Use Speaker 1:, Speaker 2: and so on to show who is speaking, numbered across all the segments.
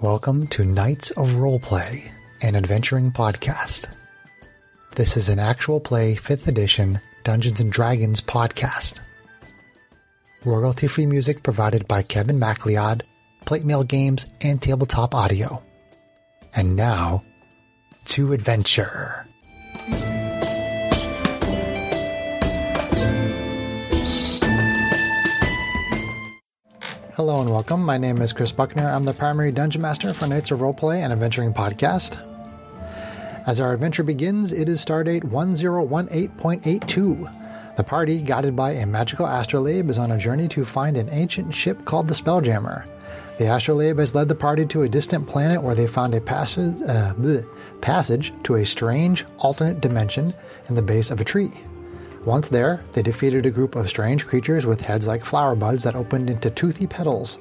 Speaker 1: welcome to Knights of Roleplay, an adventuring podcast. This is an actual play 5th edition Dungeons and Dragons podcast. Royalty free music provided by Kevin MacLeod, Plate Mail Games, and Tabletop Audio. And now, to adventure. Hello and welcome. My name is Chris Buckner. I'm the primary dungeon master for Knights of Roleplay and Adventuring Podcast. As our adventure begins, it is Stardate 1018.82. The party, guided by a magical astrolabe, is on a journey to find an ancient ship called the Spelljammer. The astrolabe has led the party to a distant planet where they found a passage, uh, bleh, passage to a strange alternate dimension in the base of a tree. Once there, they defeated a group of strange creatures with heads like flower buds that opened into toothy petals.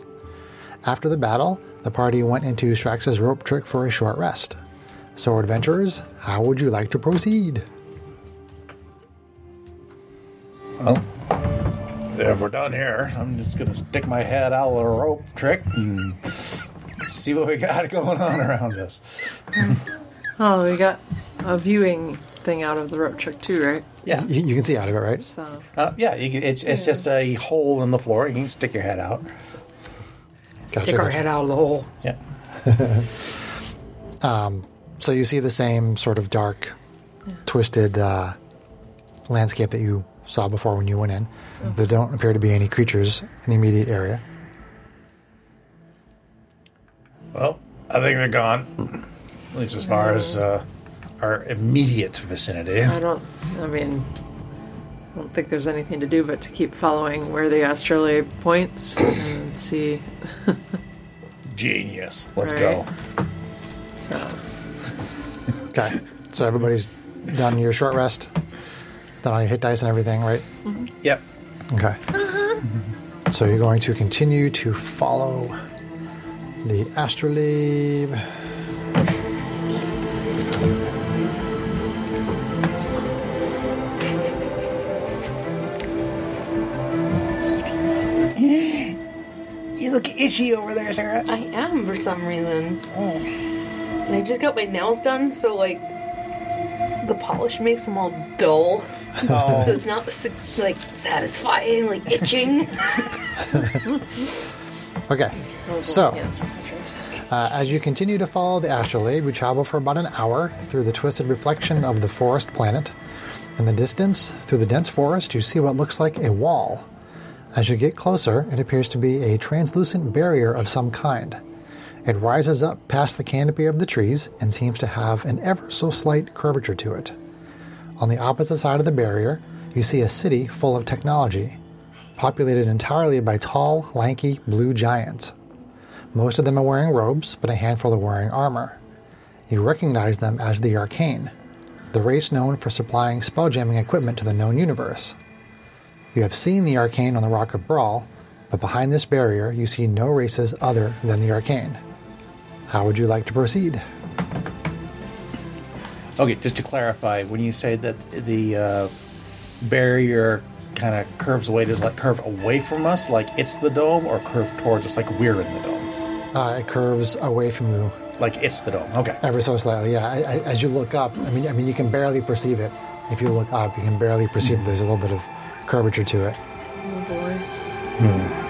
Speaker 1: After the battle, the party went into Strax's rope trick for a short rest. So, adventurers, how would you like to proceed?
Speaker 2: If we're done here, I'm just gonna stick my head out of the rope trick and see what we got going on around us.
Speaker 3: Oh, we got a viewing thing out of the rope trick too, right?
Speaker 2: Yeah,
Speaker 1: You, you can see out of it, right?
Speaker 3: So
Speaker 2: uh, yeah. You, can- it's it's just a hole in the floor. You can stick your head out.
Speaker 1: Gotcha,
Speaker 4: Stick our
Speaker 1: gotcha.
Speaker 4: head out of the hole.
Speaker 2: Yeah,
Speaker 1: So, you see the same sort of dark, twisted uh, landscape that you saw before when you went in.
Speaker 4: Mm-hmm.
Speaker 1: There don't appear to be any creatures in the immediate area.
Speaker 2: Well, I think they're gone. At least as far as uh, our immediate vicinity.
Speaker 3: I don't. I mean, I don't think there's anything to do but to keep following where the astrolabe points and see.
Speaker 2: Genius. Let's go.
Speaker 3: Right. So
Speaker 1: Okay. So everybody's done your short rest, done all your hit dice and everything, right?
Speaker 2: Yep.
Speaker 1: Okay. So you're going to continue to follow the astrolabe.
Speaker 5: You look itchy over there, Sarah.
Speaker 6: I am for some reason. And I just got my nails done, so like the polish makes them all dull. So it's not s- like satisfying, like itching.
Speaker 1: Okay.
Speaker 7: Oh,
Speaker 1: So.
Speaker 3: yeah, it's-
Speaker 1: Uh, as you continue to follow the astrolabe, you travel for about an hour through the twisted reflection of the forest planet. In the distance, through the dense forest, you see what looks like a wall. As you get closer, it appears to be a translucent barrier of some kind. It rises up past the canopy of the trees and seems to have an ever so slight curvature to it. On the opposite side of the barrier, you see a city full of technology, populated entirely by tall, lanky blue giants. Most of them are wearing robes, but a handful are wearing armor. You recognize them as the Arcane, the race known for supplying spelljamming equipment to the known universe. You have seen the Arcane on the Rock of Brawl, but behind this barrier, you see no races other than the Arcane. How would you like to proceed?
Speaker 2: Okay, just to clarify, when you say that the uh, barrier kind of curves away, does it like curve away from us, like it's the dome, or curve towards us, like we're in the dome,
Speaker 1: Uh, it curves away from you
Speaker 2: like it's the dome? Okay,
Speaker 1: ever so slightly. Yeah, I, I, as you look up, I mean, I mean, you can barely perceive it. If you look up, you can barely perceive there's a little bit of curvature to it.
Speaker 3: oh boy.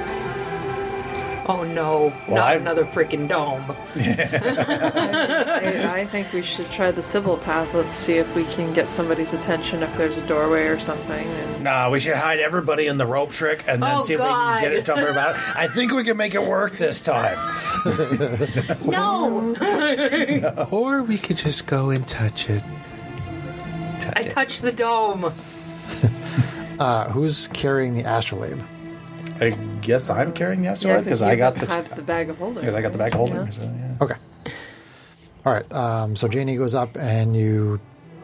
Speaker 4: Oh no, not
Speaker 2: I-
Speaker 4: another freaking dome.
Speaker 3: I, I think we should try the civil path. Let's see if we can get somebody's attention if there's a doorway or something. And
Speaker 2: nah, we should hide everybody in the rope trick and then
Speaker 4: Oh,
Speaker 2: see if we can get
Speaker 4: God.
Speaker 2: it to her about it. I think we can make it work this time.
Speaker 6: no,
Speaker 8: Or we could just go and touch it.
Speaker 4: I touched the dome.
Speaker 1: Uh, who's carrying the astrolabe?
Speaker 2: I guess I'm carrying the astrolabe because I
Speaker 3: you
Speaker 2: got the
Speaker 3: have the bag of holding.
Speaker 2: because I got the bag
Speaker 3: right?
Speaker 2: holding.
Speaker 3: Yeah.
Speaker 2: so, yeah.
Speaker 1: Okay. All right. Um, so Janie goes up and you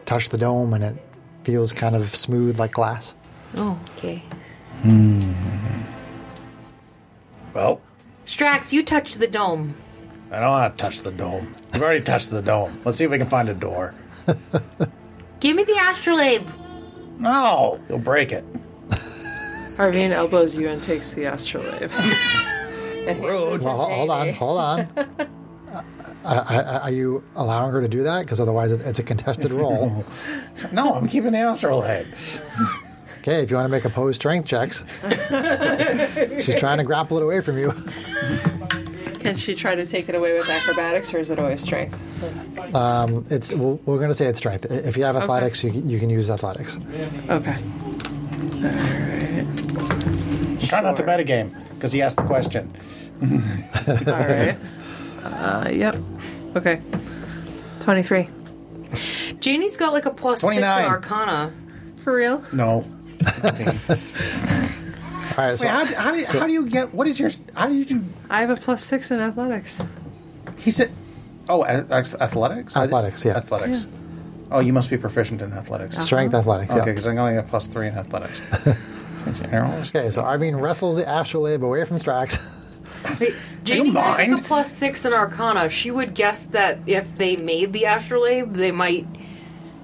Speaker 1: touch the dome, and it feels kind of smooth like glass.
Speaker 6: Oh, okay.
Speaker 2: Well,
Speaker 4: Strax, you touched the dome.
Speaker 2: I don't want to touch the dome. We've already touched the dome. Let's see if we can find a door.
Speaker 4: Give me the astrolabe.
Speaker 2: No, you'll break it.
Speaker 3: Harveen elbows you and takes the astrolabe.
Speaker 2: Rude. E.
Speaker 1: Well, ho- hold on, hold on. Uh, I- I- are you allowing her to do that? Because otherwise, it's- it's a contested roll.
Speaker 2: No, I'm keeping the astral head.
Speaker 1: Okay, if you want to make opposed strength checks, she's trying to grapple it away from you.
Speaker 3: Can she try to take it away with acrobatics, or is it always strength?
Speaker 1: Um, it's we're going to say it's strength. If you have athletics, you, can- you can use athletics.
Speaker 3: Okay.
Speaker 2: Try not to bet a game because he asked the question.
Speaker 3: All right. Uh, yep. Okay. 23.
Speaker 4: Janie's got like a plus six
Speaker 2: 29.
Speaker 4: in Arcana.
Speaker 3: For real?
Speaker 2: No.
Speaker 1: All right, so
Speaker 2: Wait, how, do- how, do, you- how do you get? What is your? How do you do?
Speaker 3: I have a plus six in athletics.
Speaker 2: He said, "Oh, a- ath- athletics."
Speaker 1: Athletics, yeah. Uh-huh.
Speaker 2: Athletics. Oh, you must be proficient in athletics.
Speaker 1: strength athletics.
Speaker 2: Uh-huh. Okay,
Speaker 1: Yeah.
Speaker 2: because I'm only have plus three in athletics. Arrows.
Speaker 1: Okay, so Arvine wrestles the astrolabe away from Strax.
Speaker 4: Wait, Janie has like a
Speaker 2: mind?
Speaker 4: plus six in Arcana. She would guess that if they made the astrolabe, they might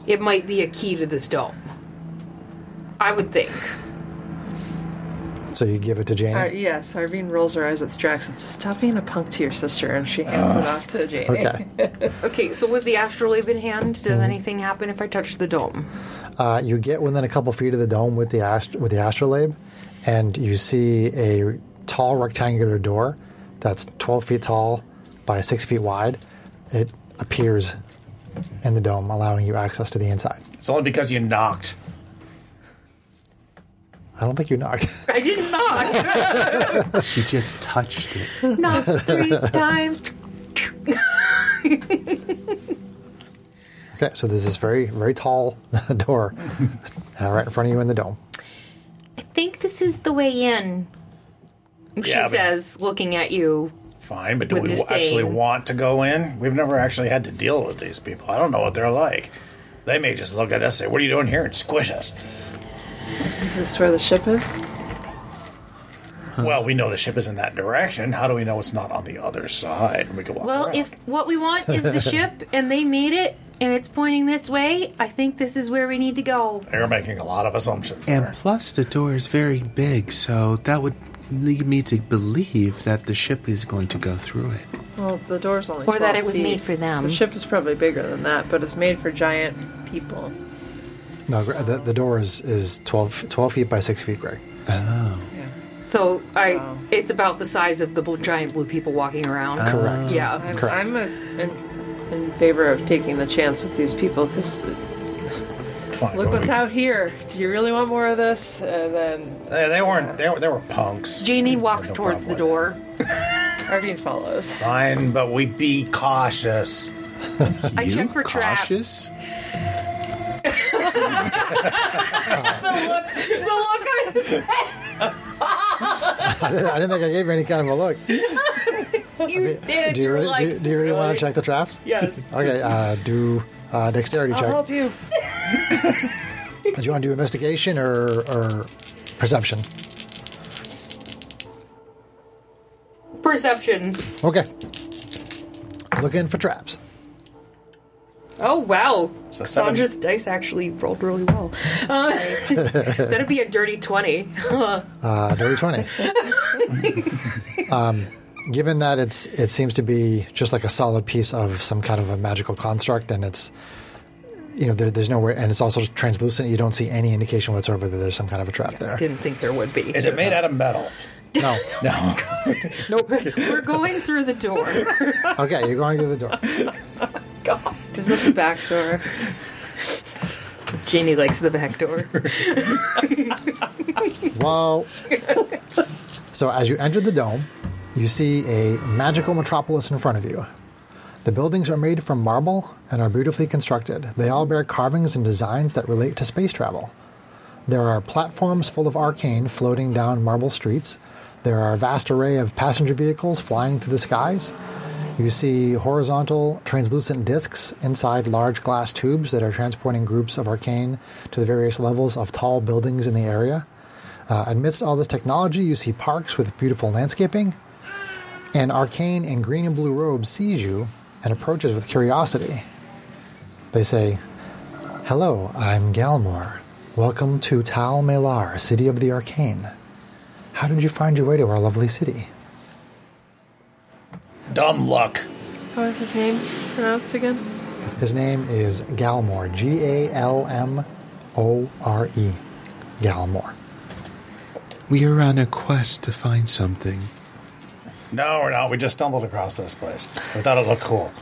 Speaker 4: it might be a key to this dome. I would think.
Speaker 1: So you give it to E. Janie.
Speaker 3: Uh, yes, Arvine rolls her eyes at Strax and says, Stop being a punk to your sister, and she hands it off to Janie.
Speaker 1: Okay.
Speaker 4: Okay, so with the astrolabe in hand, does
Speaker 2: Hmm.
Speaker 4: anything happen if I touch the dome?
Speaker 1: Uh, you get within a couple feet of the dome with the ast- with the astrolabe, and you see a tall rectangular door that's 12 feet tall by 6 feet wide. It appears in the dome, allowing you access to the inside.
Speaker 2: It's only because you knocked.
Speaker 1: I don't think you knocked.
Speaker 4: I didn't knock.
Speaker 8: She just touched it.
Speaker 4: knock three times.
Speaker 1: okay, so there's this very, very tall door uh, right in front of you in the dome.
Speaker 4: I think this is the way in. She
Speaker 2: Yeah, but-
Speaker 4: says, looking at you.
Speaker 2: Fine, but do
Speaker 4: With
Speaker 2: we
Speaker 4: disdain.
Speaker 2: actually want to go in? We've never actually had to deal with these people. I don't know what they're like. They may just look at us, say, "What are you doing here?" and squish us.
Speaker 3: Is this where the ship is?
Speaker 2: Well, we know the ship is in that direction. How do we know it's not on the other side? We can walk
Speaker 4: Well,
Speaker 2: around.
Speaker 4: if what we want is the ship and they made it and it's pointing this way, I think this is where we need to go.
Speaker 2: You're making a lot of assumptions.
Speaker 8: And
Speaker 2: there.
Speaker 8: plus, the door is very big, so that would lead me to believe that the ship is going to go through it.
Speaker 3: Well, the door's only
Speaker 4: Or that
Speaker 3: 12
Speaker 4: it was
Speaker 3: feet.
Speaker 4: made for them.
Speaker 3: The ship is probably bigger than that, but it's made for giant people.
Speaker 1: No, gr- the, the door is, is 12, 12 feet by 6 feet, Greg.
Speaker 4: So I,
Speaker 3: So-
Speaker 4: it's about the size of the bl- giant blue people walking around.
Speaker 1: Correct.
Speaker 4: Yeah.
Speaker 3: I'm,
Speaker 1: Correct.
Speaker 3: I'm a, in, in favor of taking the chance with these people because
Speaker 2: Fine,
Speaker 3: look
Speaker 2: well,
Speaker 3: what's
Speaker 2: we-
Speaker 3: out here. Do you really want more of this? And then
Speaker 2: They, they weren't. They were, they were punks.
Speaker 4: Janie walks
Speaker 2: No
Speaker 4: towards the
Speaker 2: problem
Speaker 4: door.
Speaker 3: Arvine follows.
Speaker 2: Fine, but we be cautious.
Speaker 4: I check for traps.
Speaker 8: cautious?
Speaker 4: The look on-
Speaker 1: I didn't, I didn't think I gave you any kind of a look.
Speaker 4: you did.
Speaker 1: do, you
Speaker 4: you're
Speaker 1: really,
Speaker 4: like,
Speaker 1: do, do you really want to check the traps?
Speaker 3: Yes.
Speaker 1: Okay, uh, do uh, dexterity
Speaker 3: I'll
Speaker 1: check.
Speaker 3: help you.
Speaker 1: Do you want to do investigation or, or perception?
Speaker 4: Perception.
Speaker 1: Okay. Looking for traps.
Speaker 4: Oh wow!
Speaker 2: So seven-
Speaker 4: Sandra's dice actually rolled really well. Uh, that'd be a dirty twenty.
Speaker 1: Uh, dirty 20. um, given that it's it seems to be just like a solid piece of some kind of a magical construct and it's you know there, there's nowhere and it's also translucent you don't see any indication whatsoever that there's some kind of a trap there
Speaker 4: Didn't think there would be.
Speaker 2: Is it made out of metal?
Speaker 1: no
Speaker 2: No.
Speaker 1: nope
Speaker 4: We're going through the door.
Speaker 1: okay you're going through the door
Speaker 3: Just look the back door.
Speaker 4: Janie likes the back door.
Speaker 1: Whoa. so as you enter the dome, you see a magical metropolis in front of you. The buildings are made from marble and are beautifully constructed. They all bear carvings and designs that relate to space travel. There are platforms full of arcane floating down marble streets. There are a vast array of passenger vehicles flying through the skies. You see horizontal, translucent discs inside large glass tubes that are transporting groups of arcane to the various levels of tall buildings in the area. Uh, amidst all this technology, you see parks with beautiful landscaping. An arcane in green and blue robe sees you and approaches with curiosity. They say, Hello, I'm Galmor. Welcome to Tal Melar, City of the Arcane. How did you find your way to our lovely city?
Speaker 2: Dumb luck.
Speaker 3: What was his name pronounced again?
Speaker 1: His name is Galmore. G A L M O R E. Galmore.
Speaker 8: We are on a quest to find something.
Speaker 2: No, we're not. We just stumbled across this place. We thought it looked cool.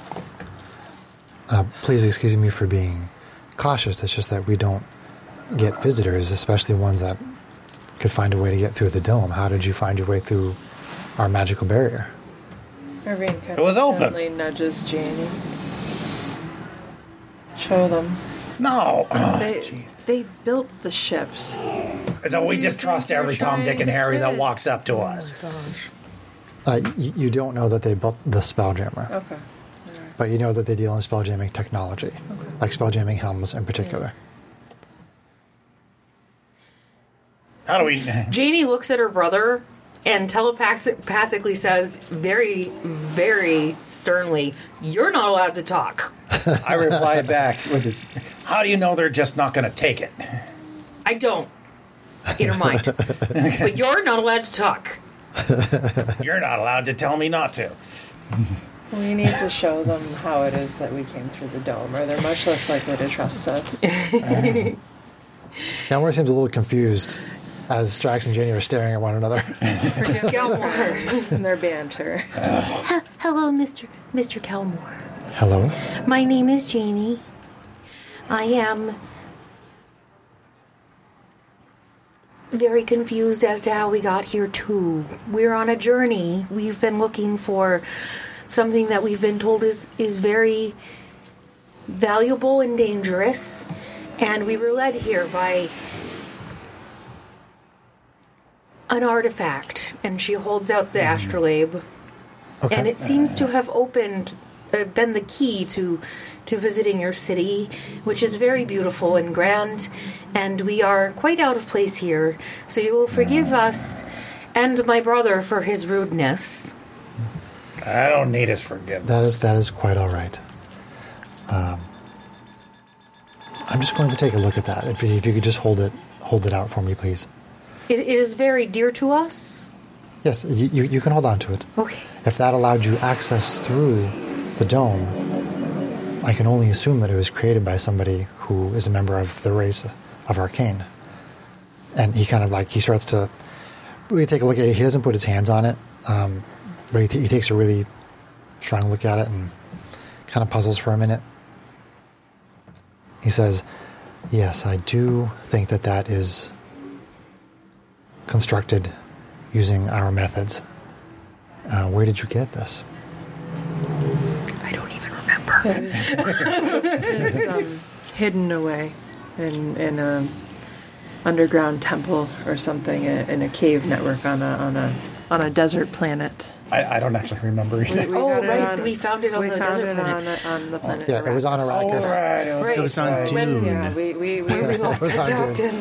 Speaker 1: Uh, please excuse me for being cautious. It's just that we don't get visitors, especially ones that could find a way to get through the dome. How did you find your way through our magical barrier?
Speaker 3: Irving kind
Speaker 2: It was open.
Speaker 3: nudges Janie. Show them.
Speaker 2: No.
Speaker 1: Ah,
Speaker 3: They, they built the ships.
Speaker 2: so we just trust every Tom, Dick, and Harry that walks up to us.
Speaker 1: Uh, you, you don't know that they built the Spelljammer,
Speaker 3: Okay.
Speaker 1: but you know that they deal in spelljamming technology, like spelljamming helms in particular.
Speaker 2: How do we.
Speaker 4: Janie looks at her brother and telepathically says, very, very sternly, You're not allowed to talk.
Speaker 2: I reply back with this How do you know they're just not going to take it?
Speaker 4: I don't. In her mind. But you're not allowed to talk.
Speaker 2: You're not allowed to tell me not to.
Speaker 3: We need to show them how it is that we came through the dome, or they're much less likely to trust us.
Speaker 1: Galmore seems a little confused as Strax and Jenny are staring at one another.
Speaker 4: Gilmore.
Speaker 3: and their banter.
Speaker 7: Hello, Mr. Mr. Kelmore.
Speaker 1: Hello?
Speaker 7: My name is Janie. I am very confused as to how we got here too. We're on a journey. We've been looking for something that we've been told is is very valuable and dangerous, and we were led here by an artifact. And she holds out the astrolabe and it seems to have opened uh, been the key to to visiting your city which is very beautiful and grand and we are quite out of place here so you will forgive us and my brother for his rudeness
Speaker 2: I don't need his forgiveness.
Speaker 1: That is that is quite all right. Um, I'm just going to take a look at that. If you, if you could just hold it hold it out for me, please.
Speaker 7: it, it is very dear to us
Speaker 1: Yes, you, you, you can hold on to it.
Speaker 7: okay
Speaker 1: If that allowed you access through the dome, I can only assume that it was created by somebody who is a member of the race of Arcane. And he kind of like, he starts to really take a look at it. He doesn't put his hands on it, um, but he, he takes a really strong look at it and kind of puzzles for a minute. He says, Yes, I do think that that is constructed using our methods. Uh, where did you get this?
Speaker 7: i don't even remember
Speaker 3: It's um, hidden away in in a underground temple or something in in a cave network on a on a on a desert planet.
Speaker 2: I, I don't actually remember either.
Speaker 3: We
Speaker 7: Oh,
Speaker 3: got it
Speaker 7: right, we found it on
Speaker 3: we
Speaker 7: the
Speaker 3: found
Speaker 7: desert
Speaker 3: it
Speaker 7: planet.
Speaker 3: On, on the planet.
Speaker 1: Yeah, it was on Arrakis.
Speaker 2: Alright,
Speaker 4: Right.
Speaker 8: It was on
Speaker 4: so-
Speaker 8: Dune.
Speaker 3: Yeah, we we, we
Speaker 1: It was on Dune.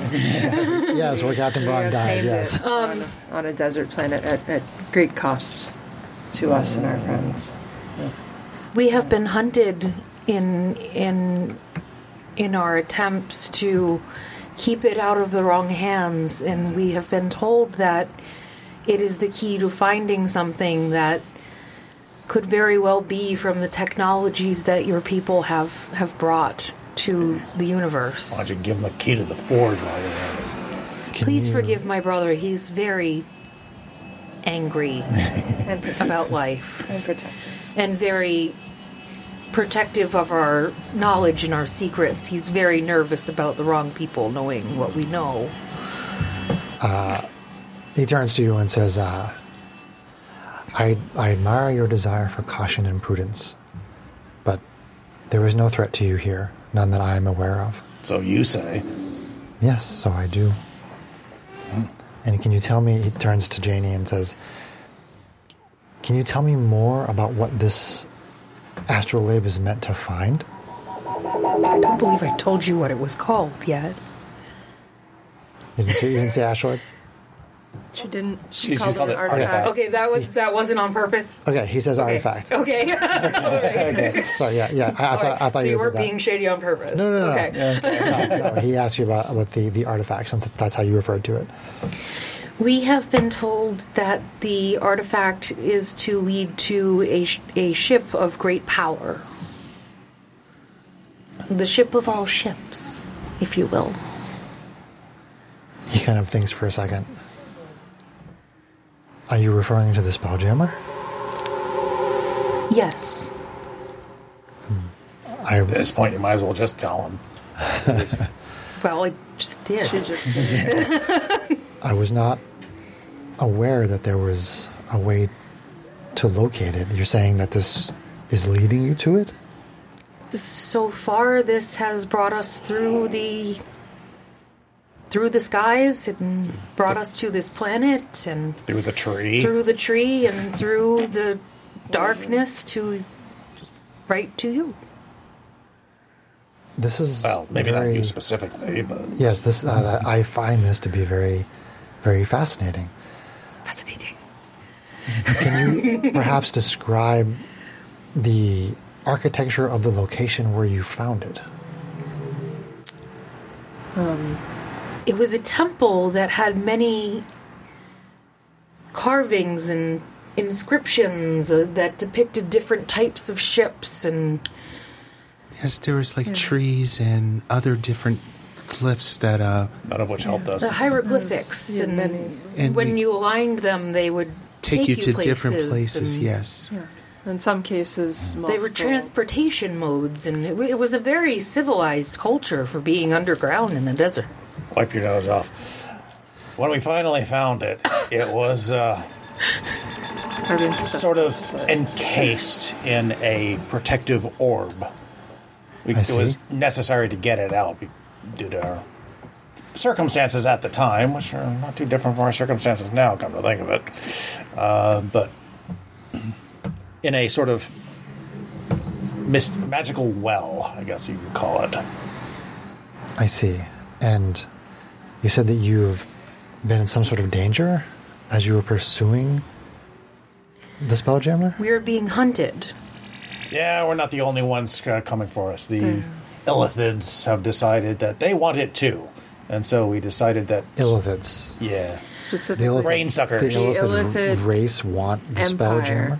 Speaker 1: yes, where Captain Braun died.
Speaker 3: obtained
Speaker 1: Yes.
Speaker 3: it on, a, on a desert planet at, at great cost to us and our friends.
Speaker 7: we have been hunted in in in our attempts to keep it out of the wrong hands and we have been told that it is the key to finding something that could very well be from the technologies that your people have have brought to the universe.
Speaker 2: Why don't you give him the key to the forge while you're at it?
Speaker 7: Please forgive my brother. He's very angry about life
Speaker 3: And protect
Speaker 7: and very protective of our knowledge and our secrets. He's very nervous about the wrong people knowing what we know.
Speaker 1: He turns to you and says, uh, I, I admire your desire for caution and prudence, but there is no threat to you here, none that I am aware of.
Speaker 2: So you say.
Speaker 1: Yes, so I do. And can you tell me? He turns to Janie and says, Can you tell me more about what this astrolabe is meant to find?
Speaker 7: I don't believe I told you what it was called yet.
Speaker 1: You didn't say, you didn't say astrolabe?
Speaker 3: She didn't. She,
Speaker 2: She- she
Speaker 3: called,
Speaker 2: called
Speaker 3: it an
Speaker 2: it
Speaker 3: artifact.
Speaker 1: artifact.
Speaker 4: Okay, that was that wasn't on purpose.
Speaker 7: Uh,
Speaker 1: Okay, he says artifact.
Speaker 4: Okay.
Speaker 2: Okay.
Speaker 1: Sorry, yeah, yeah. I, I thought, I thought
Speaker 4: so
Speaker 1: you
Speaker 4: you
Speaker 1: said
Speaker 4: were
Speaker 1: that.
Speaker 4: being shady on purpose.
Speaker 1: no, no, no.
Speaker 4: okay.
Speaker 1: no, no, he asked you about, about the, the artifact, since that's how you referred to it.
Speaker 7: We have been told that the artifact is to lead to a, sh- a ship of great power. The ship of all ships, if you will.
Speaker 1: He kind of thinks for a second. Are you referring to the Spelljammer?
Speaker 7: Yes.
Speaker 2: At
Speaker 1: I,
Speaker 2: this point, you might as well just tell him.
Speaker 7: Well, I just did.
Speaker 1: I was not aware that there was a way to locate it. You're saying that this is leading you to it?
Speaker 7: So far, this has brought us through the through the skies and brought us to this planet and
Speaker 2: Through the tree.
Speaker 7: through the tree and through the darkness to right to you.
Speaker 1: This is
Speaker 2: well, maybe
Speaker 1: very,
Speaker 2: not you specifically, but
Speaker 1: Yes, this uh, I find this to be very, very fascinating.
Speaker 7: Fascinating.
Speaker 1: Can you perhaps describe the architecture of the location where you found it?
Speaker 7: It was a temple that had many carvings and inscriptions uh, that depicted different types of ships and
Speaker 8: Yes, there was like trees and other different cliffs that uh
Speaker 2: none of which helped us.
Speaker 7: the hieroglyphics and,
Speaker 8: And
Speaker 7: when
Speaker 8: we-
Speaker 7: you aligned them they would
Speaker 8: take, you, to
Speaker 7: places
Speaker 8: different places.
Speaker 7: and
Speaker 8: Yes.
Speaker 3: In some cases, multiple.
Speaker 7: They were transportation modes, and it, w- it was a very civilized culture for being underground in the desert.
Speaker 2: Wipe your nose off. When we finally found it, it was uh,
Speaker 3: urban stuff.
Speaker 2: sort of encased in a protective orb. We,
Speaker 1: I
Speaker 2: it was
Speaker 1: see.
Speaker 2: necessary to get it out be- due to our circumstances at the time, which are not too different from our circumstances now, come to think of it. Uh, but in a sort of mist- magical well, I guess you could call it.
Speaker 1: I see. And you said that you've been in some sort of danger as you were pursuing the Spelljammer?
Speaker 7: We were being hunted.
Speaker 2: Yeah, we're not the only ones uh, coming for us. The
Speaker 1: Hmm.
Speaker 2: Illithids have decided that they want it too. And so we decided that.
Speaker 1: Illithids.
Speaker 2: yeah.
Speaker 1: The
Speaker 3: specifically
Speaker 1: Illithid,
Speaker 2: Brain suckers.
Speaker 1: The
Speaker 2: The
Speaker 1: Illithid,
Speaker 3: Illithid
Speaker 1: race want the Spelljammer?
Speaker 3: empire,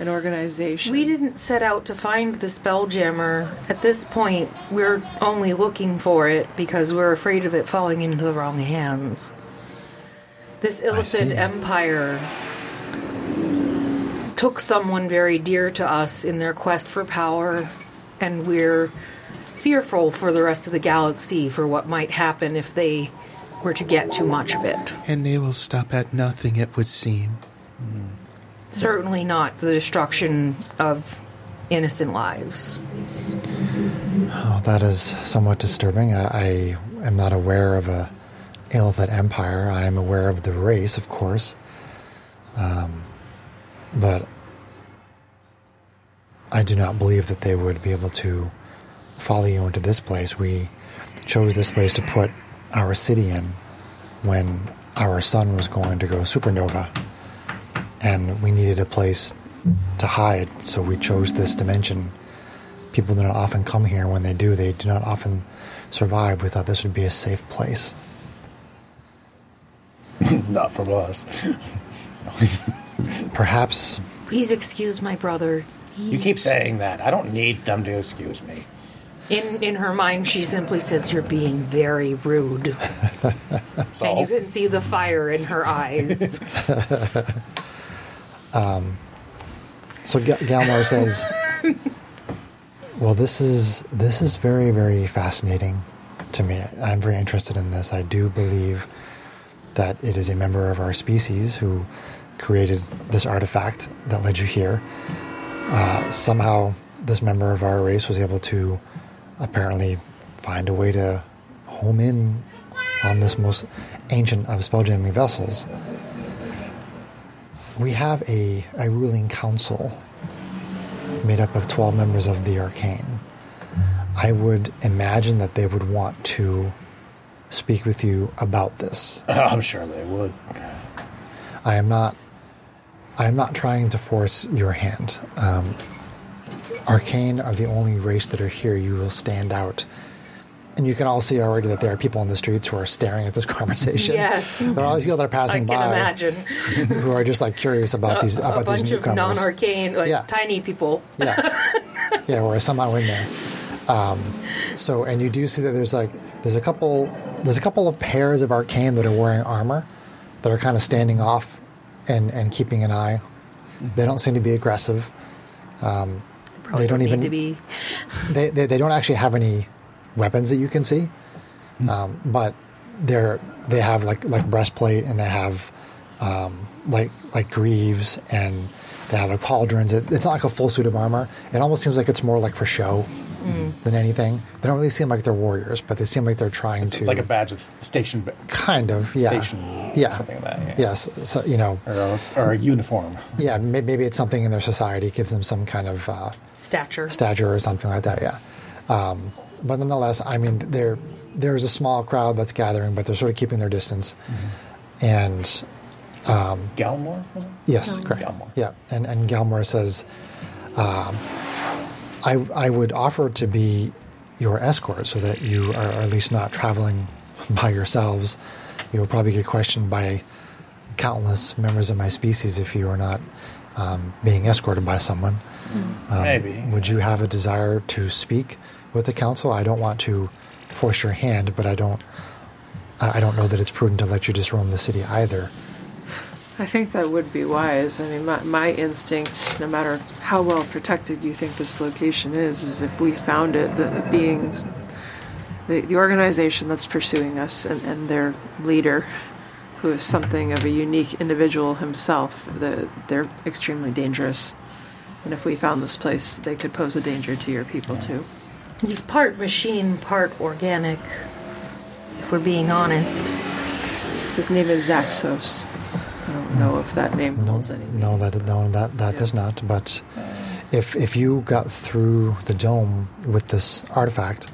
Speaker 3: an organization.
Speaker 7: We didn't set out to find the Spelljammer. At this point, we're only looking for it because we're afraid of it falling into the wrong hands. This
Speaker 1: see.
Speaker 7: Illithid Empire took someone very dear to us in their quest for power, and we're fearful for the rest of the galaxy for what might happen if they were to get too much of it.
Speaker 8: And they will stop at nothing, it would seem.
Speaker 7: Certainly not the destruction of innocent lives.
Speaker 1: Oh, that is somewhat disturbing. I, I am not aware of a Illithid empire. I am aware of the race, of course. Um, but I do not believe that they would be able to follow you into this place. We chose this place to put our city in when our sun was going to go supernova. And we needed a place to hide, so we chose this dimension people do not often come here. When they do, they do not often survive. We thought this would be a safe place.
Speaker 2: Not from us.
Speaker 1: Perhaps
Speaker 7: Please excuse my brother.
Speaker 2: You keep saying that. I don't need them to excuse me.
Speaker 7: In in her mind, she simply says, "You're being very rude,"
Speaker 2: So
Speaker 1: Oh.
Speaker 7: and you can see the fire in her eyes.
Speaker 1: so. Ga- Galmar says, "Well, this is this is very very fascinating to me. I'm very interested in this. I do believe that it is a member of our species who created this artifact that led you here. Uh, somehow, this member of our race was able to apparently find a way to home in on this most ancient of spelljamming vessels. We have a, a ruling council made up of 12 members of the arcane. I would imagine that they would want to speak with you about this.
Speaker 2: I'm sure they would.
Speaker 1: I am not. I am not trying to force your hand. Um, Arcane are the only race that are here. You will stand out And you can all see already that there are people in the streets who are staring at this conversation.
Speaker 4: Yes.
Speaker 1: There are all these people that are
Speaker 4: I
Speaker 1: passing
Speaker 4: can
Speaker 1: by
Speaker 4: imagine
Speaker 1: who are just like curious about these
Speaker 4: a
Speaker 1: about
Speaker 4: bunch
Speaker 1: these
Speaker 4: of
Speaker 1: newcomers.
Speaker 4: non-arcane, like
Speaker 1: Yeah.
Speaker 4: tiny people.
Speaker 1: Yeah. yeah, we're somehow in there. Um, so, and you do see that there's like there's a couple there's a couple of pairs of arcane that are wearing armor that are kind of standing off and and keeping an eye. They don't seem to be aggressive. Um, they don't even
Speaker 4: need to be.
Speaker 1: they, they they don't actually have any weapons that you can see,
Speaker 2: Hmm.
Speaker 1: um, but they're they have like like breastplate and they have um, like like greaves and they have like pauldrons. It, it's not like a full suit of armor. It almost seems like it's more like for show than anything. They don't really seem like they're warriors, but they seem like they're trying to
Speaker 2: It's like a badge of s- station, ba-
Speaker 1: kind of yeah
Speaker 2: station,
Speaker 1: yeah
Speaker 2: something like that. Yeah.
Speaker 1: yes so you know
Speaker 2: Or, a- or a uniform.
Speaker 1: yeah may- maybe it's something in their society gives them some kind of. Uh,
Speaker 4: Stature.
Speaker 1: stature or something like that. Yeah, um, but nonetheless, I mean, there there is a small crowd that's gathering, but they're sort of keeping their distance. And
Speaker 2: Galmore? was it?
Speaker 1: yes, correct.
Speaker 2: Galmore.
Speaker 1: Yeah, and and Galmore says, um, I I would offer to be your escort so that you are at least not traveling by yourselves. You will probably get questioned by countless members of my species if you are not um, being escorted by someone.
Speaker 2: Maybe.
Speaker 1: Um, Would you have a desire to speak with the council? I don't want to force your hand, but I don't. I I don't know that it's prudent to let you just roam the city either.
Speaker 3: I think that would be wise. I mean, my, my instinct, no matter how well protected you think this location is, is if we found it, the, the being, the, the organization that's pursuing us and, and their leader, who is something of a unique individual himself, the, they're extremely dangerous. And if we found this place, they could pose a danger to your people too.
Speaker 7: He's part machine, part organic, if we're being honest.
Speaker 3: His name is Zaxos. I don't know if that name holds any. meaning.
Speaker 1: No, that no, that that does not. But if if you got through the dome with this artifact,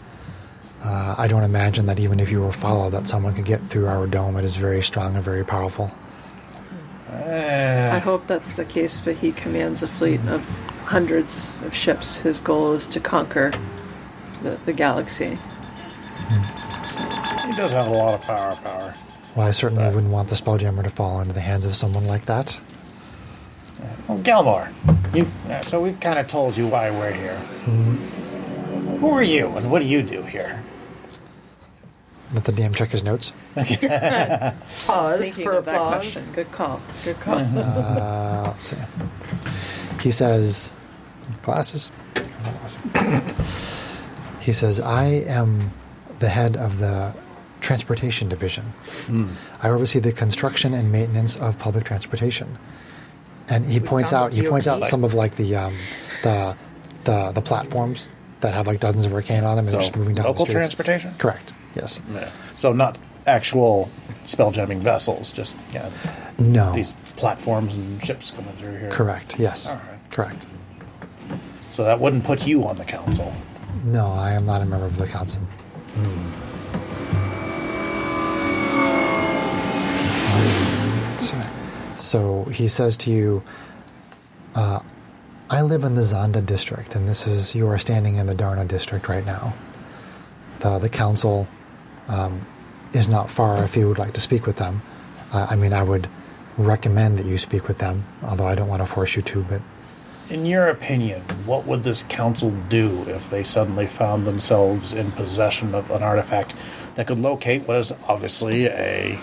Speaker 1: uh, I don't imagine that even if you were followed, that someone could get through our dome. It is very strong and very powerful.
Speaker 3: I hope that's the case, but he commands a fleet of hundreds of ships. His goal is to conquer the, the galaxy. So,
Speaker 2: He does have a lot of power. Power.
Speaker 1: Well, I certainly wouldn't want the spelljammer to fall into the hands of someone like that.
Speaker 2: Well, Galmore, you. Uh, so we've kind of told you why we're here.
Speaker 1: Mm-hmm.
Speaker 2: Who are you, and what do you do here?
Speaker 1: Let the DM check his notes.
Speaker 4: Pause for
Speaker 3: of that
Speaker 4: applause.
Speaker 3: question. Good call. Good call.
Speaker 1: Uh, let's see. He says, glasses. he says, I am the head of the transportation division.
Speaker 2: Hmm.
Speaker 1: I oversee the construction and maintenance of public transportation. And he points
Speaker 4: found
Speaker 1: out,
Speaker 4: what's
Speaker 1: he points out
Speaker 4: okay.
Speaker 1: some of like the, um, the, the, the platforms that have like dozens of arcane on them and
Speaker 2: So,
Speaker 1: they're just moving down
Speaker 2: local
Speaker 1: the streets.
Speaker 2: transportation?
Speaker 1: Correct. Yes.
Speaker 2: Yeah. So not actual spelljamming vessels, just yeah,
Speaker 1: No.
Speaker 2: these platforms and ships coming through here.
Speaker 1: Correct. Yes.
Speaker 2: All right.
Speaker 1: Correct.
Speaker 2: So that wouldn't put you on the council.
Speaker 1: No, I am not a member of Hmm. the council. So- So he says to you, uh, I live in the Zonda district, and this is, you are standing in the Darna district right now. The, the council um, is not far if you would like to speak with them. Uh, I mean, I would recommend that you speak with them, although I don't want to force you to, but
Speaker 2: In your opinion, what would this council do if they suddenly found themselves in possession of an artifact that could locate what is obviously a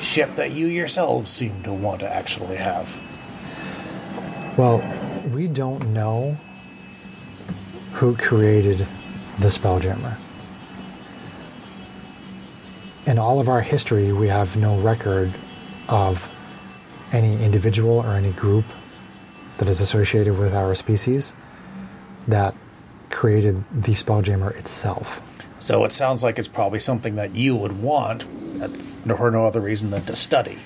Speaker 2: ship that you yourselves seem to want to actually have?
Speaker 1: Well, we don't know who created the Spelljammer. In all of our history, we have no record of any individual or any group that is associated with our species that created the Spelljammer itself.
Speaker 2: So it sounds like it's probably something that you would want at- for no other reason than to study.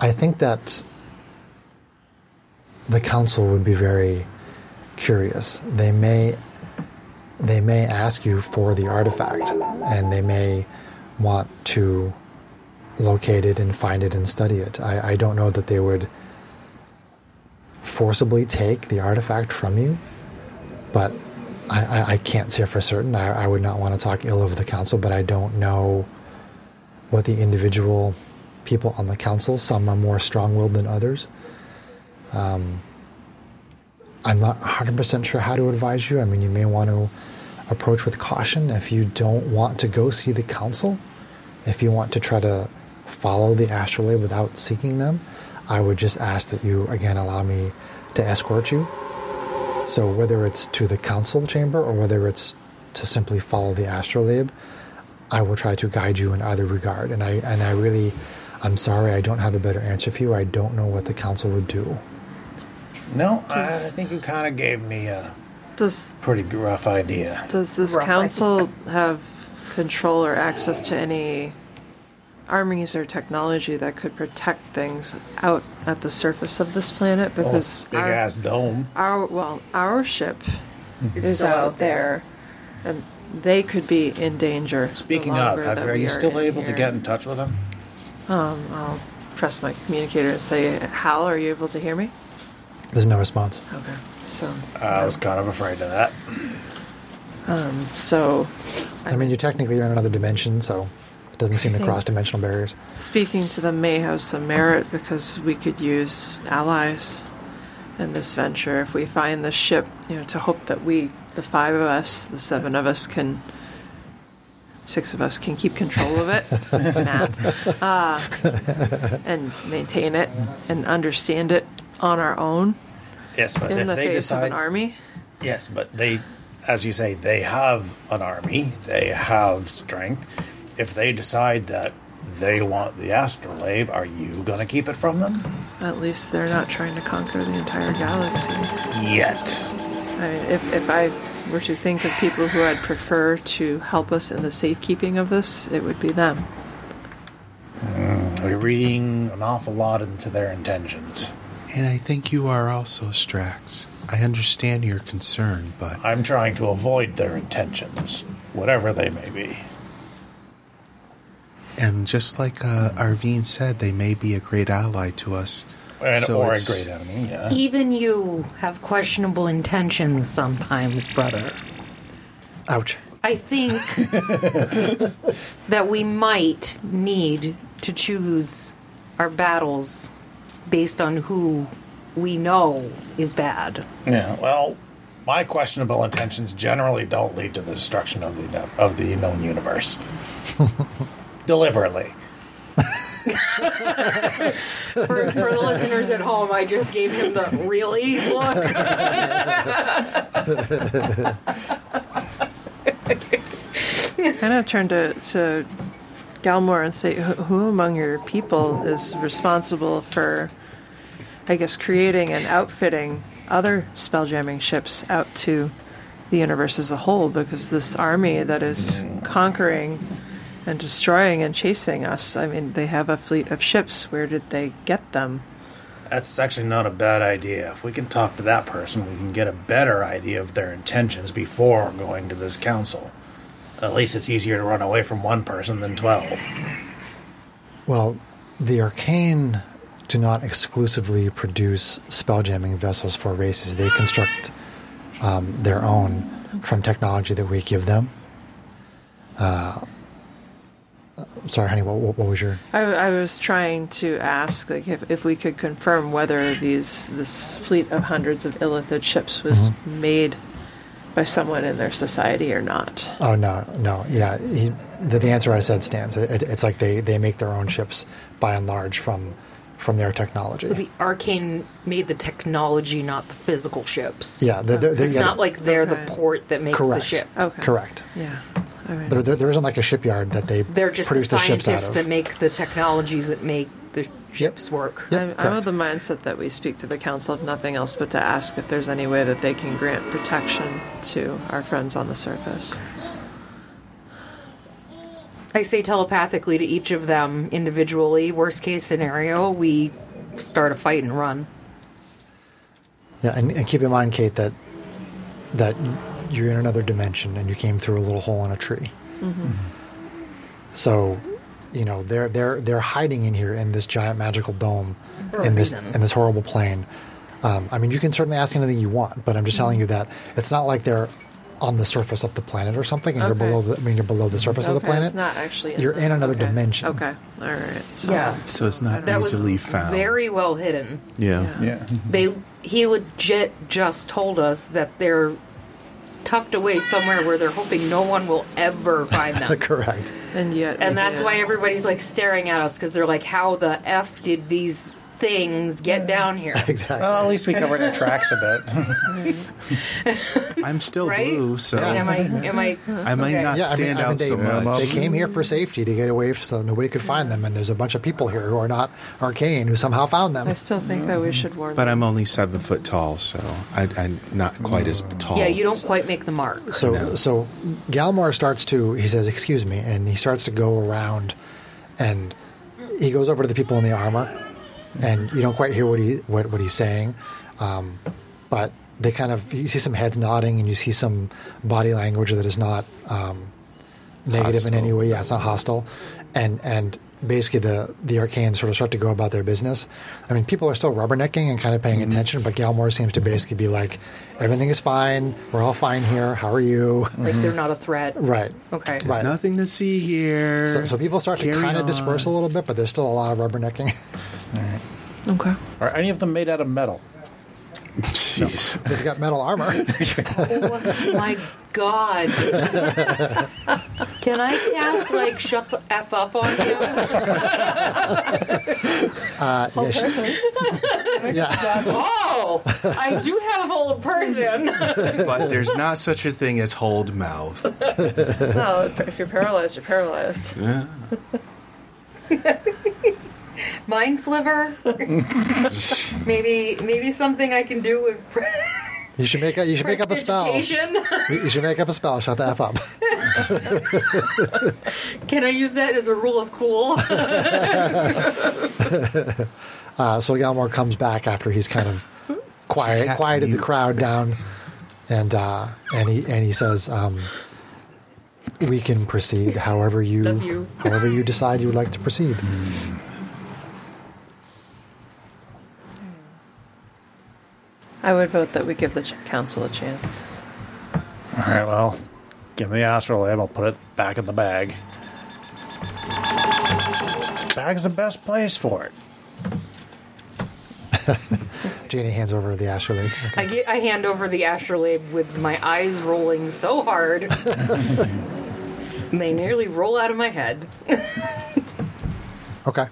Speaker 1: I think that the council would be very curious. They may they may ask you for the artifact and they may want to locate it and find it and study it. I, I don't know that they would forcibly take the artifact from you, but I, I, I can't say for certain. I, I would not want to talk ill of the council, but I don't know what the individual people on the council. Some are more strong-willed than others. Um, I'm not 100% sure how to advise you. I mean, you may want to approach with caution if you don't want to go see the council. If you want to try to follow the astrolabe without seeking them, I would just ask that you again allow me to escort you. So whether it's to the council chamber or whether it's to simply follow the astrolabe, I will try to guide you in either regard. And I and I really I'm sorry I don't have a better answer for you. I don't know what the council would do.
Speaker 2: No, I think you kind of gave me a
Speaker 3: Does
Speaker 2: pretty rough idea.
Speaker 3: does this
Speaker 6: Rough
Speaker 3: council have control or access to any armies or technology that could protect things out at the surface of this planet?
Speaker 2: Oh,
Speaker 3: Because
Speaker 2: big
Speaker 3: our,
Speaker 2: ass dome.
Speaker 3: our well, our ship
Speaker 2: Mm-hmm.
Speaker 6: It's
Speaker 3: is
Speaker 6: still
Speaker 3: out there, and they could be in danger. the
Speaker 2: Speaking of,
Speaker 3: longer
Speaker 2: have-
Speaker 3: that
Speaker 2: are
Speaker 3: we
Speaker 2: you still
Speaker 3: in
Speaker 2: able to
Speaker 3: here.
Speaker 2: get in touch with them?
Speaker 3: I'll press my communicator and say, "Hal, are you able to hear me?"
Speaker 1: There's no response.
Speaker 3: Okay, so
Speaker 2: I was kind of afraid of that.
Speaker 3: so
Speaker 1: I mean, you technically are in another dimension, so it doesn't seem to
Speaker 3: Okay.
Speaker 1: cross dimensional barriers.
Speaker 3: Speaking to them may have some merit because we could use allies in this venture. If we find the ship, you know, to hope that we, the five of us, the seven of us, can, six of us, can keep control of it, math, uh, and maintain it and understand it on our own
Speaker 2: Yes, but
Speaker 3: in
Speaker 2: if
Speaker 3: the
Speaker 2: they
Speaker 3: face of
Speaker 2: decide,
Speaker 3: an army.
Speaker 2: yes, but they, as you say, they have an army. They have strength. If they decide that they want the astrolabe, are you going to keep it from them?
Speaker 3: At least they're not trying to conquer the entire galaxy.
Speaker 2: Yet.
Speaker 3: I mean, if, if I were to think of people who I'd prefer to help us in the safekeeping of this, it would be them.
Speaker 2: We're reading an awful lot into their intentions.
Speaker 8: And I think you are also Strax. I understand your concern, but
Speaker 2: I'm trying to avoid their intentions, whatever they may be.
Speaker 8: and just like uh, Arvine said, they may be a great ally to us.
Speaker 2: And, or a
Speaker 8: it's-
Speaker 2: great enemy, yeah.
Speaker 7: Even you have questionable intentions sometimes, brother.
Speaker 1: Ouch.
Speaker 7: I think that we might need to choose our battles based on who we know is bad.
Speaker 2: Yeah, well, my questionable intentions generally don't lead to the destruction of the of the known universe. Deliberately.
Speaker 4: For, for the listeners at home, I just gave him the really look.
Speaker 3: Kind of turn to, to Galmore and say, "Who- who among your people is responsible for, I guess, creating and outfitting other spelljamming ships out to the universe as a whole? Because this army that is conquering and destroying and chasing us, I mean, they have a fleet of ships. Where did they get them?
Speaker 2: That's actually not a bad idea. If we can talk to that person, we can get a better idea of their intentions before going to this council. At least it's easier to run away from one person than 12.
Speaker 1: Well, the arcane do not exclusively produce spelljamming vessels for races. They construct um, their own from technology that we give them. Uh, sorry, honey. What, what what was your?
Speaker 3: I, I was trying to ask, like, if, if we could confirm whether these this fleet of hundreds of illithid ships was
Speaker 1: Mm-hmm.
Speaker 3: made by someone in their society or not.
Speaker 1: Oh no, no, yeah. He, the, the answer I said stands. It, it's like they, they make their own ships by and large from from their technology.
Speaker 7: The Arcane made the technology, not the physical ships.
Speaker 1: yeah, they, they, they,
Speaker 7: It's
Speaker 1: yeah,
Speaker 7: not like they're
Speaker 3: Okay.
Speaker 7: the port that makes
Speaker 1: correct.
Speaker 7: the ship.
Speaker 3: Okay.
Speaker 1: Correct.
Speaker 3: Yeah, I mean,
Speaker 1: There, there, there isn't like a shipyard that they
Speaker 7: They're just the
Speaker 1: produce the, ships out
Speaker 7: scientists
Speaker 1: of.
Speaker 7: that make the technologies that make the ships work.
Speaker 1: Yep,
Speaker 3: I'm, I'm
Speaker 1: correct.
Speaker 3: of the mindset that we speak to the council if nothing else, but to ask if there's any way that they can grant protection to our friends on the surface.
Speaker 7: I say telepathically to each of them individually. Worst case scenario, we start a fight and run.
Speaker 1: Yeah, and, and keep in mind, Kate, that that you're in another dimension and you came through a little hole in a tree.
Speaker 3: Mm-hmm.
Speaker 1: So, you know, they're they're they're hiding in here in this giant magical dome, in this in this horrible plane. Um, I mean, you can certainly ask anything you want, but I'm just telling you that it's not like they're on the surface of the planet or something, and
Speaker 3: Okay.
Speaker 1: you're below. The, I mean, you're below the surface of the
Speaker 3: Okay,
Speaker 1: planet.
Speaker 3: It's not actually.
Speaker 1: You're
Speaker 3: the-
Speaker 1: in another
Speaker 3: okay.
Speaker 1: dimension.
Speaker 3: Okay. All right. So,
Speaker 7: Yeah.
Speaker 8: So it's not
Speaker 7: That was
Speaker 8: easily found.
Speaker 7: very well hidden.
Speaker 8: yeah.
Speaker 2: Yeah.
Speaker 7: They he legit just told us that they're tucked away somewhere where they're hoping no one will ever find them.
Speaker 1: Correct.
Speaker 3: And yet.
Speaker 7: And that's
Speaker 3: yeah.
Speaker 7: why everybody's like staring at us because they're like, "How the f did these things get down here?"
Speaker 1: Exactly.
Speaker 2: Well, at least we covered our tracks a bit.
Speaker 8: I'm still
Speaker 7: Right?
Speaker 8: blue, so
Speaker 7: I mean, am I? Am I?
Speaker 8: I might
Speaker 7: okay.
Speaker 8: not
Speaker 1: yeah, I mean,
Speaker 8: stand
Speaker 1: I mean,
Speaker 8: out
Speaker 1: they,
Speaker 8: so much.
Speaker 1: they came here for safety to get away so nobody could find them, and there's a bunch of people here who are not arcane who somehow found
Speaker 3: I
Speaker 1: them.
Speaker 3: still think that we should warn.
Speaker 8: But
Speaker 3: them.
Speaker 8: I'm only seven foot tall, so I, I'm not quite as
Speaker 1: Mm.
Speaker 8: tall.
Speaker 7: Yeah, you don't quite make the mark.
Speaker 1: So, so Galmar starts to he says, "Excuse me," and he starts to go around, and he goes over to the people in the armor, and you don't quite hear what he what, what he's saying, um, but they kind of you see some heads nodding, and you see some body language that is not um, negative in any
Speaker 8: Hostile.
Speaker 1: way. Yeah, it's not hostile, and and basically the the arcanes sort of start to go about their business. I mean, people are still rubbernecking and kind of paying attention, but Galmore seems to basically be like, everything is fine, we're all fine here. How are you?
Speaker 7: Like they're not a threat.
Speaker 1: mm-hmm. Right.
Speaker 7: Okay.
Speaker 1: Right.
Speaker 8: There's nothing to see here.
Speaker 1: So, so people start to
Speaker 8: Carry
Speaker 1: kind of
Speaker 8: on.
Speaker 1: disperse a little bit, but there's still a lot of rubbernecking.
Speaker 3: okay.
Speaker 2: Are any of them made out of metal?
Speaker 8: Jeez.
Speaker 1: They've got metal armor.
Speaker 7: My God. Can I cast like shut the f up on you?
Speaker 1: yeah, she- yeah.
Speaker 7: Oh, I do have old person.
Speaker 8: But there's not such a thing as hold mouth.
Speaker 3: No, if you're paralyzed, you're paralyzed.
Speaker 7: Mind sliver. maybe maybe something I can do with pre-
Speaker 1: You should make a, you should make up a spell. You
Speaker 7: prestidigitation.
Speaker 1: you should make up a spell. Shut the f up.
Speaker 7: Can I use that as a rule of cool?
Speaker 1: Uh, so Galmore comes back after he's kind of
Speaker 8: She
Speaker 1: quiet,
Speaker 8: casts
Speaker 1: quieted
Speaker 8: mute.
Speaker 1: the crowd down, and uh, and he and he says, um, "We can proceed however you,
Speaker 7: Love you.
Speaker 1: however you decide you would like to proceed."
Speaker 3: I would vote that we give the ch- council a chance.
Speaker 2: All right, well, give me the astrolabe. I'll put it back in the bag. Bag's the best place for it.
Speaker 1: Janie hands over the astrolabe.
Speaker 7: I, get, I hand over the astrolabe with my eyes rolling so hard. they nearly roll out of my head.
Speaker 1: Okay.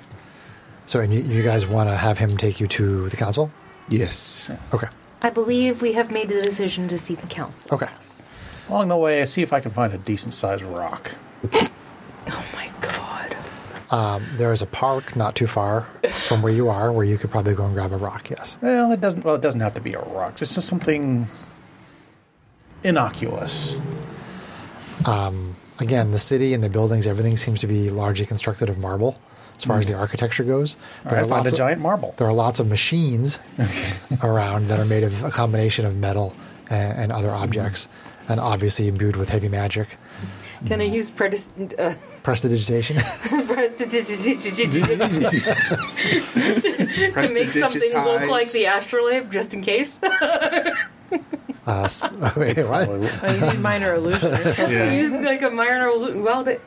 Speaker 1: So, and you, you guys want to have him take you to the council?
Speaker 8: Yes.
Speaker 1: Okay.
Speaker 7: I believe we have made the decision to see the council.
Speaker 1: Okay.
Speaker 2: Along the way, I see if I can find a decent sized rock.
Speaker 7: Oh my god.
Speaker 1: There is a park not too far from where you are, where you could probably go and grab a rock. Yes.
Speaker 2: Well, it doesn't. Well, it doesn't have to be a rock. Just something innocuous.
Speaker 1: again, the city and the buildings, everything seems to be largely constructed of marble as far as the architecture goes.
Speaker 2: Hmm. All right, find a
Speaker 1: lots of,
Speaker 2: giant marble.
Speaker 1: There are lots of machines around that are made of a combination of metal and, and other
Speaker 2: Hmm.
Speaker 1: objects, and obviously imbued with heavy magic.
Speaker 7: Can I use predis- uh,
Speaker 1: Prestidigitation.
Speaker 7: prestidigitation to make something look like the astrolabe just in case?
Speaker 1: uh, s- wait, what?
Speaker 3: Oh, you need minor illusion. or something.
Speaker 7: use like a minor illu- well the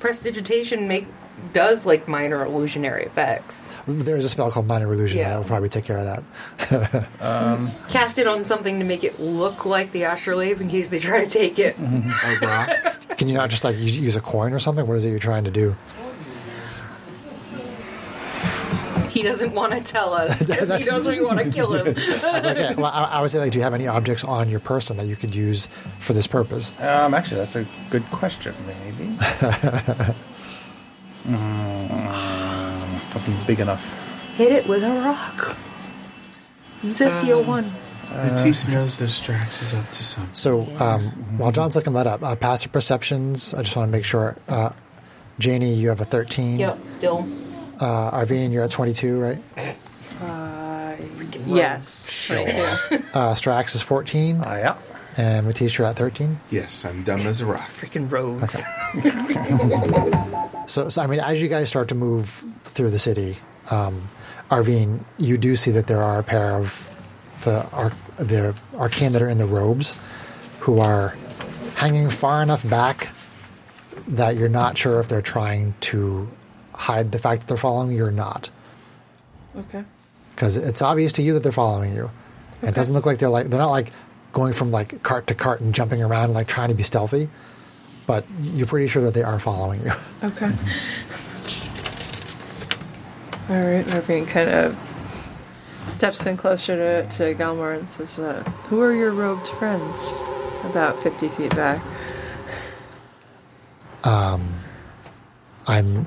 Speaker 7: prestidigitation make does like minor illusionary effects.
Speaker 1: There's a spell called Minor Illusion
Speaker 7: Yeah.
Speaker 1: that will probably take care of that.
Speaker 7: Cast it on something to make it look like the astrolabe in case they try to take it.
Speaker 8: A rock.
Speaker 1: Can you not just like u- use a coin or something? What is it you're trying to do?
Speaker 7: He doesn't want to tell us because he doesn't want to kill him.
Speaker 1: It's like, yeah, well, I, I would say like, do you have any objects on your person that you could use for this purpose?
Speaker 2: Um, actually, that's a good question. Maybe Mm, something big enough.
Speaker 7: Hit it with a rock. Use SDO1.
Speaker 8: Matisse knows this Drax is up to something.
Speaker 1: So um, while John's looking that up, uh, passive perceptions. I just want to make sure. Uh, Janie, you have a thirteen.
Speaker 7: Yep, still.
Speaker 1: Uh, Arvine, you're at twenty-two, right?
Speaker 3: Yes. Sure.
Speaker 1: Uh, Strax is fourteen,
Speaker 2: Ah, yeah.
Speaker 1: and Matisse, you're at thirteen.
Speaker 8: Yes, I'm dumb as a rock.
Speaker 7: Freaking rogues.
Speaker 1: So, so I mean, as you guys start to move through the city, um, Arvine, you do see that there are a pair of the arc, the arcane that are in the robes, who are hanging far enough back that you're not sure if they're trying to hide the fact that they're following you or not.
Speaker 3: Okay.
Speaker 1: because it's obvious to you that they're following you. And It doesn't look like they're like they're not like going from like cart to cart and jumping around like trying to be stealthy, but you're pretty sure that they are following you.
Speaker 3: Okay. All right, Irving kind of steps in closer to, to Galmar and says, uh, Who are your robed friends? About 50 feet back.
Speaker 1: I'm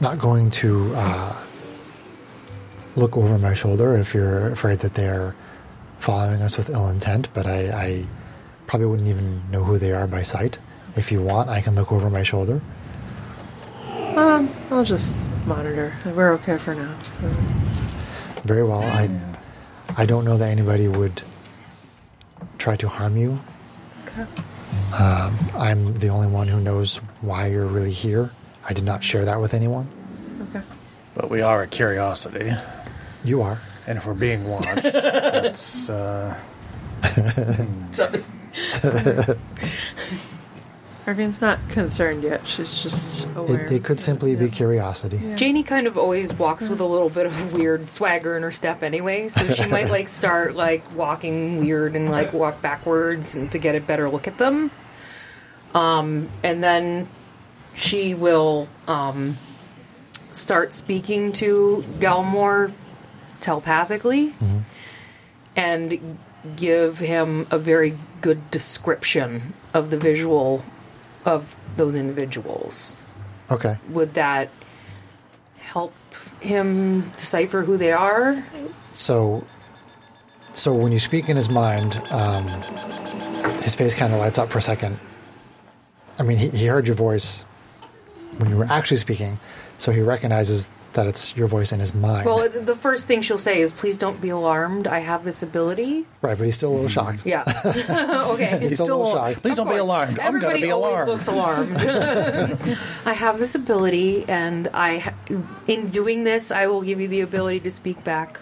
Speaker 1: not going to uh, look over my shoulder if you're afraid that they're following us with ill intent, but I, I probably wouldn't even know who they are by sight. If you want, I can look over my shoulder.
Speaker 3: I'll just monitor. We're okay for now.
Speaker 1: Very well. I,
Speaker 3: Mm.
Speaker 1: I don't know that anybody would try to harm you. Um,
Speaker 3: Okay.
Speaker 1: I'm the only one who knows why you're really here. I did not share that with anyone.
Speaker 3: Okay.
Speaker 2: But we are a curiosity,
Speaker 1: You are.
Speaker 2: and if we're being watched, that's, uh,
Speaker 3: Irving's not concerned yet. She's just aware.
Speaker 1: It, it could simply be
Speaker 3: Yeah.
Speaker 1: curiosity.
Speaker 7: Janie kind of always walks with a little bit of weird swagger in her step anyway, so she might like start like walking weird and like walk backwards and to get a better look at them. Um, and then she will um, start speaking to Galmore telepathically and give him a very good description of the visual of those individuals
Speaker 1: Okay.
Speaker 7: would that help him decipher who they are?
Speaker 1: So, so when you speak in his mind, um, his face kind of lights up for a second. I mean, he, he heard your voice when you were actually speaking, so he recognizes that it's your voice in his mind.
Speaker 7: Well, the first thing she'll say is, "Please don't be alarmed. I have this ability."
Speaker 1: right, but he's still a little shocked.
Speaker 7: Yeah. okay.
Speaker 1: He's still, a little shocked.
Speaker 2: please don't be alarmed. I'm going to
Speaker 7: Everybody
Speaker 2: be
Speaker 7: always
Speaker 2: alarmed.
Speaker 7: looks alarmed. I have this ability, and I, ha- in doing this, I will give you the ability to speak back.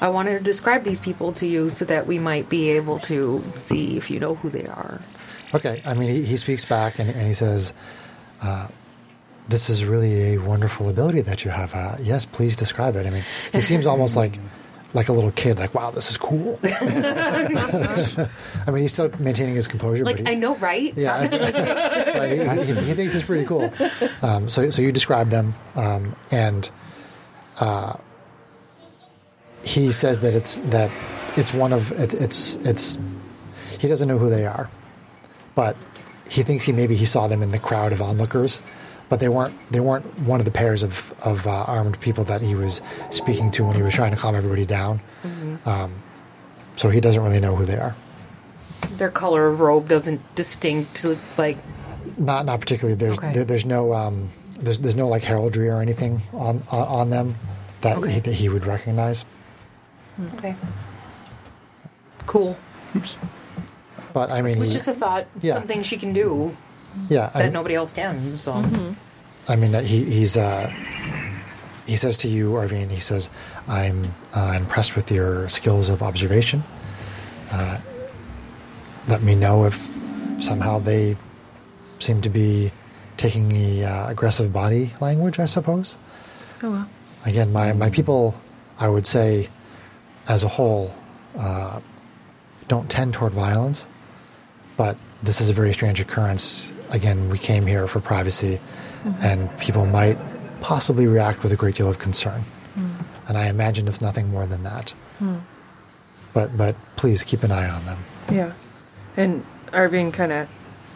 Speaker 7: I wanted to describe these people to you so that we might be able to see if you know who they are.
Speaker 1: Okay, I mean, he, he speaks back and, and he says, uh, This is really a wonderful ability that you have. Uh, yes, please describe it. I mean, he seems almost like like a little kid, like, wow, this is cool. I mean, he's still maintaining his composure.
Speaker 7: Like
Speaker 1: but he,
Speaker 7: I know, right?
Speaker 1: Yeah, I- like, he- he, he thinks it's pretty cool. Um, so, so you describe them, um, and uh, he says that it's that it's one of it, it's it's he doesn't know who they are, but he thinks he maybe he saw them in the crowd of onlookers, but they weren't they weren't one of the pairs of of uh, armed people that he was speaking to when he was trying to calm everybody down. Um, so he doesn't really know who they are.
Speaker 7: Their color of robe doesn't distinct like
Speaker 1: Not not particularly. There's
Speaker 7: Okay.
Speaker 1: there, there's no um there's there's no like heraldry or anything on on, on them that he, that he would recognize.
Speaker 7: Okay. Cool.
Speaker 1: But I mean,
Speaker 7: It
Speaker 1: he,
Speaker 7: was just a thought,
Speaker 1: Yeah.
Speaker 7: something she can do
Speaker 1: yeah,
Speaker 7: that
Speaker 1: I,
Speaker 7: nobody else can. So,
Speaker 1: I mean, he he's uh he says to you, Arvine. He says, "I'm uh, impressed with your skills of observation. Uh, let me know if somehow they seem to be taking the uh, aggressive body language. I suppose."
Speaker 3: Oh, well.
Speaker 1: again, my, my people, I would say, as a whole, uh, don't tend toward violence, but this is a very strange occurrence. Again, we came here for privacy, and people might possibly react with a great deal of concern. And I imagine it's nothing more than that. But, but please keep an eye on them.
Speaker 3: Yeah. And Irving kind of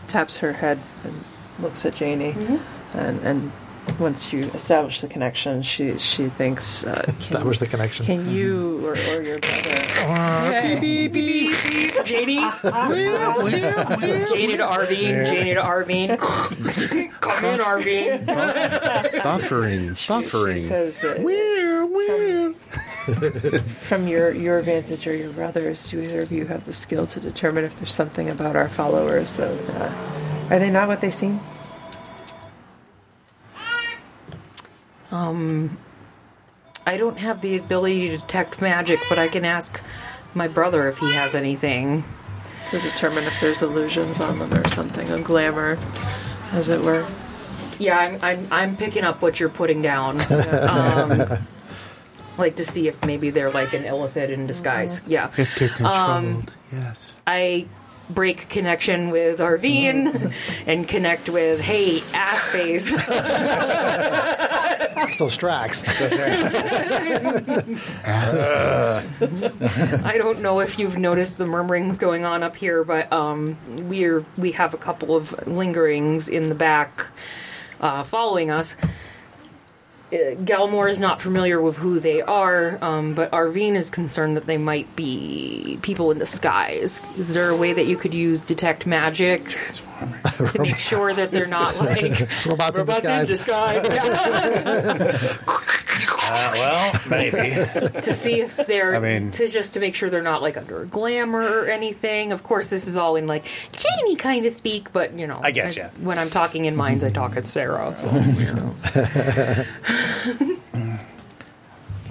Speaker 3: taps her head and looks at Janie.
Speaker 7: Mm-hmm.
Speaker 3: And, and once you establish the connection, she, she thinks. Uh, can,
Speaker 1: Establish the connection. Mm-hmm.
Speaker 3: Can you or, or your brother.
Speaker 7: Janie, Janie to Arvine, Janie to Arvine. Come in, Arvine.
Speaker 8: Buffering, buffering.
Speaker 3: She says that
Speaker 8: Where, where?
Speaker 3: from your, your vantage or your brother's, do either of you have the skill to determine if there's something about our followers that. Uh, are they not what they seem?
Speaker 7: I don't have the ability to detect magic, but I can ask my brother if he has anything.
Speaker 3: to determine if there's illusions on them or something, a glamour, as it were.
Speaker 7: Yeah, I'm, I'm, I'm picking up what you're putting down. um, like to see if maybe they're like an illithid in disguise. Yeah.
Speaker 8: If they're controlled, yes.
Speaker 7: I break connection with Arvine and connect with, hey, ass face.
Speaker 1: So Strax.
Speaker 7: I don't know if you've noticed the murmurings going on up here, but um, we're we have a couple of lingerings in the back uh, following us. Uh, Galmore is not familiar with who they are, um, but Arvine is concerned that they might be people in disguise. Is there a way that you could use detect magic to make sure that they're not like
Speaker 1: Robots in disguise.
Speaker 7: disguise?
Speaker 2: Uh, well, maybe.
Speaker 7: Yeah. to see if they're
Speaker 2: I mean-
Speaker 7: to just to make sure they're not like under glamour or anything. Of course, this is all in like Jamie kind of speak, but you know,
Speaker 2: I getcha.
Speaker 7: When I'm talking in minds, I talk at Sarah. So, you know.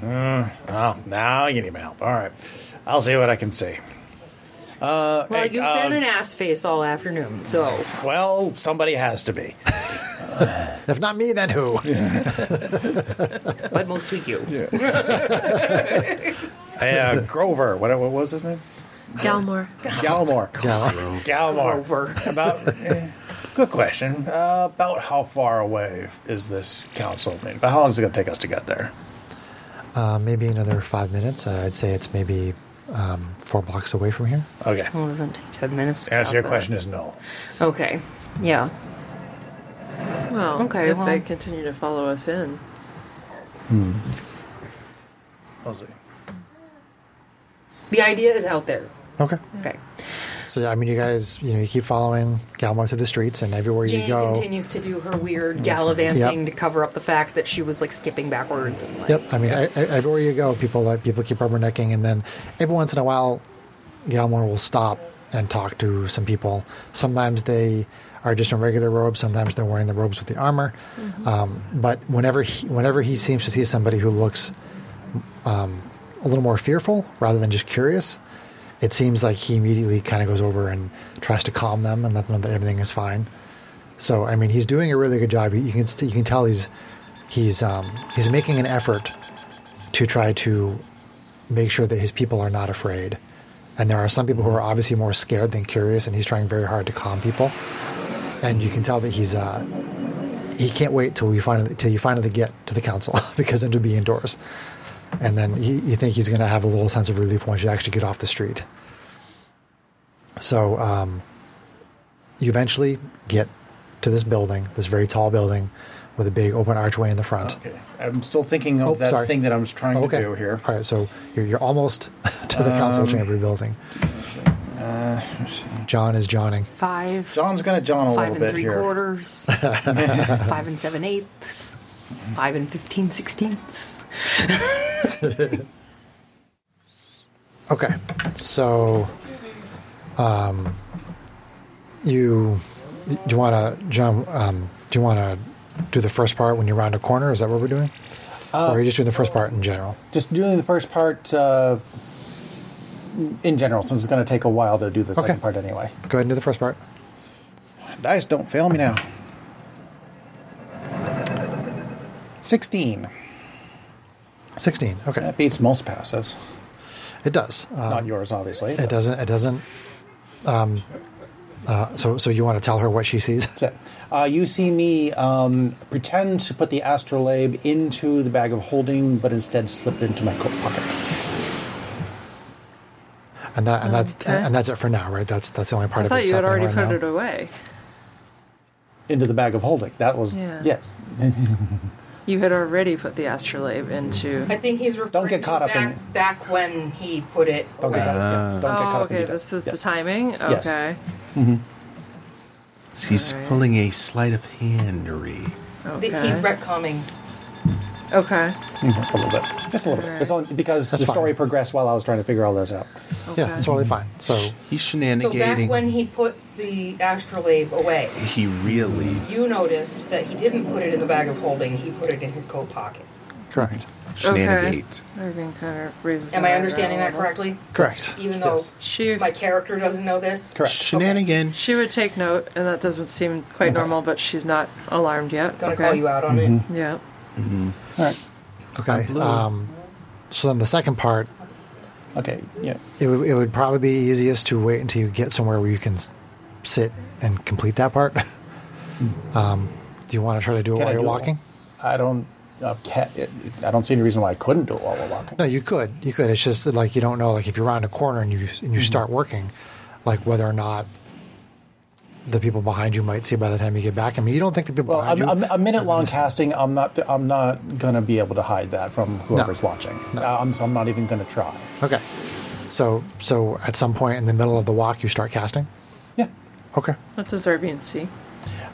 Speaker 2: Oh, now you need my help. All right. I'll see what I can see. Uh,
Speaker 7: Well,
Speaker 2: hey,
Speaker 7: you've
Speaker 2: uh,
Speaker 7: been an ass face all afternoon, so
Speaker 2: well, somebody has to be.
Speaker 1: If not me, then who?
Speaker 7: but mostly you.
Speaker 2: Uh, Grover. What, what was his name?
Speaker 3: Galmore.
Speaker 2: Gallimore.
Speaker 1: Gal-
Speaker 2: Gallimore.
Speaker 7: Grover.
Speaker 2: About. eh, good question. Uh, about how far away is this council? I mean, about how long is it going to take us to get there?
Speaker 1: Uh, maybe another five minutes. Uh, I'd say it's maybe um, four blocks away from here.
Speaker 2: Okay.
Speaker 7: Well, it doesn't take ten minutes. To
Speaker 2: Answer your
Speaker 7: process.
Speaker 2: question is no.
Speaker 7: Okay. Yeah.
Speaker 3: Well,
Speaker 7: Okay,
Speaker 3: if they
Speaker 7: well.
Speaker 3: continue to follow us in.
Speaker 2: I'll see.
Speaker 7: The idea is out there.
Speaker 1: Okay.
Speaker 7: Okay.
Speaker 1: So yeah, I mean, you guys, you know, you keep following Galmore through the streets, and everywhere you
Speaker 7: Jane
Speaker 1: go.
Speaker 7: continues to do her weird gallivanting to cover up the fact that she was like skipping backwards and like
Speaker 1: Yep. I mean, I, I, everywhere you go, people like people keep rubbernecking, and then every once in a while, Galmore will stop and talk to some people. Sometimes they are just in regular robes. Sometimes they're wearing the robes with the armor. Um, but whenever he, whenever he seems to see somebody who looks um, a little more fearful rather than just curious, it seems like he immediately kind of goes over and tries to calm them and let them know that everything is fine. So I mean, he's doing a really good job. You- You can st- you can tell he's he's um, he's making an effort to try to make sure that his people are not afraid. And there are some people who are obviously more scared than curious, and he's trying very hard to calm people. And you can tell that he's uh, he can't wait till we finally till you finally get to the council because then to be indoors. And then he, you think he's going to have a little sense of relief once you actually get off the street. So um, you eventually get to this building, this very tall building with a big open archway in the front.
Speaker 2: Okay. I'm still thinking of
Speaker 1: Oh,
Speaker 2: that
Speaker 1: sorry.
Speaker 2: thing that I was trying
Speaker 1: Okay.
Speaker 2: to do here.
Speaker 1: All right, so you're, you're almost to the council chamber building. John is Johning.
Speaker 7: five.
Speaker 2: John's going to John a
Speaker 7: five
Speaker 2: little bit
Speaker 7: and three
Speaker 2: here.
Speaker 7: quarters, five and seven eighths, five and fifteen sixteenths.
Speaker 1: Okay, so um, you do you want to John? Um, do you want to do the first part when you round a corner? Is that what we're doing, or are you just doing the first part in general?
Speaker 2: Just doing the first part uh, in general, since it's going to take a while to do the
Speaker 1: Okay.
Speaker 2: second part anyway.
Speaker 1: Go ahead and do the first part.
Speaker 2: Dice don't fail me now. 16.
Speaker 1: Sixteen. Okay,
Speaker 2: That beats most passives.
Speaker 1: it does. Uh,
Speaker 2: Not yours, obviously.
Speaker 1: it doesn't. It doesn't. Um, uh, so, so you want to tell her what she sees?
Speaker 2: That's it. Uh, you see me um, pretend to put the astrolabe into the bag of holding, but instead slip it into my coat pocket.
Speaker 1: And that and that's
Speaker 3: Oh, Okay.
Speaker 1: and that's it for now, right? That's that's the only part of
Speaker 3: I
Speaker 1: it.
Speaker 3: thought
Speaker 1: that's
Speaker 3: you had
Speaker 1: happening
Speaker 3: already
Speaker 1: right
Speaker 3: put
Speaker 1: now.
Speaker 3: it away.
Speaker 2: Into the bag of holding. That was.
Speaker 3: Yeah.
Speaker 2: Yes.
Speaker 3: You had already put the astrolabe into.
Speaker 7: I think he's referring
Speaker 2: Don't get caught
Speaker 7: to
Speaker 2: up
Speaker 7: back,
Speaker 2: in-
Speaker 7: back when he put it.
Speaker 2: Don't get caught up. Yeah. Don't get caught
Speaker 3: Oh,
Speaker 2: up in
Speaker 3: okay.
Speaker 2: detail.
Speaker 3: This is
Speaker 2: Yes.
Speaker 3: the timing.
Speaker 2: Yes.
Speaker 3: Okay.
Speaker 8: So he's
Speaker 3: Alright.
Speaker 8: pulling a sleight of handery.
Speaker 3: Okay.
Speaker 7: Th- He's retconning.
Speaker 3: okay.
Speaker 2: A little bit. Just a little bit. It's only because
Speaker 1: That's
Speaker 2: the story
Speaker 1: fine.
Speaker 2: progressed while I was trying to figure all this out.
Speaker 1: Yeah, it's totally fine. So
Speaker 8: He's
Speaker 7: So back
Speaker 8: shenanigating.
Speaker 7: when he put the astrolabe away,
Speaker 8: he really
Speaker 7: you noticed that he didn't put it in the bag of holding. He put it in his coat pocket.
Speaker 1: Correct.
Speaker 8: Shenanigate.
Speaker 3: Irving kind of raises.
Speaker 4: Am
Speaker 3: an
Speaker 4: I
Speaker 3: eyebrow
Speaker 4: understanding
Speaker 3: a
Speaker 4: that
Speaker 3: little.
Speaker 4: correctly?
Speaker 1: Correct.
Speaker 4: Even though
Speaker 3: She
Speaker 4: my character doesn't know this,
Speaker 2: Correct.
Speaker 8: Shenanigan.
Speaker 3: she would take note, and that doesn't seem quite normal, but she's not alarmed yet.
Speaker 4: gonna call you out on it.
Speaker 2: Mm-hmm.
Speaker 3: Yeah.
Speaker 1: Okay. Um, so then the second part,
Speaker 2: Okay. Yeah.
Speaker 1: it, would it would probably be easiest to wait until you get somewhere where you can s- sit and complete that part. um, do you want to try to do it
Speaker 2: Can I
Speaker 1: while you're
Speaker 2: do it?
Speaker 1: walking?
Speaker 2: I don't. Uh, ca it, it- I don't see any reason why I couldn't do it while we're walking.
Speaker 1: No, you could. You could. It's just that, like you don't know, like if you're around a corner and you and
Speaker 2: Mm-hmm.
Speaker 1: you start working, like whether or not the people behind you might see by the time you get back. I mean, you don't think the people
Speaker 2: Well,
Speaker 1: behind
Speaker 2: I'm,
Speaker 1: you.
Speaker 2: I'm, a minute long casting. I'm not. I'm not gonna be able to hide that from whoever's watching. Uh, I'm, I'm not even gonna try.
Speaker 1: okay. So so at some point in the middle of the walk, you start casting.
Speaker 2: Yeah.
Speaker 1: Okay.
Speaker 3: What does Irving see?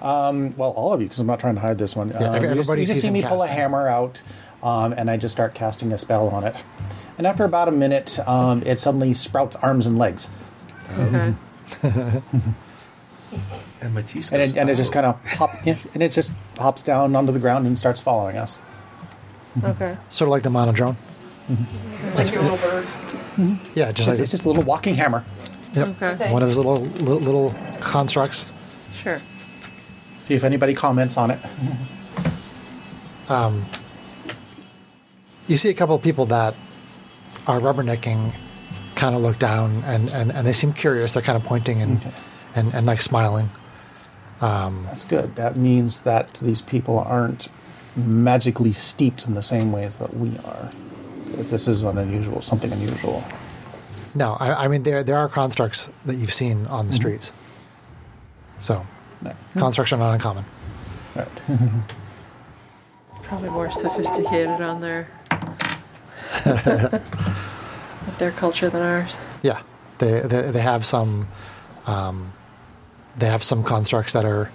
Speaker 2: Well, all of you, because I'm not trying to hide this one. Um,
Speaker 1: Yeah, every-
Speaker 2: you just,
Speaker 1: everybody
Speaker 2: you just
Speaker 1: sees
Speaker 2: see
Speaker 1: him
Speaker 2: me pull a
Speaker 1: casting.
Speaker 2: hammer out, um, and I just start casting a spell on it. And after about a minute, um, it suddenly sprouts arms and legs,
Speaker 3: Okay.
Speaker 8: And Matisse
Speaker 2: and
Speaker 8: goes,
Speaker 2: it, and it just
Speaker 8: "Oh."
Speaker 2: kind of hop, yeah, and it just hops down onto the ground and starts following us.
Speaker 3: Okay.
Speaker 1: Sort of like the monodrone.
Speaker 4: Like your little bird.
Speaker 1: Yeah, just
Speaker 2: It's,
Speaker 1: like
Speaker 2: it's just a little walking hammer.
Speaker 1: yep.
Speaker 3: Okay.
Speaker 1: one of his little little, little constructs.
Speaker 3: Sure.
Speaker 2: See if anybody comments on it.
Speaker 1: You see a couple of people that are rubbernecking, kind of look down, and, and, and they seem curious. They're kind of pointing and and, and like smiling.
Speaker 2: That's good. That means that these people aren't magically steeped in the same ways that we are. This is an unusual, something unusual.
Speaker 1: No, I, I mean there there are constructs that you've seen on the streets. So
Speaker 2: Right.
Speaker 1: constructs are not uncommon.
Speaker 2: Right.
Speaker 3: Probably more sophisticated on their their culture than ours.
Speaker 1: Yeah, they they, they have some, um, they have some constructs that are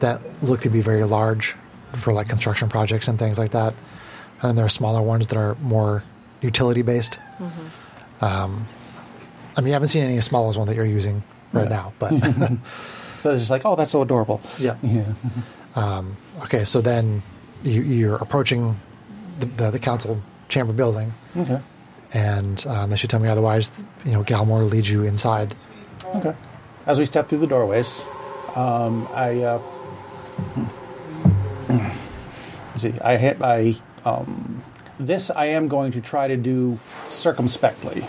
Speaker 1: that look to be very large for like construction projects and things like that, and then there are smaller ones that are more utility based. Um, I mean, I haven't seen any as small as one that you're using right
Speaker 2: Yeah.
Speaker 1: now, but
Speaker 2: So it's just like, oh, that's so adorable.
Speaker 1: Yeah.
Speaker 2: Yeah.
Speaker 1: okay. So then you, you're approaching the, the, the council chamber building.
Speaker 2: Okay.
Speaker 1: and uh, unless you tell me otherwise, you know, Galmore leads you inside.
Speaker 2: Okay. As we step through the doorways, um, I uh, hmm. see. I hit. I um, this I am going to try to do circumspectly,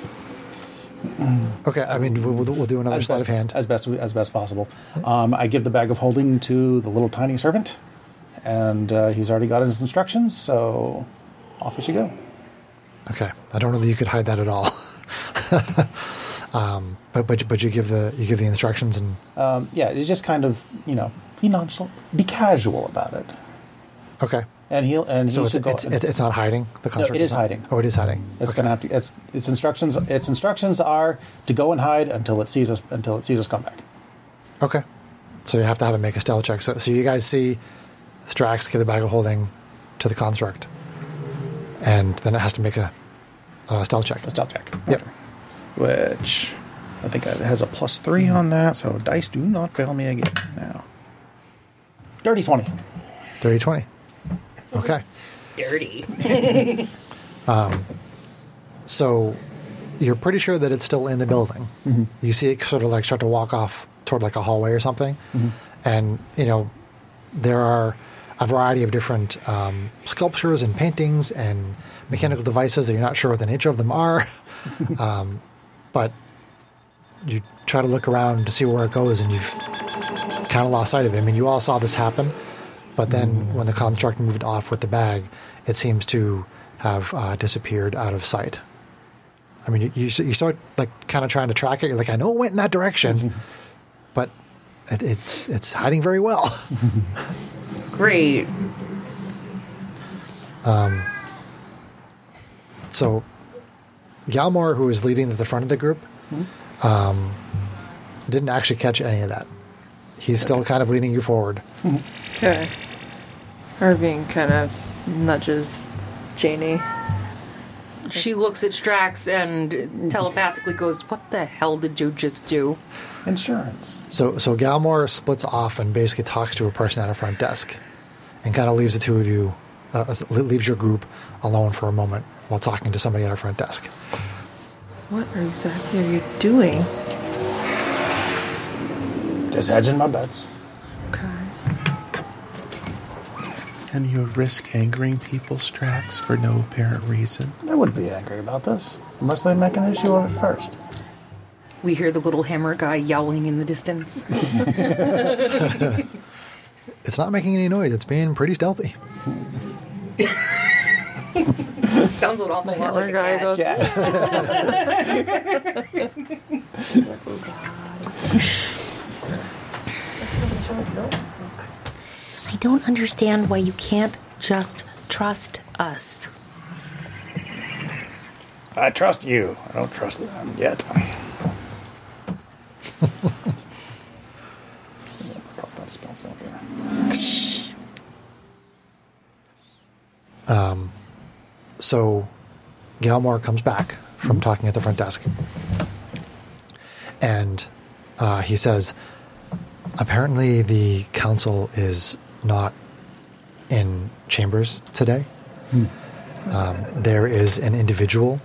Speaker 1: Okay, I mean, we'll, we'll we'll do another
Speaker 2: as
Speaker 1: sleight
Speaker 2: best,
Speaker 1: of hand.
Speaker 2: as best as best possible. Um, I give the bag of holding to the little tiny servant, and uh, he's already got his instructions. So off we should go.
Speaker 1: Okay, I don't know that you could hide that at all. um, but but but you give the you give the instructions and
Speaker 2: Um, yeah, it's just kind of you know be nonchalant, be casual about it,
Speaker 1: okay.
Speaker 2: and he'll and he
Speaker 1: So it's
Speaker 2: should go.
Speaker 1: it's, it's it's not hiding the construct.
Speaker 2: it is
Speaker 1: not-
Speaker 2: hiding.
Speaker 1: Oh, it is hiding.
Speaker 2: It's
Speaker 1: okay.
Speaker 2: gonna have to. It's its instructions. Its instructions are to go and hide until it sees us. Until it sees us come back.
Speaker 1: Okay, so you have to have it make a stealth check. So so you guys see Strax give the bag of holding to the construct, and then it has to make a, a stealth check.
Speaker 2: A stealth check.
Speaker 1: Yep.
Speaker 2: Which I think it has a plus three on that. So dice do not fail me again now. Dirty twenty.
Speaker 1: 30 20. Okay. Dirty. um, so you're pretty sure that it's still in the building. You see it sort of like start to walk off toward like a hallway or something. And, you know, there are a variety of different um, sculptures and paintings and mechanical devices that you're not sure what the nature of them are. um, but you try to look around to see where it goes and you've kind of lost sight of it. I mean, you all saw this happen, but then when the construct moved off with the bag, it seems to have uh, disappeared out of sight. I mean, you, you, s- you start like kind of trying to track it. You're like, I know it went in that direction, but it, it's it's hiding very well.
Speaker 6: Great.
Speaker 1: So, Galmore, who is leading at the front of the group, um, didn't actually catch any of that. He's still kind of leading you forward.
Speaker 3: Okay. Irving kind of nudges Janie.
Speaker 4: She looks at Strax and telepathically goes, What the hell did you just do?
Speaker 2: Insurance.
Speaker 1: So so Galmore splits off and basically talks to a person at a front desk, and kind of leaves the two of you uh, s- leaves your group alone for a moment while talking to somebody at our front desk.
Speaker 3: What are exactly are you doing?
Speaker 2: Just hedging my bets.
Speaker 3: Okay.
Speaker 8: Can you risk angering people's tracks for no apparent reason?
Speaker 2: They wouldn't be angry about this unless they make an issue of it first.
Speaker 4: We hear the little hammer guy yowling in the distance.
Speaker 1: It's not making any noise. It's being pretty stealthy.
Speaker 4: Sounds an awful lot like
Speaker 3: Hammer
Speaker 4: a
Speaker 3: guy
Speaker 4: cat.
Speaker 3: goes.
Speaker 9: I don't understand why you can't just trust us.
Speaker 2: I trust you. I don't trust them yet. Drop that spell slot there.
Speaker 1: So Galmore comes back from talking at the front desk. And uh, he says, apparently the council is not in chambers today. Um, there is an individual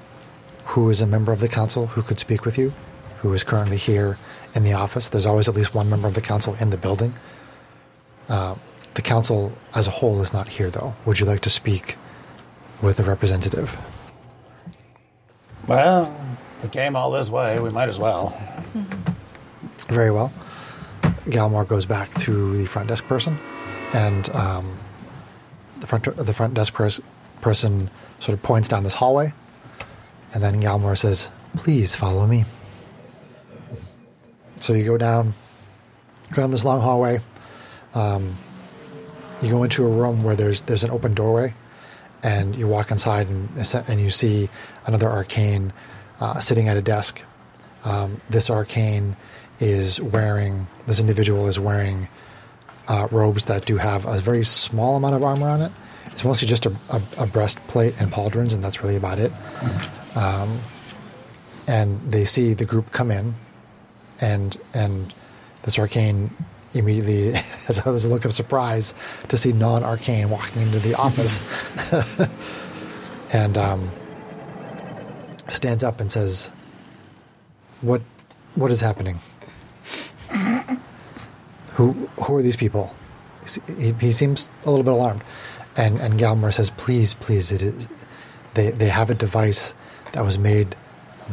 Speaker 1: who is a member of the council who could speak with you, who is currently here in the office. There's always at least one member of the council in the building. Uh, the council as a whole is not here, though. Would you like to speak with a representative?
Speaker 2: Well, we came all this way. We might as well.
Speaker 1: Very well. Galmore goes back to the front desk person, and um, the front the front desk pers- person sort of points down this hallway, and then Galmore says, "Please follow me." So you go down, go down this long hallway. Um, you go into a room where there's there's an open doorway, and you walk inside, and and you see another arcane uh, sitting at a desk um, this arcane is wearing this individual is wearing uh, robes that do have a very small amount of armor on it. It's mostly just a, a, a breastplate and pauldrons, and that's really about it. Um, and they see the group come in, and and this arcane immediately has a, has a look of surprise to see non-arcane walking into the office, and um, stands up and says, what what is happening? who who are these people? He se- He, he seems a little bit alarmed, and and Galmer says, "Please, please, it is they they have a device that was made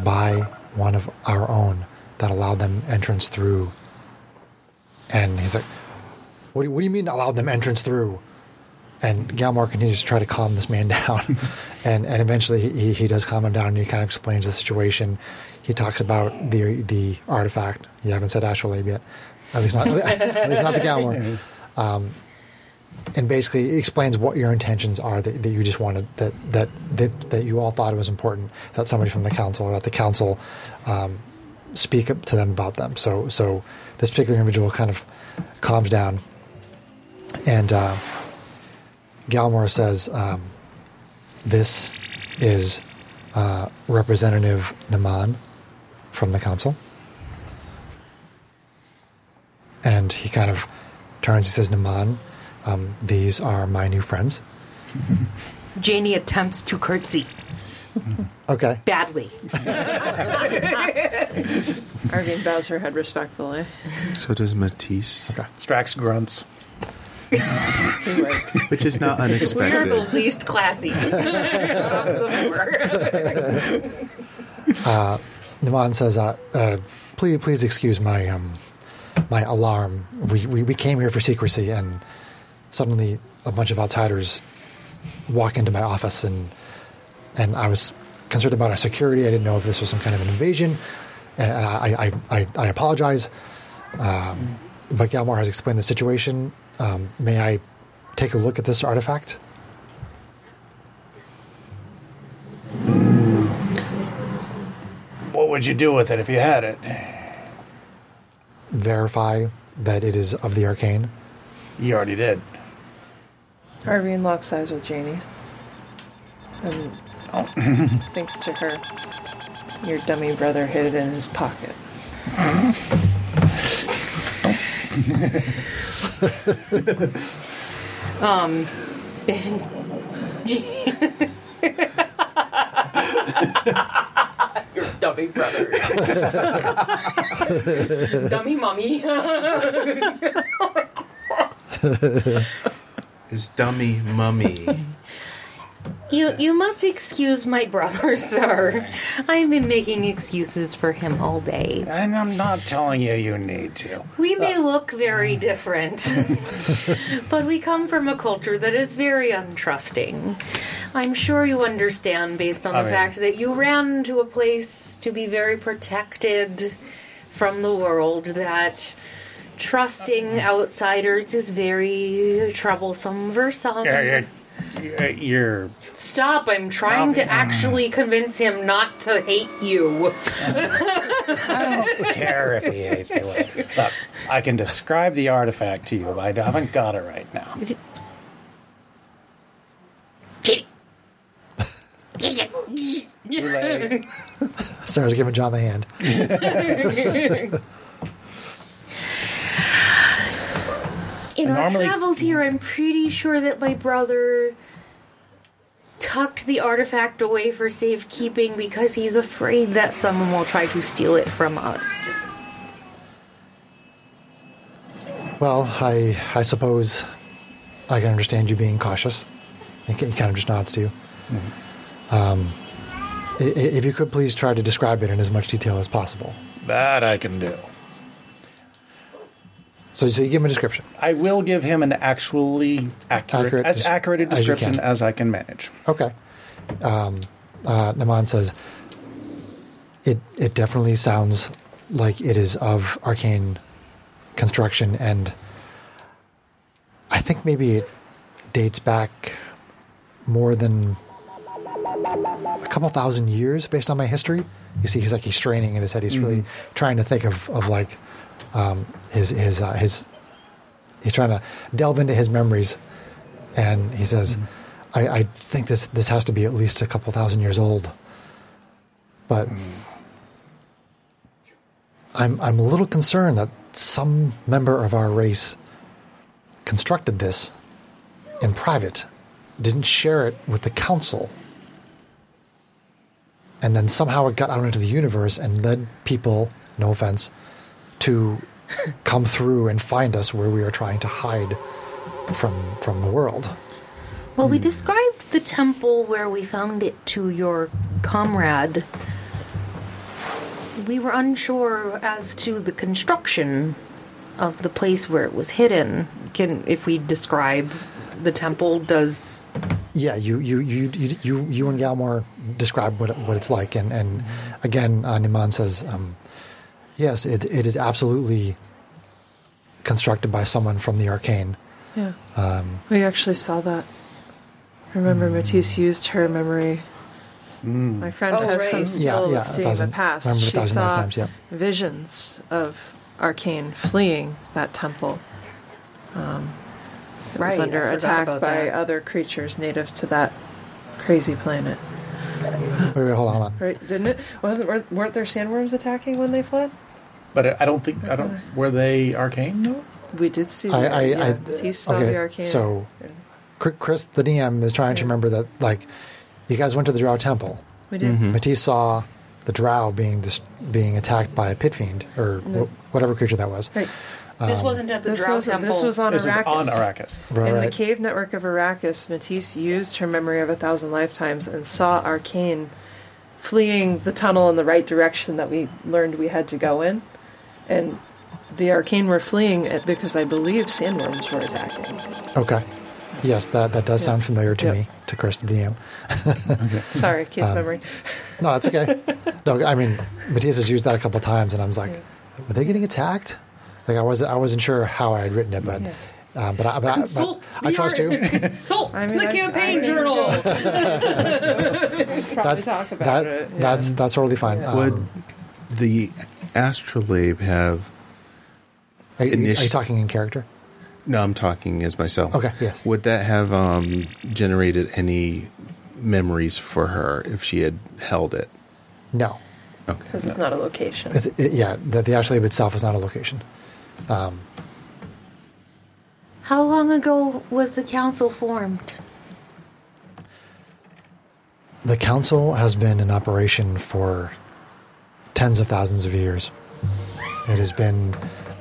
Speaker 1: by one of our own that allowed them entrance through." And he's like, "What do, what do you mean allowed them entrance through?" And Galmar continues to try to calm this man down, and and eventually he- he, he does calm him down. and He kind of explains the situation. He talks about the the artifact. You haven't said astrolabe yet, at least not at least not the Galmar. Um, and basically he explains what your intentions are that, that you just wanted that, that that that you all thought it was important that somebody from the council or that the council um, speak up to them about them. So so this particular individual kind of calms down and. Uh, Galmore says um, this is uh, Representative Naman from the council. And he kind of turns, he says, Naman, um, these are my new friends.
Speaker 9: Janie attempts to curtsy
Speaker 1: Okay.
Speaker 9: badly.
Speaker 3: Arvine bows her head respectfully.
Speaker 8: So does Matisse,
Speaker 2: Strax grunts.
Speaker 8: which is not
Speaker 4: We are the
Speaker 8: unexpected.
Speaker 4: least classy. of the four.
Speaker 1: Naman says, uh, uh, please, please excuse my um, my alarm. We, we, we came here for secrecy, and suddenly a bunch of outsiders walk into my office, and and I was concerned about our security. I didn't know if this was some kind of an invasion, and, and I, I, I, I apologize. Um, but Galmar has explained the situation. Um, may I take a look at this artifact?
Speaker 2: What would you do with it if you had it?
Speaker 1: Verify that it is of the arcane.
Speaker 2: You already did.
Speaker 3: Arvine locks eyes with Janie and thinks to her, Your dummy brother hid it in his pocket.
Speaker 4: Your dummy brother. dummy mummy.
Speaker 8: Is dummy mummy.
Speaker 7: You you must excuse my brother, sir. I've been making excuses for him all day.
Speaker 2: And I'm not telling you you need to.
Speaker 7: We may look very different, but we come from a culture that is very untrusting. I'm sure you understand based on the
Speaker 2: I mean-
Speaker 7: fact that you ran to a place to be very protected from the world that trusting
Speaker 4: Uh-huh.
Speaker 7: outsiders is very troublesome for some.
Speaker 2: Yeah, You're, you're
Speaker 7: Stop, I'm trying to actually convince him not to hate you.
Speaker 2: care if he hates me. Whatever. Look, I can describe the artifact to you, but I haven't got it right now. Too late.
Speaker 1: Sarah's giving John the hand.
Speaker 7: In
Speaker 2: And
Speaker 7: our
Speaker 2: normally-
Speaker 7: travels here, I'm pretty sure that my brother tucked the artifact away for safekeeping because he's afraid that someone will try to steal it from us.
Speaker 1: Well, I I suppose I can understand you being cautious. He, ki- he kind of just nods to you. Um, i- i- if you could please try to describe it in as much detail as possible.
Speaker 2: That I can do.
Speaker 1: So, so you give him a description.
Speaker 2: I will give him an actually accurate,
Speaker 1: Accurate
Speaker 2: as
Speaker 1: des-
Speaker 2: accurate a
Speaker 1: as you
Speaker 2: description
Speaker 1: can.
Speaker 2: as I can manage.
Speaker 1: Okay. Um, uh, Naman says, it, it definitely sounds like it is of arcane construction, and I think maybe it dates back more than a couple thousand years based on my history. You see, he's like he's straining in his head. He's really trying to think of, of like um, his his uh, his. He's trying to delve into his memories and he says, I, "I think this this has to be at least a couple thousand years old." But I'm I'm a little concerned that some member of our race constructed this in private, didn't share it with the council, and then somehow it got out into the universe and led people. No offense, to come through and find us where we are trying to hide from from the world.
Speaker 7: Well, we described the temple where we found it to your comrade. We were unsure as to the construction of the place where it was hidden. Can if we describe the temple does
Speaker 1: Yeah, you you you you you, you and Galmore describe what it- what it's like, and and again, uh, Niman says, um, yes, it it is absolutely constructed by someone from the arcane.
Speaker 3: Yeah.
Speaker 1: Um,
Speaker 3: we actually saw that. Remember,
Speaker 1: Mm.
Speaker 3: Matisse used her memory. My friend
Speaker 4: Oh,
Speaker 3: has
Speaker 4: right.
Speaker 3: some
Speaker 4: Yeah,
Speaker 3: skill
Speaker 1: yeah,
Speaker 3: of
Speaker 1: a
Speaker 3: seeing
Speaker 1: thousand-
Speaker 3: the past.
Speaker 1: remember a
Speaker 3: she
Speaker 1: thousand
Speaker 3: saw
Speaker 1: lifetimes, yep.
Speaker 3: visions of Arcane fleeing that temple. Um, It was
Speaker 4: I
Speaker 3: under
Speaker 4: forgot
Speaker 3: attack by
Speaker 4: about that.
Speaker 3: other creatures native to that crazy planet.
Speaker 1: Wait, wait, hold on, hold on.
Speaker 3: Right? Didn't it? Wasn't weren't- weren't there sandworms attacking when they fled?
Speaker 2: But I don't think I don't. Were they arcane? No.
Speaker 3: We did see.
Speaker 1: I,
Speaker 3: that,
Speaker 1: I,
Speaker 3: yeah.
Speaker 1: I
Speaker 3: Matisse saw the
Speaker 1: okay.
Speaker 3: Arcane.
Speaker 1: So, Chr- Chris, the DM, is trying to remember that like you guys went to the Drow Temple.
Speaker 3: we did.
Speaker 1: Matisse saw the Drow being dis- being attacked by a pit fiend or
Speaker 3: Mm-hmm.
Speaker 1: wh- whatever creature that was.
Speaker 3: Right.
Speaker 4: this wasn't at the
Speaker 3: This
Speaker 4: Drow
Speaker 3: was
Speaker 4: Temple.
Speaker 3: this was on
Speaker 2: This was
Speaker 3: Arrakis.
Speaker 2: on Arrakis.
Speaker 1: Right,
Speaker 3: In the
Speaker 1: right.
Speaker 3: cave network of Arrakis, Matisse used her memory of a thousand lifetimes and saw Arcane fleeing the tunnel in the right direction that we learned we had to go in. And the Arcane were fleeing it because I believe sandworms were attacking.
Speaker 1: Okay. Yes, that, that does sound familiar to
Speaker 3: Yep.
Speaker 1: me, to Chris, the DM. Uh,
Speaker 3: Sorry, case memory.
Speaker 1: No, that's okay. no, I mean, Matthias has used that a couple times, and I was like, were they getting attacked? Like, I wasn't, I wasn't sure how I had written it, but, uh, but, I, but, I- but
Speaker 4: Consult
Speaker 1: I
Speaker 4: the
Speaker 1: trust
Speaker 4: art-
Speaker 1: you.
Speaker 4: Consult
Speaker 3: I mean,
Speaker 4: the
Speaker 3: I-
Speaker 4: campaign
Speaker 3: I-
Speaker 4: journal.
Speaker 3: Probably
Speaker 1: That's
Speaker 3: talk about
Speaker 1: that.
Speaker 3: it. yeah.
Speaker 1: That's that's totally fine. Um,
Speaker 8: Would the astrolabe have.
Speaker 1: are, you,
Speaker 8: initi-
Speaker 1: are you talking in character?
Speaker 8: No, I'm talking as myself.
Speaker 1: Okay, yes.
Speaker 8: Would that have um, generated any memories for her if she had held it?
Speaker 1: No.
Speaker 8: Okay.
Speaker 3: Because it's not a location.
Speaker 1: It's, it, yeah, the, the Ashley itself is not a location.
Speaker 7: How long ago was the council formed?
Speaker 1: The council has been in operation for tens of thousands of years. It has been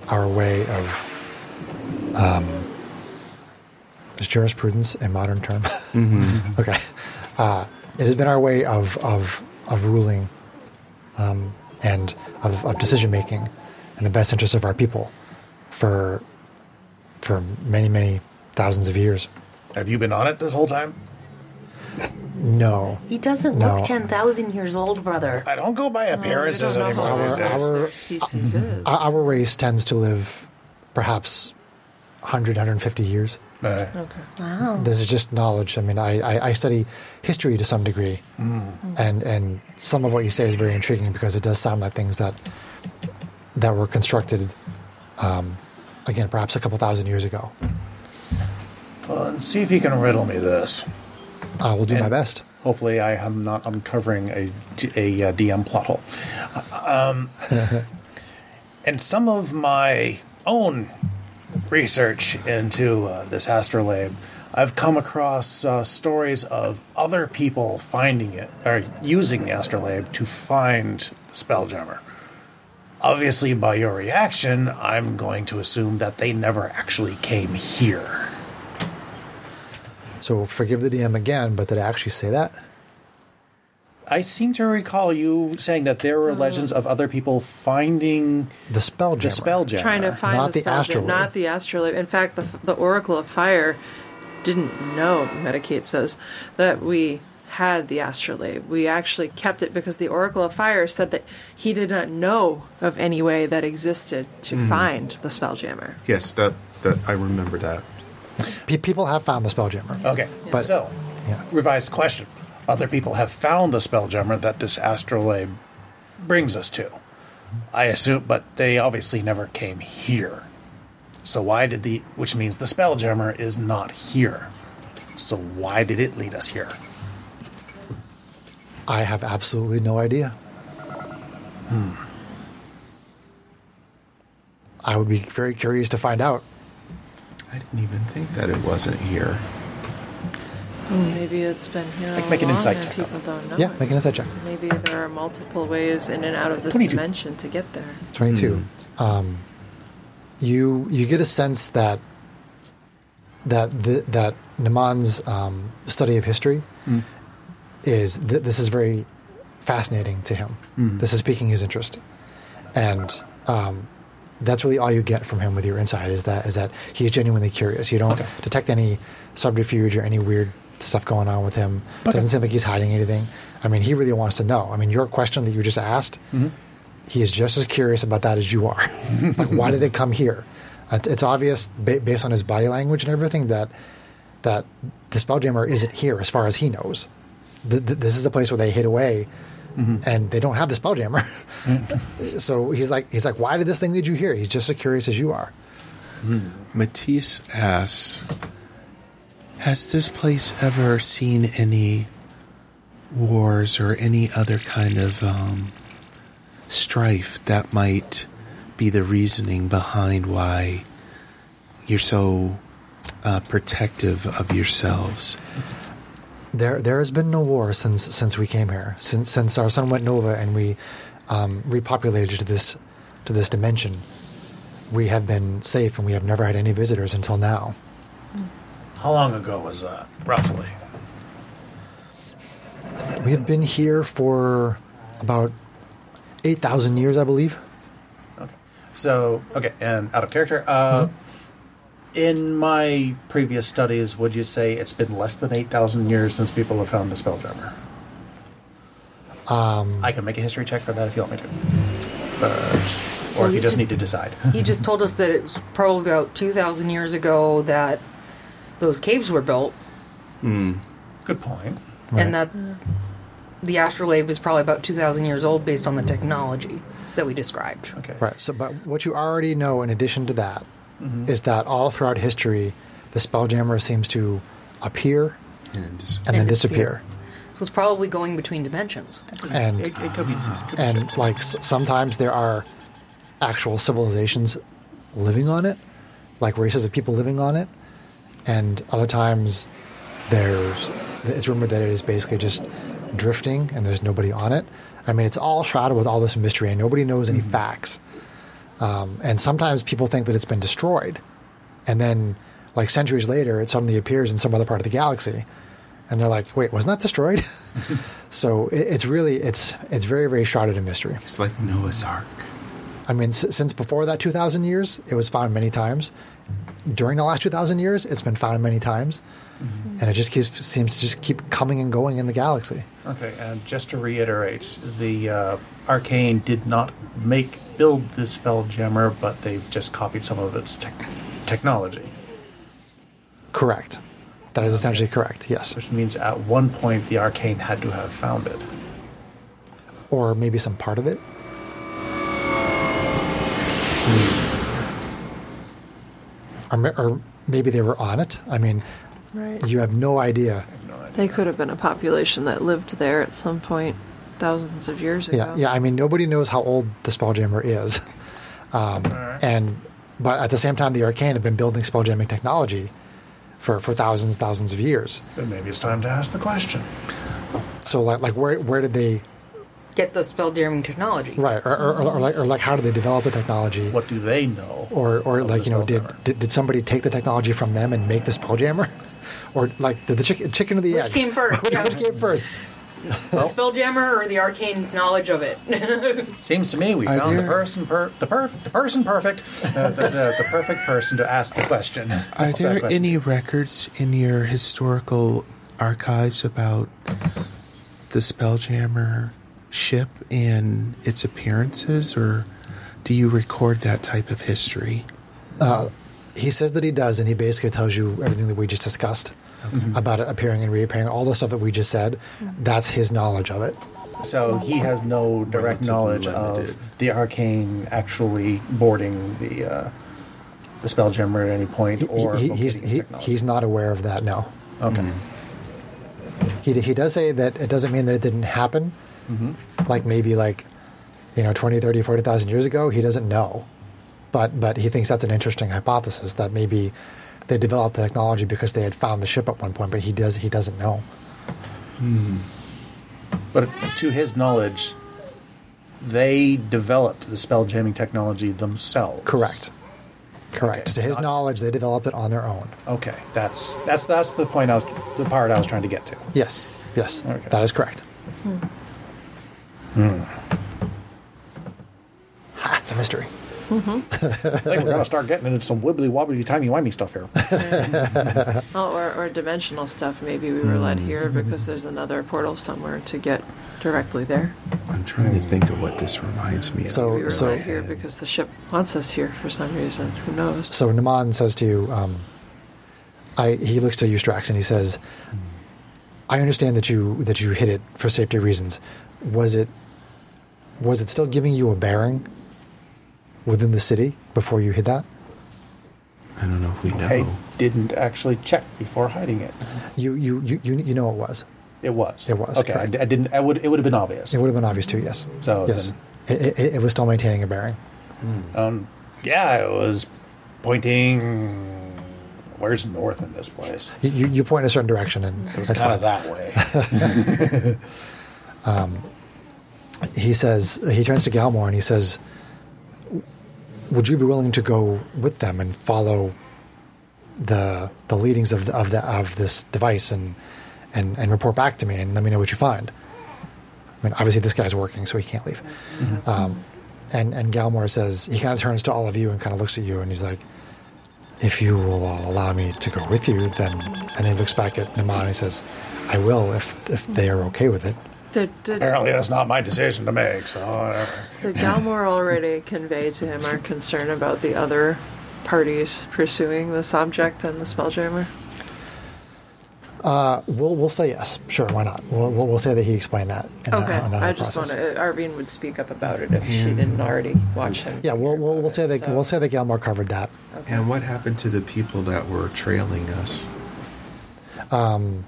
Speaker 1: our way of Is jurisprudence a modern term? okay. Uh, it has been our way of, of, of ruling um, and of, of decision making in the best interest of our people for, for many, many thousands of years.
Speaker 2: Have you been on it this whole time?
Speaker 1: No.
Speaker 9: He doesn't
Speaker 1: No.
Speaker 9: look 10,000 years old, brother.
Speaker 2: I don't go by appearances
Speaker 3: We don't know
Speaker 2: anymore
Speaker 3: how
Speaker 2: these
Speaker 3: old
Speaker 2: days.
Speaker 1: our-
Speaker 3: their species is.
Speaker 1: Our- Our race tends to live perhaps 100, 150 years.
Speaker 2: Uh,
Speaker 9: Wow.
Speaker 1: This is just knowledge. I mean, I, I, I study history to some degree, and and some of what you say is very intriguing because it does sound like things that that were constructed, um, again, perhaps a couple thousand years ago.
Speaker 2: well, and see if you can riddle me this.
Speaker 1: I will do my
Speaker 2: And-
Speaker 1: best.
Speaker 2: Hopefully, I am not uncovering a, a, uh, DM plot hole. Um, and some of my own research into uh, this astrolabe, I've come across uh, stories of other people finding it or using the astrolabe to find the spelljammer. Obviously, by your reaction, I'm going to assume that they never actually came here.
Speaker 1: So forgive the DM again, but did I actually say that?
Speaker 2: I seem to recall you saying that there were legends of other people finding
Speaker 1: The spell
Speaker 2: the spell jammer.
Speaker 3: Trying to find
Speaker 1: Not
Speaker 3: the,
Speaker 1: the
Speaker 3: spell,
Speaker 1: astrolabe.
Speaker 3: not the astrolabe. In fact, the, the Oracle of Fire didn't know. Medicate says that we had the astrolabe. We actually kept it because the Oracle of Fire said that he did not know of any way that existed to find the spelljammer.
Speaker 10: Yes, that that I remember that.
Speaker 1: Pe- people have found the spell jammer.
Speaker 2: Okay,
Speaker 1: But-
Speaker 2: so
Speaker 1: Yeah.
Speaker 2: revised question: Other people have found the spelljammer that this astrolabe brings us to. I assume, but they obviously never came here. So why did the? Which means the spelljammer is not here. So why did it lead us here?
Speaker 1: I have absolutely no idea. Hmm. I would be very curious to find out.
Speaker 10: I didn't even think that it wasn't here.
Speaker 3: Maybe it's been here
Speaker 2: Like,
Speaker 3: all
Speaker 2: make an
Speaker 3: along
Speaker 2: insight
Speaker 3: and
Speaker 2: check on
Speaker 3: people don't know.
Speaker 1: Yeah,
Speaker 3: it.
Speaker 1: make an insight check.
Speaker 3: Maybe there are multiple ways in and out of this
Speaker 2: 22.
Speaker 3: dimension to get there.
Speaker 1: 22 um, you you get a sense that that the, that Naman's um, study of history is th- this is very fascinating to him this is piquing his interest and um, that's really all you get from him with your insight is that is that he is genuinely curious you don't detect any subterfuge or any weird stuff going on with him doesn't seem like he's hiding anything I mean he really wants to know I mean your question that you just asked he is just as curious about that as you are. like, why did it come here? It's, it's obvious ba- based on his body language and everything that that the spelljammer isn't here as far as he knows. Th- th- this is a place where they hid away, and they don't have the spelljammer. so he's like, he's like, why did this thing lead you here? He's just as curious as you are.
Speaker 8: Matisse asks, "Has this place ever seen any wars or any other kind of um, strife that might be the reasoning behind why you're so uh, protective of yourselves?"
Speaker 1: There, there has been no war since since we came here. Since since our sun went nova and we um, repopulated this to this dimension, we have been safe and we have never had any visitors until now.
Speaker 2: How long ago was that, roughly?
Speaker 1: We have been here for about eight thousand years, I believe.
Speaker 2: So okay, and out of character. Uh, In my previous studies, would you say it's been less than eight thousand years since people have found the spelljammer? Um, I can make a history check for that if you want me to, uh, or if you just need to decide.
Speaker 4: He just told us that it was probably about 2,000 years ago that those caves were built,
Speaker 2: Good point.
Speaker 4: and that the astrolabe is probably about 2,000 years old based on the technology that we described.
Speaker 2: Okay.
Speaker 1: Right. So, but what you already know, in addition to that, is that all throughout history, the spelljammer seems to appear
Speaker 8: And
Speaker 1: and, then
Speaker 4: And
Speaker 1: disappear.
Speaker 4: disappear. So it's probably going between dimensions.
Speaker 1: And
Speaker 2: It, it could be. it could be
Speaker 1: and like s- sometimes there are actual civilizations living on it, like races of people living on it, and other times there's it's rumored that it is basically just drifting and there's nobody on it. I mean, it's all shrouded with all this mystery and nobody knows any facts. Um, and sometimes people think that it's been destroyed. And then, like centuries later, it suddenly appears in some other part of the galaxy. And they're like, wait, wasn't that destroyed? so it, it's really, it's, it's very, very shrouded in mystery.
Speaker 8: It's like Noah's Ark.
Speaker 1: I mean, s- since before that 2,000 years, it was found many times. During the last 2,000 years, it's been found many times. And it just keeps, seems to just keep coming and going in the galaxy.
Speaker 2: Okay, and just to reiterate, the uh, Arcane did not make build the Spelljammer, but they've just copied some of its tech technology,
Speaker 1: Correct. That is essentially correct, yes.
Speaker 2: which means at one point the Arcane had to have found it.
Speaker 1: Or maybe some part of it. Or, ma- or maybe they were on it. I mean,
Speaker 3: Right.
Speaker 1: you have no idea.
Speaker 3: They could have been a population that lived there at some point thousands of years ago.
Speaker 1: Yeah, yeah. I mean, nobody knows how old the Spelljammer is, um, and but at the same time, the Arcane have been building spelljamming technology for for thousands, thousands of years.
Speaker 2: But maybe it's time to ask the question.
Speaker 1: So, like, like where where did they
Speaker 4: Get the spell jamming technology.
Speaker 1: right, or, or, or, or like or like how did they develop the technology?
Speaker 2: What do they know?
Speaker 1: Or or like you know, did, did did somebody take the technology from them and make the Spelljammer? Or like did the chicken chicken or the
Speaker 4: Which
Speaker 1: egg?
Speaker 4: came first?
Speaker 1: Which
Speaker 4: Yeah.
Speaker 1: came first?
Speaker 4: The spell jammer or the arcane's knowledge of it?
Speaker 2: Seems to me we
Speaker 1: Are
Speaker 2: found the
Speaker 1: there-
Speaker 2: person, per- the perf- the person perfect, uh, the, the, the perfect person to ask the question.
Speaker 8: Are
Speaker 2: Ask that
Speaker 8: there
Speaker 2: question.
Speaker 8: any records in your historical archives about the Spelljammer ship and its appearances, or do you record that type of history?
Speaker 1: Uh, he says that he does, and he basically tells you everything that we just discussed
Speaker 2: Mm-hmm.
Speaker 1: about it appearing and reappearing, all the stuff that we just said. That's his knowledge of it.
Speaker 2: So he has no direct knowledge of the arcane actually boarding the uh, the spelljammer at any point, or
Speaker 1: he, he-
Speaker 2: locating
Speaker 1: he's,
Speaker 2: its
Speaker 1: he,
Speaker 2: technology.
Speaker 1: he's not aware of that, no. Mm-hmm.
Speaker 2: okay.
Speaker 1: He, d- he does say that it doesn't mean that it didn't happen.
Speaker 2: Mm-hmm.
Speaker 1: Like maybe like, you know, 20, 30, 40,000 years ago, he doesn't know. But, but he thinks that's an interesting hypothesis that maybe they developed the technology because they had found the ship at one point, but he, does, he doesn't know.
Speaker 2: But to his knowledge, they developed the spelljamming technology themselves.
Speaker 1: Correct. Correct.
Speaker 2: Okay,
Speaker 1: to his
Speaker 2: not-
Speaker 1: knowledge, they developed it on their own.
Speaker 2: Okay, that's that's that's the point I was the part I was trying to get to.
Speaker 1: Yes, yes,
Speaker 2: Okay. Hmm.
Speaker 1: that is correct. Ha, it's a mystery.
Speaker 2: I think we're gonna start getting into some wibbly wobbly timey wimey stuff here.
Speaker 3: Well, or, or dimensional stuff. Maybe we were led
Speaker 1: Mm-hmm.
Speaker 3: here because there's another portal somewhere to get directly there.
Speaker 8: I'm trying to think of what this reminds me
Speaker 1: So-
Speaker 8: of.
Speaker 3: we were
Speaker 1: Oh, so-
Speaker 3: led here because the ship wants us here for some reason. Who knows?
Speaker 1: So Naman says to you, um, I, he looks to Eustrax and he says, "I understand that you that you hit it for safety reasons. Was it was it still giving you a bearing within the city before you hit that?
Speaker 8: I don't know if we know.
Speaker 2: I didn't actually check before hiding it.
Speaker 1: You you you you, you know it was.
Speaker 2: It was.
Speaker 1: It was,
Speaker 2: Okay, I,
Speaker 1: correct.
Speaker 2: I didn't. I would. It would have been obvious.
Speaker 1: It would have been obvious too. Yes.
Speaker 2: So
Speaker 1: yes, it, it, it was still maintaining a bearing.
Speaker 2: Um, yeah, it was pointing. Where's north in this place?
Speaker 1: You- You, you point in a certain direction, and
Speaker 2: It was
Speaker 1: that's
Speaker 2: kind
Speaker 1: fine.
Speaker 2: of that way.
Speaker 1: He says he turns to Galmore and he says, "Would you be willing to go with them and follow the the leadings of the, of the, of this device and, and and report back to me and let me know what you find?" I mean, obviously this guy's working, so he can't leave. Um, and and Galmore says he kind of turns to all of you and kind of looks at you and he's like, "If you will all allow me to go with you, then." And he looks back at Naman and he says, "I will if if they are okay with it."
Speaker 3: Did, did,
Speaker 2: Apparently, that's not my decision to make. So whatever.
Speaker 3: did Galmore already convey to him our concern about the other parties pursuing this object and the Spelljammer?
Speaker 1: We'll we'll say yes. Sure, why not? We'll we'll, we'll say that he explained that. In
Speaker 3: Okay,
Speaker 1: in
Speaker 3: I just want
Speaker 1: process.
Speaker 3: to. Arvine would speak up about it if she didn't already watch him.
Speaker 1: Yeah, we'll we'll, we'll say that
Speaker 3: So-
Speaker 1: we'll say that Galmar covered that.
Speaker 8: And what happened to the people that were trailing us?
Speaker 1: They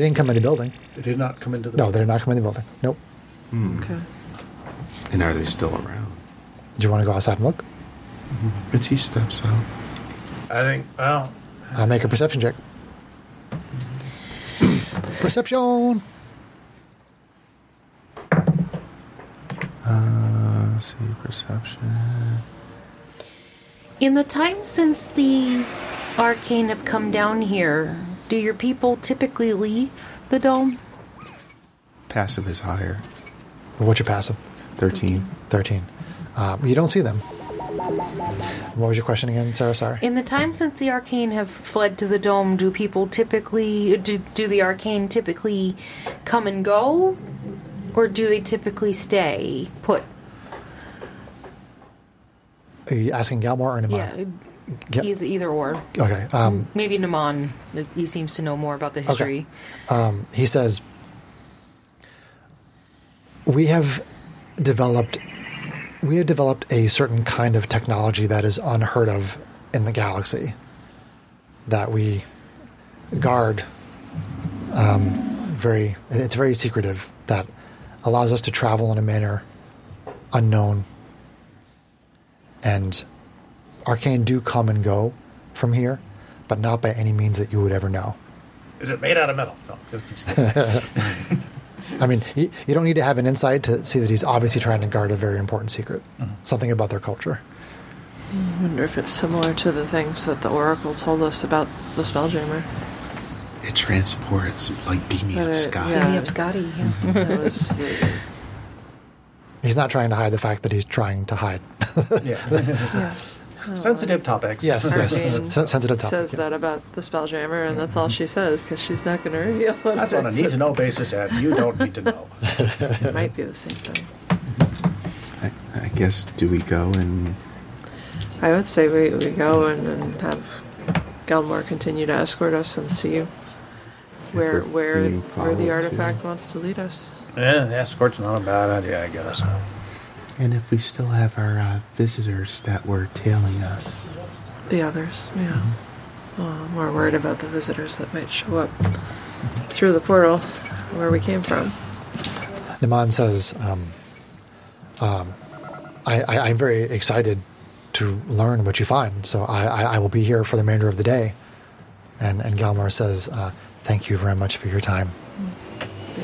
Speaker 1: didn't come in the building.
Speaker 2: They did not come into the.
Speaker 1: No, they did not come in the building. Nope.
Speaker 3: Okay.
Speaker 8: And are they still around?
Speaker 1: Do you want to go outside and look?
Speaker 8: Matisse steps out.
Speaker 2: I think. Well,
Speaker 1: Uh, make a perception check. Perception.
Speaker 8: Uh, Let's see, perception.
Speaker 7: In the time since the arcane have come down here, do your people typically leave the dome?
Speaker 8: Passive is higher.
Speaker 1: What's your passive?
Speaker 8: 13.
Speaker 1: 13. Uh, you don't see them. What was your question again, Sarah? Sorry.
Speaker 7: In the time since the arcane have fled to the dome, do people typically do, do the arcane typically come and go, or do they typically stay put?
Speaker 1: Are you asking Galmore or Naman?
Speaker 7: Yeah,
Speaker 1: Yeah.
Speaker 7: either, either or.
Speaker 1: Okay. Um,
Speaker 7: Maybe Naman. He seems to know more about the history.
Speaker 1: Um, he says, "We have developed, we have developed a certain kind of technology that is unheard of in the galaxy. That we guard um, very. It's very secretive. That allows us to travel in a manner unknown. And arcane do come and go from here, but not by any means that you would ever know."
Speaker 2: Is it made out of metal? No. just-
Speaker 1: I mean, you, you don't need to have an insight to see that he's obviously trying to guard a very important secret,
Speaker 8: Mm-hmm.
Speaker 1: something about their culture.
Speaker 3: I wonder if it's similar to the things that the Oracle told us about the Spelljammer.
Speaker 8: It transports like beam me
Speaker 3: But
Speaker 8: up,
Speaker 3: it-
Speaker 8: Scott.
Speaker 3: yeah.
Speaker 7: Maybe Scotty. Yeah.
Speaker 3: That was the-
Speaker 1: He's not trying to hide the fact that he's trying to hide.
Speaker 3: yeah.
Speaker 10: Sensitive topics.
Speaker 1: Yes, yes,
Speaker 3: Arcane
Speaker 1: sen- sensitive topic.
Speaker 3: says that about the Spelljammer, and that's all she says because she's not going to reveal. what
Speaker 2: That's on a
Speaker 3: it's-
Speaker 2: need to know basis, and you don't need to know.
Speaker 3: It might be the same thing.
Speaker 8: I, I guess, do we go and.
Speaker 3: I would say we, we go and, and have Gelmore continue to escort us and see where
Speaker 8: we're
Speaker 3: where
Speaker 8: being
Speaker 3: where
Speaker 8: followed,
Speaker 3: the artifact
Speaker 8: too.
Speaker 3: wants to lead us.
Speaker 2: Yeah, escort's not a bad idea, I guess.
Speaker 8: And if we still have our uh, visitors that were tailing us.
Speaker 3: The others, yeah. Well, I'm more worried about the visitors that might show up through the portal where we came from.
Speaker 1: Naman says, um, um, I, I, I'm very excited to learn what you find, so I, I, I will be here for the remainder of the day. And, and Galmar says, uh, Thank you very much for your time.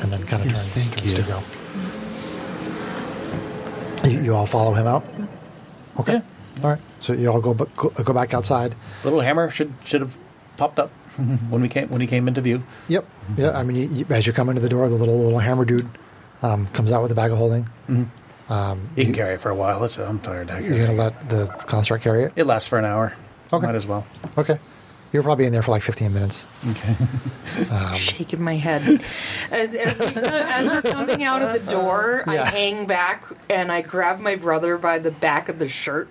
Speaker 1: And then kind of
Speaker 8: Yes,
Speaker 1: turns,
Speaker 8: thank
Speaker 1: turns to
Speaker 8: you.
Speaker 1: go. You, you all follow him out? Okay. All right. So you all go, bu- go, go back outside.
Speaker 2: Little hammer should should have popped up when we came when he came into view.
Speaker 1: Yep.
Speaker 7: Mm-hmm.
Speaker 1: Yeah. I mean, you, you, as you come into the door, the little little hammer dude um, comes out with a bag of holding. Um,
Speaker 2: He can carry it for a while. It's, I'm tired. I
Speaker 7: Mm-hmm.
Speaker 1: you're gonna let the construct carry it.
Speaker 2: It lasts for an hour.
Speaker 1: Okay.
Speaker 2: Might as well.
Speaker 1: Okay. You're probably in there for like 15 minutes.
Speaker 2: Okay.
Speaker 7: shaking my head. As, as, we, as we're coming out of the door, I
Speaker 1: Yeah.
Speaker 7: hang back and I grab my brother by the back of the shirt.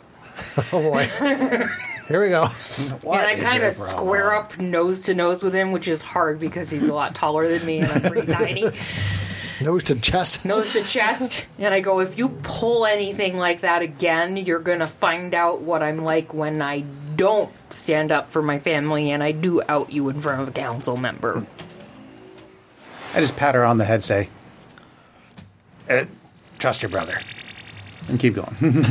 Speaker 1: Oh boy. Here we go.
Speaker 7: and I kind of square up nose to nose with him, which is hard because he's a lot taller than me and I'm pretty tiny.
Speaker 1: Nose to chest.
Speaker 7: Nose to chest. And I go, if you pull anything like that again, you're going to find out what I'm like when I don't stand up for my family and I do out you in front of a council member.
Speaker 2: I just pat her on the head, say, eh, "Trust your brother," and keep going.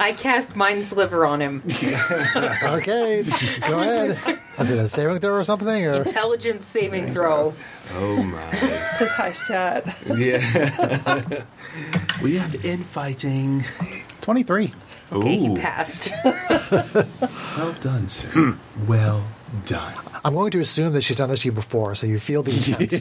Speaker 7: I cast Mind Sliver on him.
Speaker 1: Okay. go ahead. Is it a saving throw or something? Or
Speaker 7: Intelligence saving throw.
Speaker 10: Oh my.
Speaker 3: This is high stat.
Speaker 10: yeah. we have infighting.
Speaker 2: Twenty-three.
Speaker 7: Okay,
Speaker 10: Ooh.
Speaker 7: he passed.
Speaker 10: Well done, sir. well done.
Speaker 1: I'm going to assume that she's done this to you before, so you feel the attempt.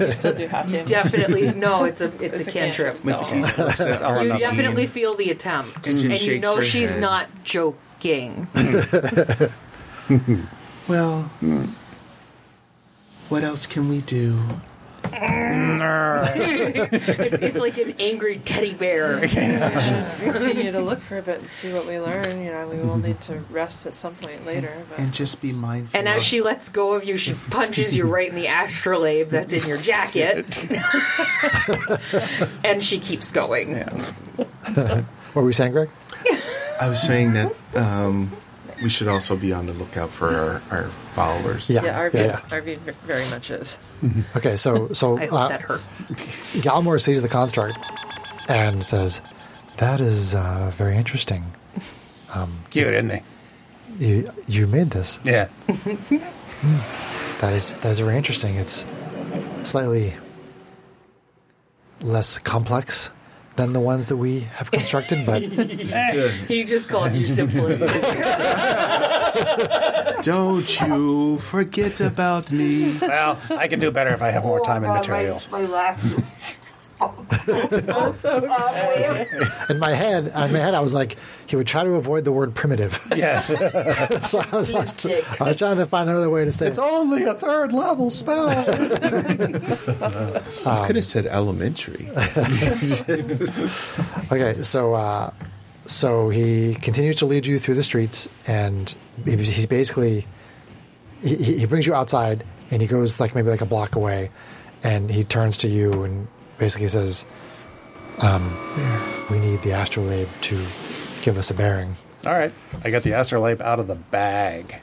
Speaker 3: You still do have to.
Speaker 7: definitely no. It's a it's, a, cantrip.
Speaker 10: Matisse looks at
Speaker 2: "Oh,
Speaker 10: our
Speaker 7: You
Speaker 10: team.
Speaker 7: definitely feel the attempt,
Speaker 10: And
Speaker 7: and,
Speaker 10: she
Speaker 7: you
Speaker 10: shakes
Speaker 7: know
Speaker 10: her
Speaker 7: she's
Speaker 10: head.
Speaker 7: not joking.
Speaker 8: Well, what else can we do?
Speaker 7: It's, it's like an angry teddy bear.
Speaker 3: Continue to look for a bit and see what we learn. You know, we
Speaker 2: Mm-hmm.
Speaker 3: will need to rest at some point later. But
Speaker 8: And just be mindful.
Speaker 7: And as
Speaker 8: of-
Speaker 7: she lets go of you, she punches you right in the astrolabe that's in your jacket, and she keeps going.
Speaker 1: What were you saying, Greg?
Speaker 8: I was saying that um, we should also be on the lookout for our, our followers.
Speaker 1: Yeah.
Speaker 3: yeah, RV,
Speaker 1: yeah.
Speaker 3: RV ve- very much is.
Speaker 1: Okay, so so
Speaker 7: I hope
Speaker 1: uh,
Speaker 7: that hurt.
Speaker 1: Galmore sees the construct and says, "That is uh, very interesting.
Speaker 2: Cute, isn't he?
Speaker 1: You you made this.
Speaker 2: Yeah.
Speaker 1: That is that is very interesting. It's slightly less complex than the ones that we have constructed, but
Speaker 4: he just called you simplistic.
Speaker 10: Don't you forget about me.
Speaker 2: Well, I can do better if I have more time and materials.
Speaker 6: Oh, My, my laugh is
Speaker 1: in my head, in my head, I was like, he would try to avoid the word primitive.
Speaker 2: Yes.
Speaker 1: so I was, I was- I was trying to find another way to say
Speaker 10: It's
Speaker 1: it.
Speaker 10: only a third level spell.
Speaker 8: I could have said elementary.
Speaker 1: Okay, so uh, so he continues to lead you through the streets, and he- he's basically he, he he brings you outside, and he goes like maybe like a block away, and he turns to you and basically says, um, "We need the astrolabe to give us a bearing."
Speaker 2: All right. I got the astrolabe out of the bag.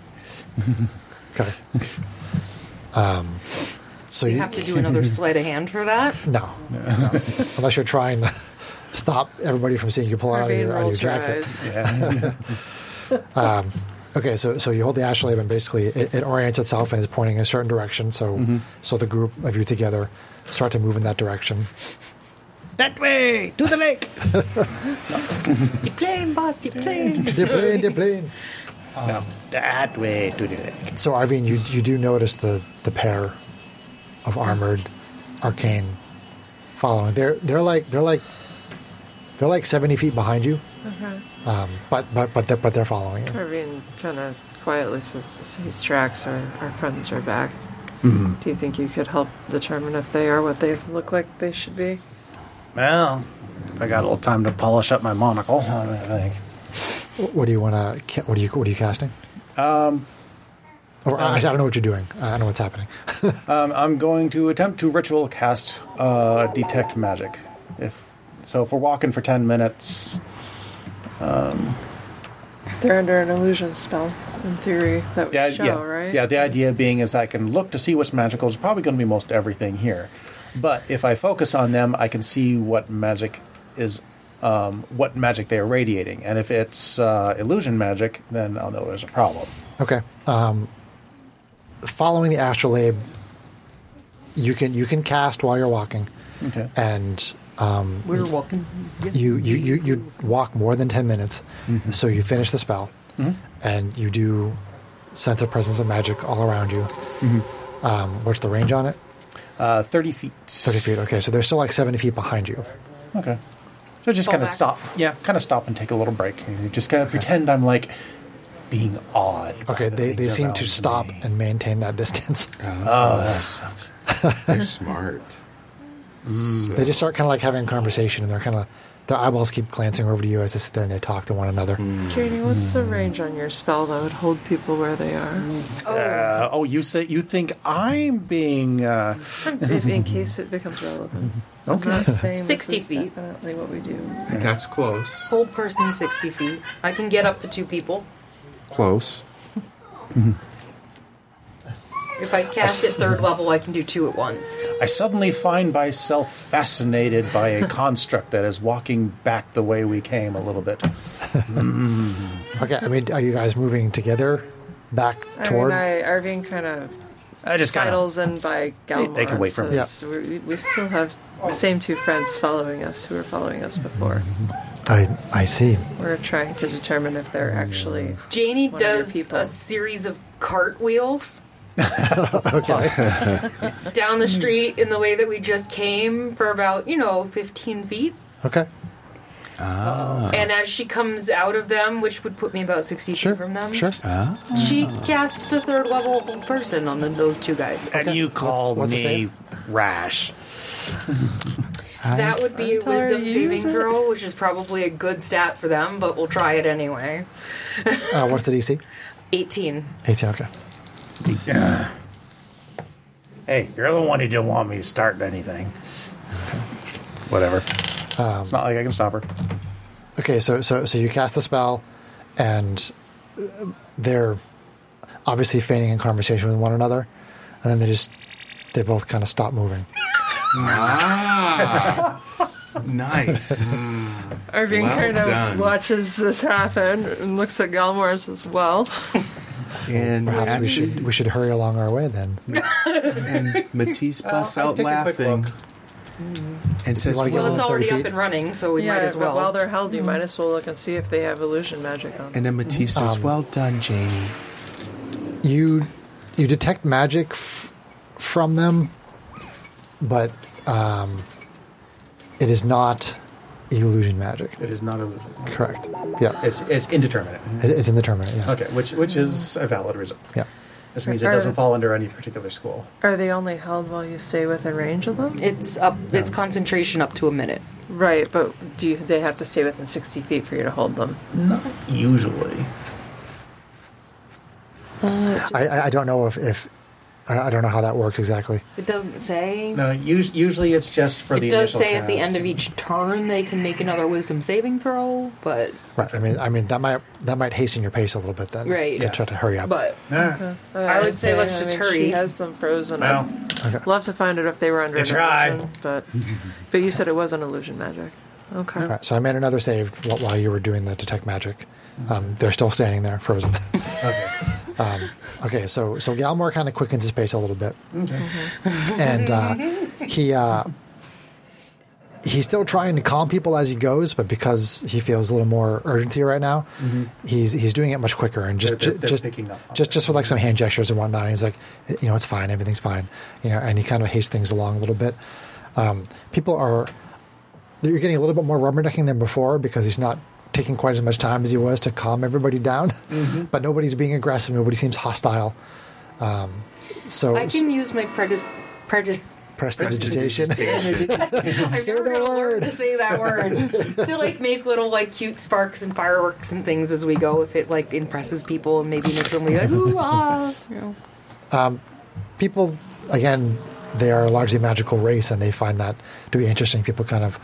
Speaker 1: Okay. um, so
Speaker 4: you have to do another sleight of hand for that.
Speaker 1: No, no. unless you're trying to stop everybody from seeing you pull it out of
Speaker 3: Irving
Speaker 1: your, out of your
Speaker 3: rolls her
Speaker 1: jacket. Um,
Speaker 3: eyes.
Speaker 1: Okay, so so you hold the astrolabe and basically it, it orients itself and is pointing in a certain direction. So so the group of you together start to move in that direction.
Speaker 2: That way to the lake.
Speaker 7: The plane, boss, the plane.
Speaker 1: Dip lane, dip lane.
Speaker 2: no, that way to the lake.
Speaker 1: So Arvine, you you do notice the the pair of armored arcane following. They're they're like they're like they're like seventy feet behind you. Um, but but but they're, but they're following you.
Speaker 3: Irving kind of quietly says, "These tracks are our friends are back."
Speaker 2: Mm-hmm.
Speaker 3: Do you think you could help determine if they are what they look like they should be?
Speaker 2: Well, I got a little time to polish up my monocle. I think.
Speaker 1: What do you want to? What do you what are you casting? Um, or I, I don't know what you're doing. I don't know what's happening.
Speaker 2: Um, I'm going to attempt to ritual cast uh, detect magic. If so, if we're walking for ten minutes,
Speaker 3: They're under an illusion spell, in theory. That would
Speaker 2: yeah,
Speaker 3: show,
Speaker 2: yeah,
Speaker 3: right?
Speaker 2: yeah. The idea being is I can look to see what's magical. It's probably going to be most everything here, but if I focus on them, I can see what magic is, um, what magic they are radiating, and if it's uh, illusion magic, then I'll know there's a problem.
Speaker 1: Okay. Um, following the astrolabe, you can you can cast while you're walking,
Speaker 2: Okay.
Speaker 1: and um,
Speaker 4: We're walking.
Speaker 1: you you, you, you walk more than ten minutes, so you finish the spell, and you do sense the presence of magic all around you. Um, what's the range on it?
Speaker 2: Uh, Thirty feet.
Speaker 1: Thirty feet. Okay, so they're still like seventy feet behind you.
Speaker 2: Okay. So just
Speaker 4: Fall
Speaker 2: kind of
Speaker 4: back.
Speaker 2: stop. Yeah, kind of stop and take a little break. You Just kind of pretend I'm like being odd. by
Speaker 1: Okay,
Speaker 2: the
Speaker 1: they,
Speaker 2: things
Speaker 1: they seem
Speaker 2: around
Speaker 1: to stop
Speaker 2: me.
Speaker 1: and maintain that distance.
Speaker 2: Oh, that sucks.
Speaker 10: They're smart. So-
Speaker 1: They just start kind of like having a conversation, and they're kind of their eyeballs keep glancing over to you as they sit there and they talk to one another.
Speaker 3: Janie, what's the range on your spell that would hold people where they are?
Speaker 2: Uh, oh, you say you think I'm being uh,
Speaker 3: if, in case it becomes relevant.
Speaker 2: okay?
Speaker 3: I'm not saying
Speaker 4: 60
Speaker 3: this is
Speaker 4: feet.
Speaker 3: definitely what we do.
Speaker 10: That's close.
Speaker 4: Whole person, sixty feet. I can get up to two people
Speaker 8: Close.
Speaker 4: if I cast at third level. I can do two at once.
Speaker 2: I suddenly find myself fascinated by a construct that is walking back the way we came a little bit.
Speaker 1: Okay, I mean, are you guys moving together back toward?
Speaker 3: I mean, I, Irving kind of
Speaker 2: I just kind of
Speaker 3: sidles in by Galmar.
Speaker 2: they can wait for me.
Speaker 1: Yeah.
Speaker 3: we, we still have the same two friends following us who were following us before.
Speaker 1: I, I see.
Speaker 3: We're trying to determine if they're actually.
Speaker 4: Janie
Speaker 3: One of your
Speaker 4: does
Speaker 3: people.
Speaker 4: a series of cartwheels. down the street in the way that we just came for about you know 15 feet
Speaker 1: Okay,
Speaker 2: Uh-huh.
Speaker 4: and as she comes out of them which would put me about 60
Speaker 1: sure,
Speaker 4: feet from them
Speaker 1: sure.
Speaker 4: she casts a third level person on the, those two guys
Speaker 2: and you call
Speaker 1: what's the
Speaker 2: me rash.
Speaker 4: that would be a
Speaker 3: Until I
Speaker 4: wisdom saving
Speaker 3: use it.
Speaker 4: throw which is probably a good stat for them but we'll try it anyway
Speaker 1: Uh, what's the DC?
Speaker 4: 18
Speaker 1: 18, okay.
Speaker 2: Hey, you're the one who didn't want me to start anything. Whatever. it's not like I can stop her.
Speaker 1: Okay, so, so, so you cast the spell, and uh, they're obviously feigning in conversation with one another, and then they just, they both kind of stop moving.
Speaker 10: Ah, nice.
Speaker 3: Irving
Speaker 10: Well
Speaker 3: kind of
Speaker 10: done.
Speaker 3: watches this happen and looks at Galmar and says, Well,
Speaker 1: Perhaps
Speaker 8: And
Speaker 1: we
Speaker 8: actually,
Speaker 1: should we should hurry along our way then.
Speaker 8: and Matisse busts
Speaker 10: I'll
Speaker 8: out
Speaker 10: take a quick
Speaker 8: laughing. Mm.
Speaker 10: look.
Speaker 8: and says,
Speaker 1: wanna get
Speaker 4: Well,
Speaker 1: within
Speaker 4: it's already
Speaker 1: 30
Speaker 4: up
Speaker 1: feet.
Speaker 4: and running, so we
Speaker 3: yeah,
Speaker 4: might as
Speaker 3: but
Speaker 4: well.
Speaker 3: while they're held, you might as well look and see if they have illusion magic on. them.
Speaker 8: and then Matisse says, "Well done, Janie."
Speaker 1: you you detect magic f- from them, but um, it is not illusion magic.
Speaker 2: It is not illusion.
Speaker 1: Correct. Yeah,
Speaker 2: It's it's indeterminate.
Speaker 1: It- it's indeterminate. Yes.
Speaker 2: Okay, which which is a valid result.
Speaker 1: Yeah.
Speaker 2: This means it doesn't fall under any particular school.
Speaker 3: Are they only held while you stay within range of them?
Speaker 4: It's up. It's concentration up to a minute.
Speaker 3: Right, but do you, they have to stay within sixty feet for you to hold them?
Speaker 2: Usually.
Speaker 1: I, I- I don't know if, if I I don't know how that works exactly.
Speaker 4: It doesn't say.
Speaker 2: No, us- usually it's just for the
Speaker 4: it does
Speaker 2: initial
Speaker 4: say at the
Speaker 2: cast.
Speaker 4: end of each turn they can make another wisdom saving throw, but
Speaker 1: Right. I mean, I mean that might that might hasten your pace a little bit then.
Speaker 4: Right.
Speaker 1: To
Speaker 4: Yeah.
Speaker 1: try to hurry up.
Speaker 4: but
Speaker 2: Ah,
Speaker 3: Uh,
Speaker 4: I would say let's just hurry.
Speaker 3: She has them frozen.
Speaker 2: well,
Speaker 3: I'd
Speaker 1: okay.
Speaker 3: love to find out if they were under
Speaker 2: They
Speaker 3: an
Speaker 2: tried.
Speaker 3: illusion, but but you said it wasn't illusion magic. Okay.
Speaker 1: All right. So I made another save wh- while you were doing the detect magic. Um, they're still standing there, frozen.
Speaker 2: Mm-hmm.
Speaker 1: Um,
Speaker 2: okay.
Speaker 1: okay. So so Galmore kind of quickens his pace a little bit, and uh, he. Uh, He's still trying to calm people as he goes, but because he feels a little more urgency right now, he's he's doing it much quicker and just
Speaker 2: Mm-hmm. They're- they're- they're
Speaker 1: just
Speaker 2: picking up on
Speaker 1: just
Speaker 2: it.
Speaker 1: just with like some hand gestures and whatnot. And he's like, you know, it's fine, everything's fine, you know, and he kind of hastes things along a little bit. Um, people are you're getting a little bit more rubbernecking than before because he's not taking quite as much time as he was to calm everybody down. but nobody's being aggressive. Nobody seems hostile. Um, so
Speaker 4: I can use my predis. predis-
Speaker 1: press the digitation.
Speaker 4: I'm
Speaker 1: Say
Speaker 4: never
Speaker 1: the
Speaker 4: gonna learn
Speaker 1: word.
Speaker 4: to say that word. to like make little like cute sparks and fireworks and things as we go, if it like impresses people and maybe makes them be like, ooh ah, you know.
Speaker 1: People, again, they are largely a magical race, and they find that to be interesting. People kind of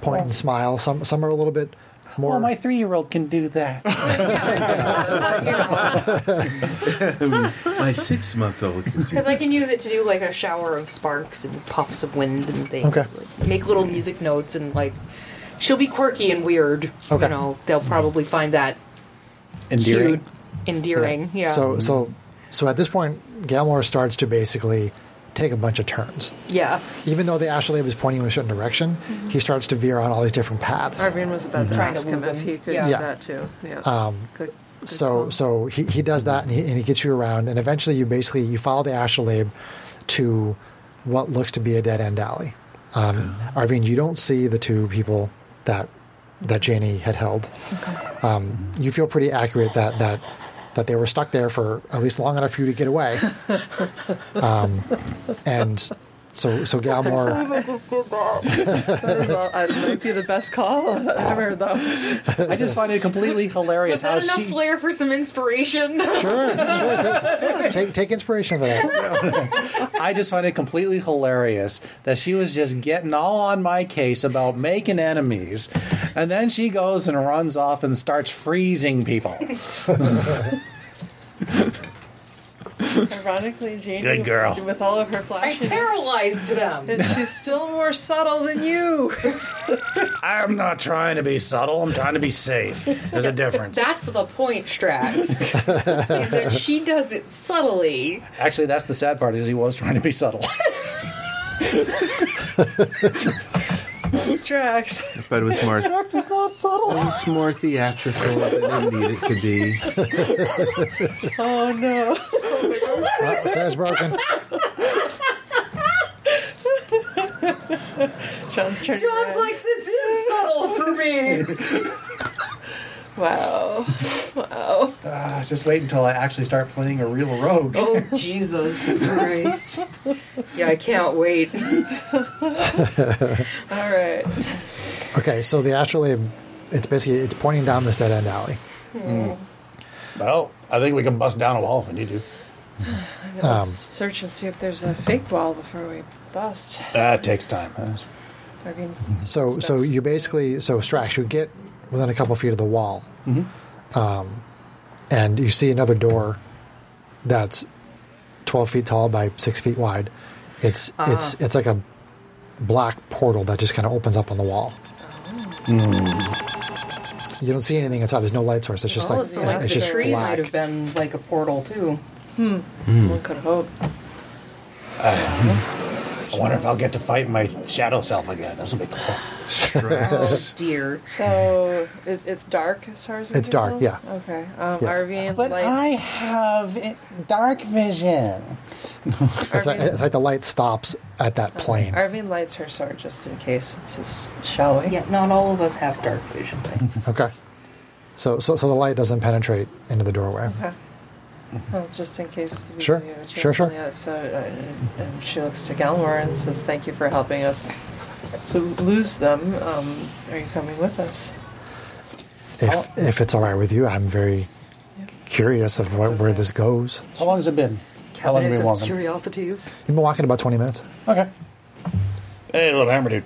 Speaker 1: point and smile. Some some are a little bit more.
Speaker 5: Well, my three-year-old can do that.
Speaker 10: My six month old.
Speaker 4: Because I can use it to do like a shower of sparks and puffs of wind and things.
Speaker 1: Okay.
Speaker 4: Like, make little music notes and like she'll be quirky and weird.
Speaker 1: Okay.
Speaker 4: You know, they'll probably find that
Speaker 2: Endearing.
Speaker 4: cute, endearing. Yeah.
Speaker 1: So so so at this point, Galmor starts to basically take a bunch of turns.
Speaker 4: yeah.
Speaker 1: Even though the astrolabe is pointing in a certain direction,
Speaker 4: Mm-hmm.
Speaker 1: he starts to veer on all these different paths.
Speaker 3: Arvine was about to
Speaker 4: Trying to
Speaker 3: ask him
Speaker 4: lose
Speaker 3: if
Speaker 4: him.
Speaker 3: he could
Speaker 4: Yeah.
Speaker 3: do
Speaker 1: Yeah.
Speaker 3: that too. Yeah. Um, good, good
Speaker 1: so
Speaker 3: call.
Speaker 1: so he, he does that and he, and he gets you around and eventually you basically you follow the astrolabe to what looks to be a dead end alley um, arvine you don't see the two people that that janie had held um, you feel pretty accurate that that that they were stuck there for at least long enough for you to get away um, and so so galmore
Speaker 3: That is all- I might be the best call I've ever heard that.
Speaker 2: I just find it completely hilarious
Speaker 4: Was
Speaker 2: how
Speaker 4: that enough
Speaker 2: she.
Speaker 4: flair for some inspiration?
Speaker 1: sure sure take, take, take inspiration for that
Speaker 2: I just find it completely hilarious that she was just getting all on my case about making enemies, and then she goes and runs off and starts freezing people.
Speaker 3: Ironically, Janie,
Speaker 2: Good girl.
Speaker 3: with all of her
Speaker 4: I
Speaker 3: flashes,
Speaker 4: paralyzed them.
Speaker 3: and she's still more subtle than you.
Speaker 2: I'm not trying to be subtle. I'm trying to be safe. There's a difference.
Speaker 4: That's the point, Strax. is that she does it subtly.
Speaker 2: Actually, that's the sad part is he was trying to be subtle.
Speaker 3: Strax.
Speaker 8: But it was more, it
Speaker 2: That's not subtle.
Speaker 8: was more theatrical than it needed to be.
Speaker 3: Oh no.
Speaker 1: oh, Sarah's broken
Speaker 3: John's turning.
Speaker 4: John's
Speaker 3: around.
Speaker 4: like, this is subtle for me.
Speaker 3: wow. Wow.
Speaker 2: Ah, just wait until I actually start playing a real rogue.
Speaker 4: Oh Jesus Christ! Yeah, I can't wait.
Speaker 3: All right.
Speaker 1: Okay, so the astrolabe, it's basically it's pointing down this dead end alley.
Speaker 2: Well, I think we can bust down a wall if we need to.
Speaker 1: Um,
Speaker 3: Let's search and see if there's a fake wall before we bust.
Speaker 2: That takes time.
Speaker 3: I mean,
Speaker 1: so so you basically so Strax, you get within a couple feet of the wall, um,
Speaker 4: Mm-hmm.
Speaker 1: and you see another door that's twelve feet tall by six feet wide. It's
Speaker 4: Ah.
Speaker 1: it's it's like a black portal that just kind of opens up on the wall. You don't see anything inside. There's no light source. It's just
Speaker 4: oh,
Speaker 1: like
Speaker 4: so like
Speaker 1: it's
Speaker 4: the
Speaker 1: just
Speaker 4: tree
Speaker 1: black.
Speaker 4: might have been like a portal too.
Speaker 3: one could hope.
Speaker 2: I wonder if I'll get to fight my shadow self again. This will be cool.
Speaker 3: Oh,
Speaker 4: dear.
Speaker 3: So is it's dark as far as we
Speaker 1: It's
Speaker 3: can
Speaker 1: dark,
Speaker 3: tell?
Speaker 1: yeah.
Speaker 3: Okay. Um,
Speaker 1: Yeah.
Speaker 3: Arvian
Speaker 5: But
Speaker 3: lights.
Speaker 5: I have it, dark vision.
Speaker 1: It's like, it's like the light stops at
Speaker 4: Oh,
Speaker 1: that plane.
Speaker 3: Arvian lights her sword just in case it's his shall we?
Speaker 4: Yeah, not all of us have dark vision.
Speaker 1: Okay. So, so, so the light doesn't penetrate into the doorway.
Speaker 4: Mm-hmm.
Speaker 3: Okay. Well, Uh, just in case we
Speaker 1: Sure.
Speaker 3: we have a chance
Speaker 1: Sure, sure.
Speaker 3: on the other- so uh, and she looks to Galmor and says, "Thank you for helping us to lose them. Um, are you coming with us?"
Speaker 1: If, if it's all right with you, I'm very curious of where, where this goes.
Speaker 2: How long has it been? How long have we been
Speaker 4: Cabinets of
Speaker 2: walking?
Speaker 4: curiosities.
Speaker 1: You've been walking about 20 minutes.
Speaker 2: Okay. Hey, little hammer dude.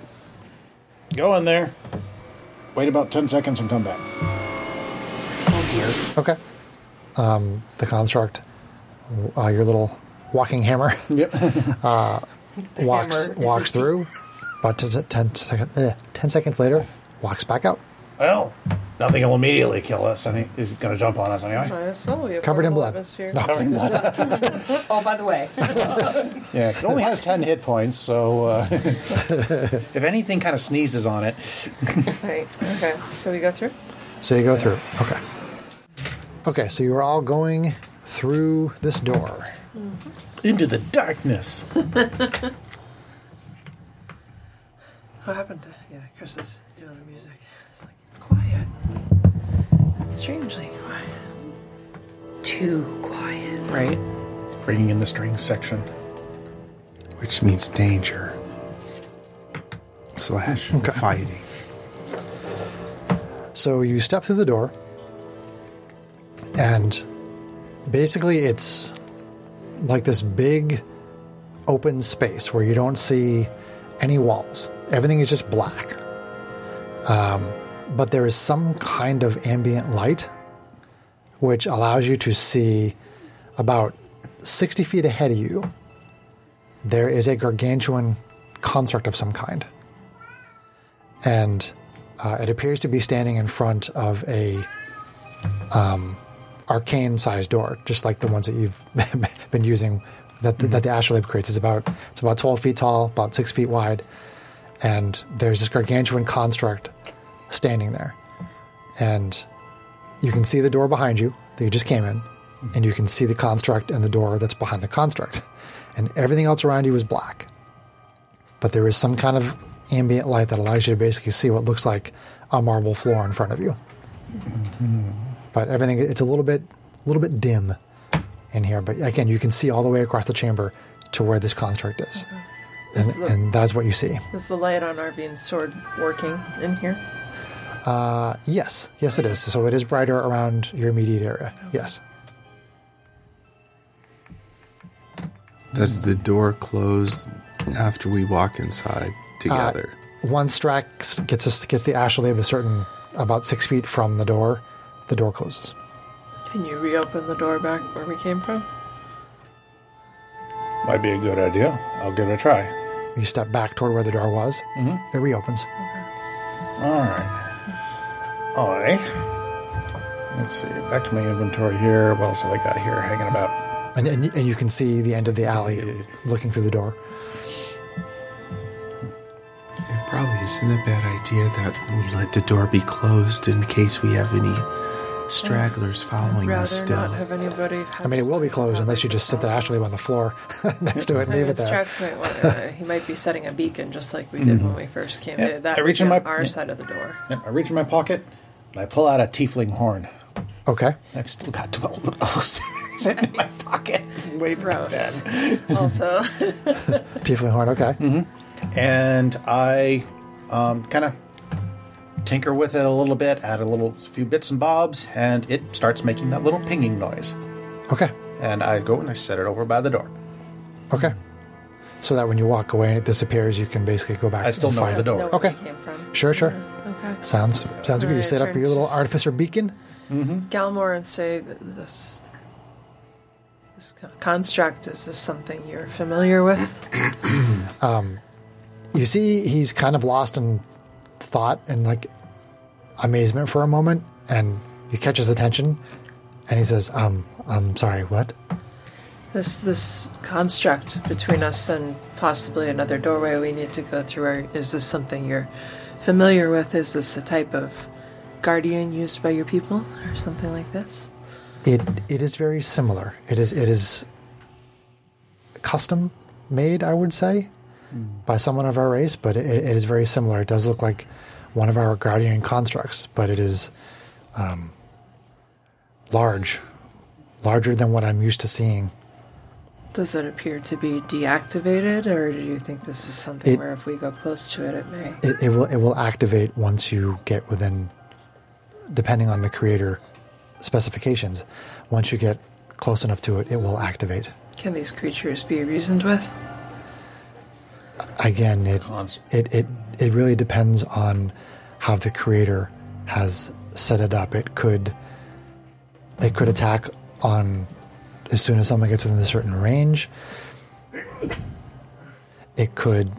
Speaker 2: Go in there. Wait about 10 seconds and come back.
Speaker 1: Okay. Um, the construct, uh, your little walking hammer,
Speaker 2: Yep.
Speaker 1: uh, walks
Speaker 4: hammer is
Speaker 1: walks
Speaker 4: his
Speaker 1: through. About t- t- 10, second, eh, 10 seconds later, walks back out.
Speaker 2: Well, nothing will immediately kill us. And he- he's going to jump on us
Speaker 3: Might
Speaker 2: anyway.
Speaker 3: as well. We have
Speaker 1: Covered in
Speaker 3: horrible
Speaker 1: blood.
Speaker 3: Atmosphere.
Speaker 1: No. Covered in
Speaker 4: oh, by the way,
Speaker 2: Yeah, it only has 10 hit points, so uh, if anything kind of sneezes on it.
Speaker 3: Right. Okay. So we go through.
Speaker 1: So you go through. Okay. Okay, so you're all going through this door.
Speaker 2: Into the darkness.
Speaker 3: What happened? To, yeah, Chris is doing the music. It's like it's quiet. It's strangely quiet.
Speaker 4: too quiet.
Speaker 3: Right.
Speaker 2: Bringing in the strings section.
Speaker 8: which means danger slash fighting.
Speaker 1: So you step through the door, and basically it's like this big open space where you don't see any walls. Everything is just black. Um, but there is some kind of ambient light which allows you to see about 60 feet ahead of you. There is a gargantuan construct of some kind and uh, it appears to be standing in front of a um, arcane-sized door, just like the ones that you've been using that that the astrolabe creates. It's about it's about twelve feet tall, about six feet wide, and there's this gargantuan construct standing there, and you can see the door behind you that you just came in, and you can see the construct and the door that's behind the construct, and everything else around you is black but there is some kind of ambient light that allows you to basically see what looks like a marble floor in front of you. But everything it's a little bit a little bit dim in here, but again, you can see all the way across the chamber to where this construct is. And,
Speaker 3: This look-
Speaker 1: and that is what you see.
Speaker 3: Is the light on Arvian's sword working in here?
Speaker 1: Yes, yes, it is. So it is brighter around your immediate area. Yes.
Speaker 8: Does the door close after we walk inside
Speaker 1: Uh,
Speaker 8: together?
Speaker 1: Once Strax gets us, gets the asholabe a certain about six feet from the door, the door closes.
Speaker 3: Can you reopen the door back where we came from?
Speaker 2: Might be a good idea. I'll give it a try.
Speaker 1: You step back toward where the door was. It reopens.
Speaker 2: All right. All right. Let's see. Back to my inventory here. What else have I got here hanging about?
Speaker 1: And, and, and you can see the end of the alley looking through the door.
Speaker 8: It probably isn't a bad idea that we let the door be closed in case we have any stragglers following
Speaker 3: Rather
Speaker 8: us still.
Speaker 3: not have anybody. Have
Speaker 1: I mean, it will be closed unless you just sit the ashleigh on the floor next to it and
Speaker 3: I
Speaker 1: leave
Speaker 3: mean,
Speaker 1: it there. Mm-hmm.
Speaker 3: Strax might want to, he might be setting a beacon just like we did when we first came.
Speaker 2: Yeah,
Speaker 3: that
Speaker 2: I reach in
Speaker 3: would be
Speaker 2: my-
Speaker 3: on our
Speaker 2: yeah.
Speaker 3: side of the door.
Speaker 2: Yeah, I reach in my pocket and I pull out a tiefling horn.
Speaker 1: Okay.
Speaker 2: I've still got 12 of those sitting in my pocket. Way back
Speaker 3: Gross.
Speaker 2: then.
Speaker 3: also,
Speaker 1: Tiefling horn. Okay.
Speaker 2: Mm-hmm. And I um, kind of tinker with it a little bit, add a little few bits and bobs, and it starts making that little pinging noise.
Speaker 1: Okay.
Speaker 2: And I go and I set it over by the door.
Speaker 1: Okay. So that when you walk away and it disappears, you can basically go back.
Speaker 2: I still
Speaker 1: and
Speaker 2: know
Speaker 1: find
Speaker 2: the
Speaker 1: it.
Speaker 2: door. Oh,
Speaker 3: Know where
Speaker 1: Okay.
Speaker 3: we came from.
Speaker 1: Sure, sure.
Speaker 3: Okay.
Speaker 1: Sounds sounds good. You
Speaker 3: Alright,
Speaker 1: set up
Speaker 3: turn.
Speaker 1: your little artificer beacon.
Speaker 3: Galmor and say this. This co- construct is this something you're familiar with?
Speaker 1: You see, he's kind of lost in thought and like amazement for a moment, um, and you catch his attention, and he says, "Um, I'm sorry. What?"
Speaker 3: this this construct between us and possibly another doorway we need to go through. Or is this something you're familiar with? Is this the type of guardian used by your people, or something like this?
Speaker 1: It it is very similar. It is it is custom made, I would say, by someone of our race, but it, it is very similar. It does look like one of our guardian constructs, but it is um, large, larger than what I'm used to seeing.
Speaker 3: Does it appear to be deactivated, or do you think this is something
Speaker 1: It-
Speaker 3: where if we go close to it, it may?
Speaker 1: It, it will it will activate once you get within, depending on the creator specifications. Once you get close enough to it, it will activate.
Speaker 3: Can these creatures be reasoned with?
Speaker 1: Again, it it, it it really depends on how the creator has set it up. It could it could attack on as soon as someone gets within a certain range. It could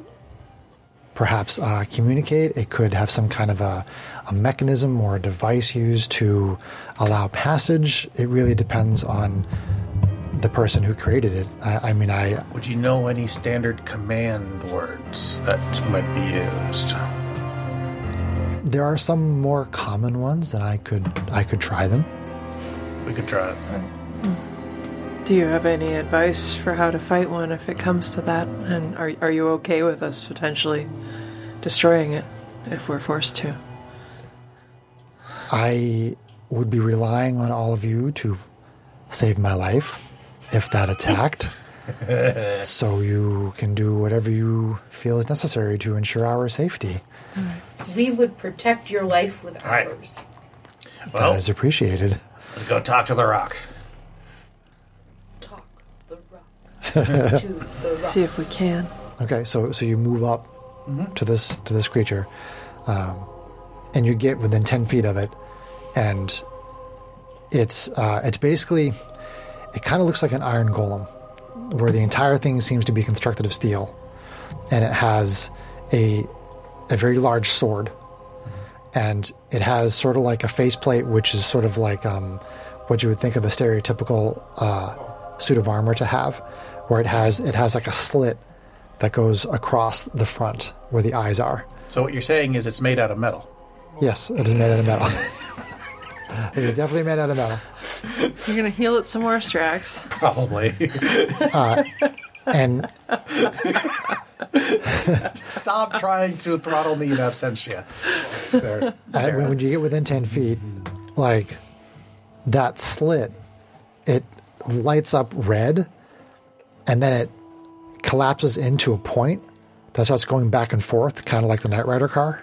Speaker 1: perhaps uh, communicate. It could have some kind of a, a mechanism or a device used to allow passage. It really depends on the person who created it. I, I mean, I
Speaker 2: Would you know any standard command words that might be used?
Speaker 1: there are some more common ones, and I could I could try them.
Speaker 2: We could try it.
Speaker 3: Do you have any advice for how to fight one if it comes to that? And are, are you okay with us potentially destroying it if we're forced to?
Speaker 1: I would be relying on all of you to save my life if that attacked. so you can do whatever you feel is necessary to ensure our safety.
Speaker 6: We would protect your life with ours.
Speaker 2: Well,
Speaker 1: that is appreciated.
Speaker 2: let's go talk to the rock.
Speaker 3: See if we can.
Speaker 1: Okay, so so you move up to this to this creature, um, and you get within ten feet of it, and it's uh, it's basically it kind of looks like an iron golem, where the entire thing seems to be constructed of steel, and it has a a very large sword, and it has sort of like a faceplate, which is sort of like um, what you would think of a stereotypical uh, suit of armor to have, where it has it has like a slit that goes across the front where the eyes are.
Speaker 2: So what you're saying is it's made out of metal.
Speaker 1: Yes, it is made out of metal. it is definitely made out of metal.
Speaker 3: You're gonna heal it some more, Strax.
Speaker 2: Probably.
Speaker 1: Uh, and
Speaker 2: Stop trying to throttle me in absentia. There.
Speaker 1: uh,
Speaker 2: Sarah.
Speaker 1: when, when you get within 10 feet, like that slit, it lights up red and then it collapses into a point that starts going back and forth, kind of like the Knight Rider car.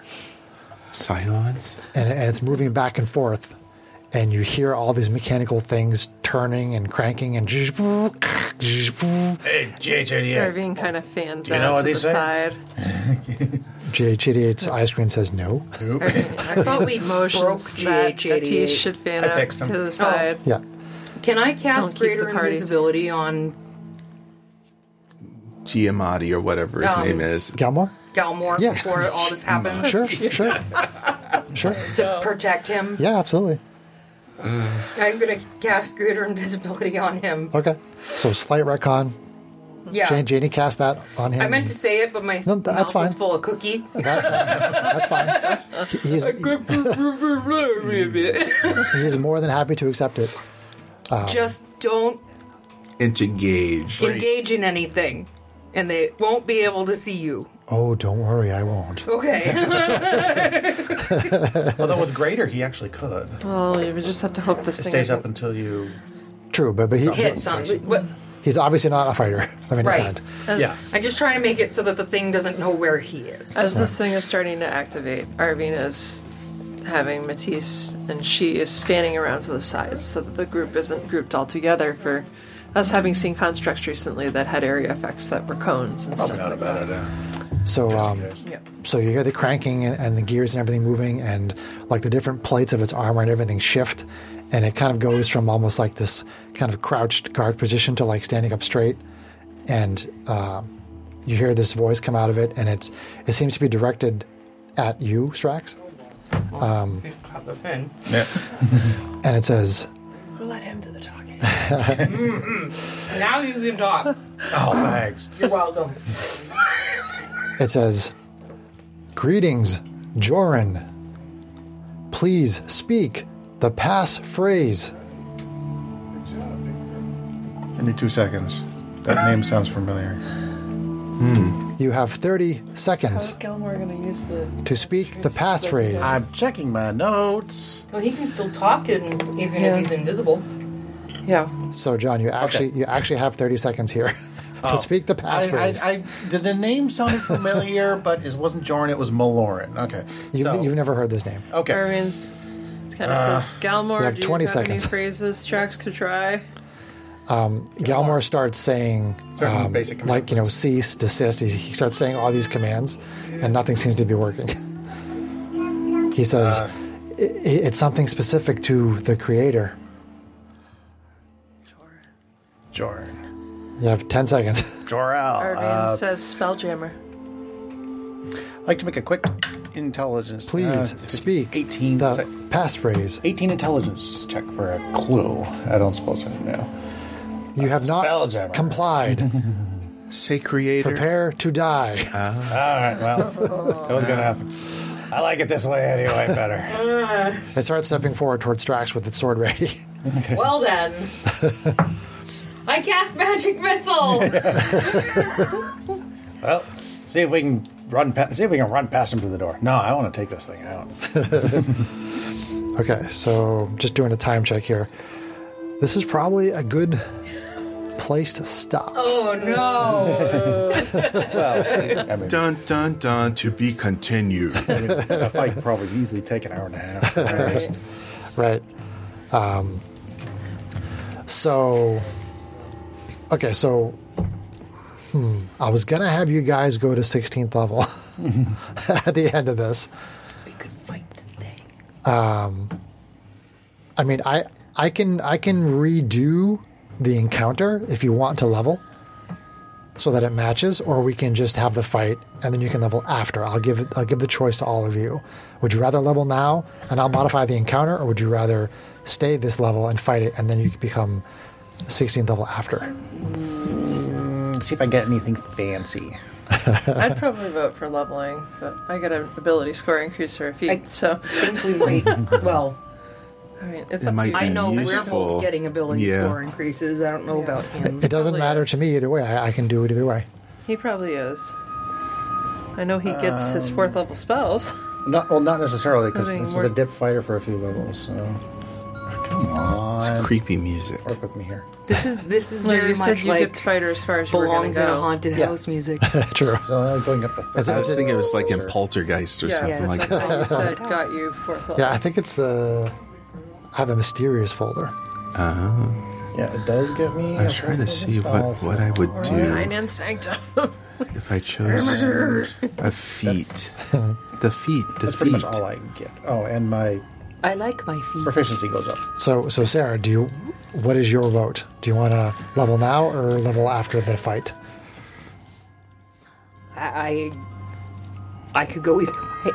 Speaker 8: Silence.
Speaker 1: and, and it's moving back and forth, and you hear all these mechanical things turning and cranking and
Speaker 2: Hey, JHIDA.
Speaker 3: Irving kind of fans
Speaker 2: You
Speaker 3: out
Speaker 2: know what
Speaker 3: to
Speaker 2: they
Speaker 3: the
Speaker 2: say?
Speaker 3: side.
Speaker 1: JH88's eye screen says no.
Speaker 4: I thought we
Speaker 3: Motions that
Speaker 4: GH88.
Speaker 3: Atish should fan
Speaker 2: E I
Speaker 3: out
Speaker 2: fixed him.
Speaker 3: to the side.
Speaker 1: Yeah,
Speaker 4: Can I
Speaker 3: Don't
Speaker 4: cast
Speaker 3: keep
Speaker 4: greater
Speaker 3: the party.
Speaker 4: invisibility on
Speaker 8: Giamatti or whatever his
Speaker 4: Um,
Speaker 8: name is.
Speaker 1: Galmore.
Speaker 4: Galmore
Speaker 1: Yeah.
Speaker 4: before all this happens
Speaker 1: Sure, sure, sure.
Speaker 4: to protect him?
Speaker 1: Yeah, absolutely.
Speaker 4: I'm gonna cast greater invisibility on him.
Speaker 1: Okay. So slight retcon.
Speaker 4: Yeah,
Speaker 1: Jane, Janie cast that on him.
Speaker 4: I meant to say it, but my
Speaker 1: No, th- that's
Speaker 4: mouth was
Speaker 1: fine.
Speaker 4: full of cookie.
Speaker 1: That- that's fine. He- He's, he's more than happy to accept it.
Speaker 4: Just don't
Speaker 10: Engage.
Speaker 4: engage in anything, and they won't be able to see you.
Speaker 1: Oh, don't worry, I won't.
Speaker 4: Oh. Okay.
Speaker 2: Although with greater, he actually could.
Speaker 3: Well, we just have to hope this
Speaker 2: Oh. It
Speaker 3: thing
Speaker 2: stays
Speaker 3: isn't-
Speaker 2: up until you.
Speaker 1: True, but but he,
Speaker 4: Hit something. What-
Speaker 1: he's obviously not a fighter of any
Speaker 4: Right.
Speaker 1: kind.
Speaker 3: Uh,
Speaker 2: Yeah.
Speaker 4: I'm just trying to make it so that the thing doesn't know where he is.
Speaker 3: As this thing is starting to activate, Arvina is having Matisse, and she is fanning around to the side so that the group isn't grouped all together. For us having seen constructs recently that had area effects that were cones and
Speaker 2: Probably
Speaker 3: stuff
Speaker 2: not a
Speaker 3: like
Speaker 2: bad
Speaker 3: that.
Speaker 2: idea.
Speaker 1: So um,
Speaker 3: Yep.
Speaker 1: So you hear the cranking and, and the gears and everything moving, and like the different plates of its armor and everything shift, and it kind of goes from almost like this kind of crouched guard position to like standing up straight, and uh, you hear this voice come out of it, and it it seems to be directed at you, Strax,
Speaker 4: Got the thing.
Speaker 2: Yeah.
Speaker 1: and it says,
Speaker 3: We'll let him do the talking.
Speaker 4: Mm-mm. now you can talk.
Speaker 2: Oh, thanks.
Speaker 4: You're welcome.
Speaker 1: It says, Greetings, Joran. Please speak the pass phrase.
Speaker 11: Give me two seconds. That name sounds familiar.
Speaker 1: You have 30
Speaker 3: How's
Speaker 1: seconds
Speaker 3: Gilmore going to use the?
Speaker 1: to speak the pass phrase.
Speaker 11: I'm checking my notes.
Speaker 4: Well, he can still talk, and even
Speaker 3: Yeah.
Speaker 4: if he's invisible.
Speaker 3: Yeah.
Speaker 1: So, John, you actually you actually have 30 seconds here to speak the pass
Speaker 11: Oh. I,
Speaker 1: phrase.
Speaker 11: I, I, the, the name sounded familiar, but it wasn't Joran, it was Maloran. Okay.
Speaker 1: you,
Speaker 11: so,
Speaker 1: You've never heard this name.
Speaker 11: okay.
Speaker 3: I mean, it's kind of
Speaker 11: Uh,
Speaker 3: says Galmore.
Speaker 1: you have
Speaker 3: do you
Speaker 1: 20
Speaker 3: have any
Speaker 1: seconds.
Speaker 3: phrases tracks could try?
Speaker 1: Um, Galmor starts saying,
Speaker 11: Certain
Speaker 1: um,
Speaker 11: basic commands.
Speaker 1: like, you know, cease, desist. He, he starts saying all these commands, and nothing seems to be working. he says,
Speaker 11: Uh.
Speaker 1: "I- i- it's something specific to the creator.
Speaker 11: Joran.
Speaker 1: You have 10 seconds.
Speaker 11: Jorel.
Speaker 3: Irving
Speaker 11: Uh,
Speaker 3: says Spelljammer.
Speaker 11: I'd like to make a quick intelligence.
Speaker 1: Please
Speaker 11: uh,
Speaker 1: speak
Speaker 11: 18
Speaker 1: the
Speaker 11: sec-
Speaker 1: pass phrase.
Speaker 11: 18 intelligence check for a clue. I don't suppose I know.
Speaker 1: You
Speaker 11: Uh,
Speaker 1: have not
Speaker 2: Spelljammer.
Speaker 1: complied.
Speaker 8: Say creator.
Speaker 1: Prepare to die.
Speaker 11: Uh.
Speaker 2: All right, well, that was going to happen. I like it this way anyway better.
Speaker 1: It starts stepping forward towards Strax with its sword ready.
Speaker 4: Well then, I cast magic missile.
Speaker 2: Well, see if we can run past, see if we can run past him to the door. No, I want to take this thing out.
Speaker 1: Okay, so just doing a time check here. This is probably a good place to stop.
Speaker 4: Oh no!
Speaker 2: I mean,
Speaker 10: Dun dun dun. To be continued.
Speaker 2: the fight could probably easily take an hour and a half. two hours.
Speaker 1: Right. Um, so, okay, so hmm, I was going to have you guys go to 16th level at the end of this. Um,
Speaker 6: We could fight this thing.
Speaker 1: I mean, I I can I can redo the encounter if you want to level so that it matches or we can just have the fight and then you can level after. I'll give it, I'll give the choice to all of you. Would you rather level now and I'll modify the encounter or would you rather stay this level and fight it and then you can become 16th level after?
Speaker 2: see if I get anything fancy.
Speaker 3: I'd probably vote for leveling, but I got an ability score increase for a feat.
Speaker 4: I-
Speaker 3: so
Speaker 4: I think we might. Well,
Speaker 3: I mean, it's
Speaker 8: It
Speaker 3: up
Speaker 8: might
Speaker 3: to you.
Speaker 8: be
Speaker 4: I know we're
Speaker 8: Useful.
Speaker 4: both getting ability
Speaker 10: Yeah.
Speaker 4: score increases. I don't know about him.
Speaker 1: It doesn't matter to me either way. I, I can do it either way.
Speaker 3: He probably is. I know he gets his fourth level spells.
Speaker 11: Not, well, not necessarily, because
Speaker 3: Nothing
Speaker 11: this is
Speaker 3: more-
Speaker 11: a dip fighter for a few levels, so. Come on.
Speaker 8: It's creepy music.
Speaker 11: Work with me here.
Speaker 4: This is this is
Speaker 3: No,
Speaker 4: very
Speaker 3: you said
Speaker 4: much
Speaker 3: you dipped
Speaker 4: like
Speaker 3: fighter as far as you were gonna
Speaker 4: belongs in a
Speaker 3: go.
Speaker 4: haunted house music.
Speaker 1: True.
Speaker 11: So uh, going up the
Speaker 1: Is
Speaker 8: I
Speaker 1: it-
Speaker 8: was thinking it was like in Poltergeist or
Speaker 3: Yeah,
Speaker 8: something
Speaker 3: yeah,
Speaker 8: like
Speaker 3: that's what
Speaker 8: that.
Speaker 3: Oh, you said got you fourth level.
Speaker 1: Yeah, I think it's the I have a mysterious folder.
Speaker 8: Oh,
Speaker 11: Yeah, it does get me.
Speaker 8: I was trying to see what, what I would
Speaker 3: Nine
Speaker 8: do
Speaker 3: and sanctum.
Speaker 8: if I chose a feat. The feet, the
Speaker 11: That's pretty
Speaker 8: feet.
Speaker 11: much all I get. Oh, and my
Speaker 4: I like my feet.
Speaker 11: proficiency goes up.
Speaker 1: So, so Sarah, do you? What is your vote? Do you want to level now or level after the fight?
Speaker 4: I I, I could go either way.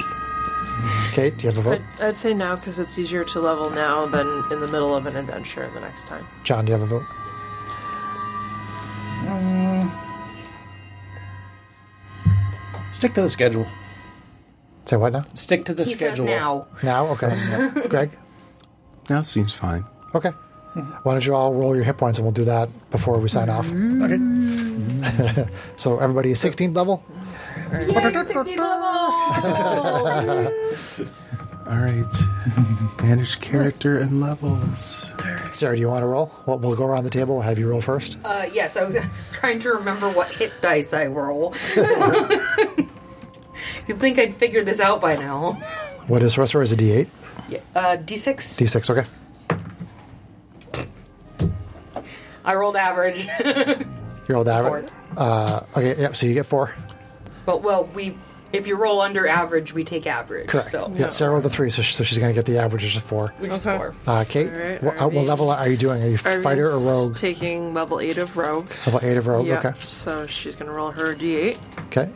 Speaker 1: Kate, do you have a vote?
Speaker 3: I'd, I'd say now because it's easier to level now than in the middle of an adventure the next time.
Speaker 1: John, do you have a vote?
Speaker 11: Stick to the schedule.
Speaker 1: Say what now?
Speaker 11: Stick to the
Speaker 4: He says
Speaker 11: schedule.
Speaker 4: now.
Speaker 1: Now, okay. Greg,
Speaker 8: Now it seems fine.
Speaker 1: okay. Why don't you all roll your hit points and we'll do that before we sign off?
Speaker 11: Okay.
Speaker 1: So everybody, is 16th level.
Speaker 4: Yay, 16 level!
Speaker 8: All right. Manage character and levels.
Speaker 1: Sarah, do you want to roll? Well, we'll go around the table. We'll have you roll first.
Speaker 4: uh, yes, I was, I was trying to remember what hit dice I roll. You'd think I'd figure this out by now.
Speaker 1: What is sorcerer? Is a D8,
Speaker 4: Yeah, Uh, D6.
Speaker 1: D6. Okay.
Speaker 4: I rolled average.
Speaker 1: You rolled average. Uh, okay. Yep. So you get four.
Speaker 4: but, well, we if you roll under average, we take average.
Speaker 1: Correct.
Speaker 4: So,
Speaker 1: yeah. Sarah rolled a three, so, she, so she's going to get the average, which is four.
Speaker 4: which is
Speaker 3: Okay.
Speaker 4: four.
Speaker 1: Uh, Kate,
Speaker 3: All right,
Speaker 1: what, uh, what
Speaker 3: Arby's-
Speaker 1: level are you doing? Are you fighter or
Speaker 3: Armin's
Speaker 1: rogue?
Speaker 3: Taking level eight of rogue.
Speaker 1: Level eight of rogue.
Speaker 3: Yeah.
Speaker 1: Okay.
Speaker 3: So she's gonna roll her d8.
Speaker 1: Okay.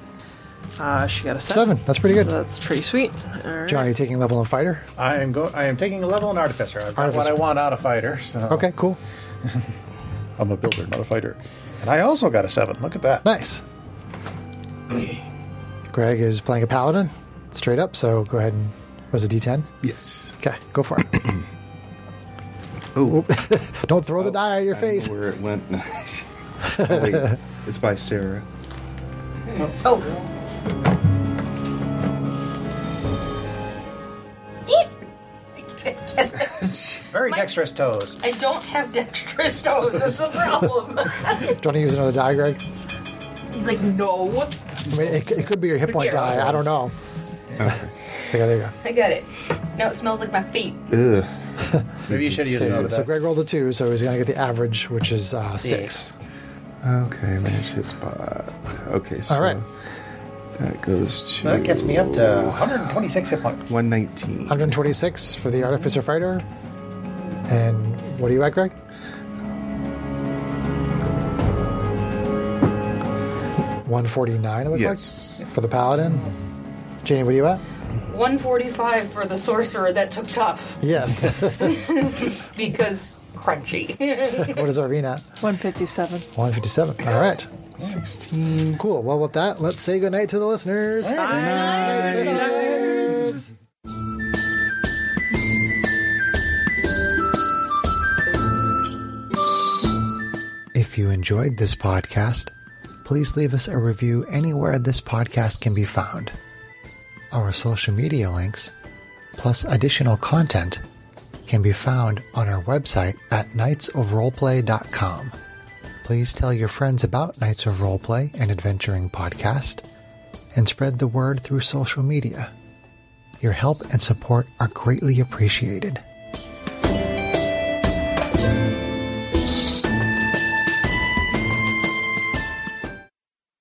Speaker 3: Uh, she got
Speaker 1: Seven.
Speaker 3: a seven. Oh.
Speaker 1: That's pretty good.
Speaker 3: So that's pretty sweet. All right.
Speaker 1: Johnny taking level and fighter.
Speaker 2: I am go. I am taking a level in artificer. I've got what
Speaker 1: Artificer.
Speaker 2: I want out of fighter. So
Speaker 1: Okay, cool.
Speaker 2: I'm a builder, not a fighter. And I also got a seven. Look at that.
Speaker 1: Nice. Greg is playing a paladin, straight up. So go ahead and was it D10?
Speaker 8: Yes.
Speaker 1: Okay, go for it. Don't throw the die at your
Speaker 12: I don't know
Speaker 1: face.
Speaker 12: where it went. Oh, wait. It's by Sarah.
Speaker 4: Oh,
Speaker 11: Very dexterous toes.
Speaker 6: I don't have dexterous toes. That's the problem.
Speaker 1: Do you want to use another die, Greg?
Speaker 6: He's like, no.
Speaker 1: I mean, it, it could be your hit point
Speaker 6: Here.
Speaker 1: die. I don't know. Okay. there you go.
Speaker 6: I got it. Now it smells like my feet.
Speaker 1: Ugh.
Speaker 11: Maybe you should have used
Speaker 1: so,
Speaker 11: another
Speaker 1: so
Speaker 11: die.
Speaker 1: Greg rolled a two, so he's going to get the average, which is uh, six.
Speaker 8: Okay, manage hit spot. Okay, so
Speaker 1: All right.
Speaker 8: that goes to.
Speaker 1: That gets me up to
Speaker 11: 126 hit points.
Speaker 8: 119.
Speaker 1: 126 for the Artificer Fighter. And what are you at, Greg? One forty nine. It looks
Speaker 8: Yes.
Speaker 1: like for the paladin. Janie, what are you at?
Speaker 4: 145 for the sorcerer that took tough
Speaker 1: Yes.
Speaker 4: because crunchy.
Speaker 1: what is Arvina at?
Speaker 3: 157.
Speaker 1: 157. All right. 16. Cool. Well, with that, let's say goodnight to the listeners. Night, listeners. If you enjoyed this podcast, please leave us a review anywhere this podcast can be found. Our social media links, plus additional content, can be found on our website at knightsofroleplay.com. Please tell your friends about Knights of Roleplay and Adventuring Podcast and spread the word through social media. Your help and support are greatly appreciated.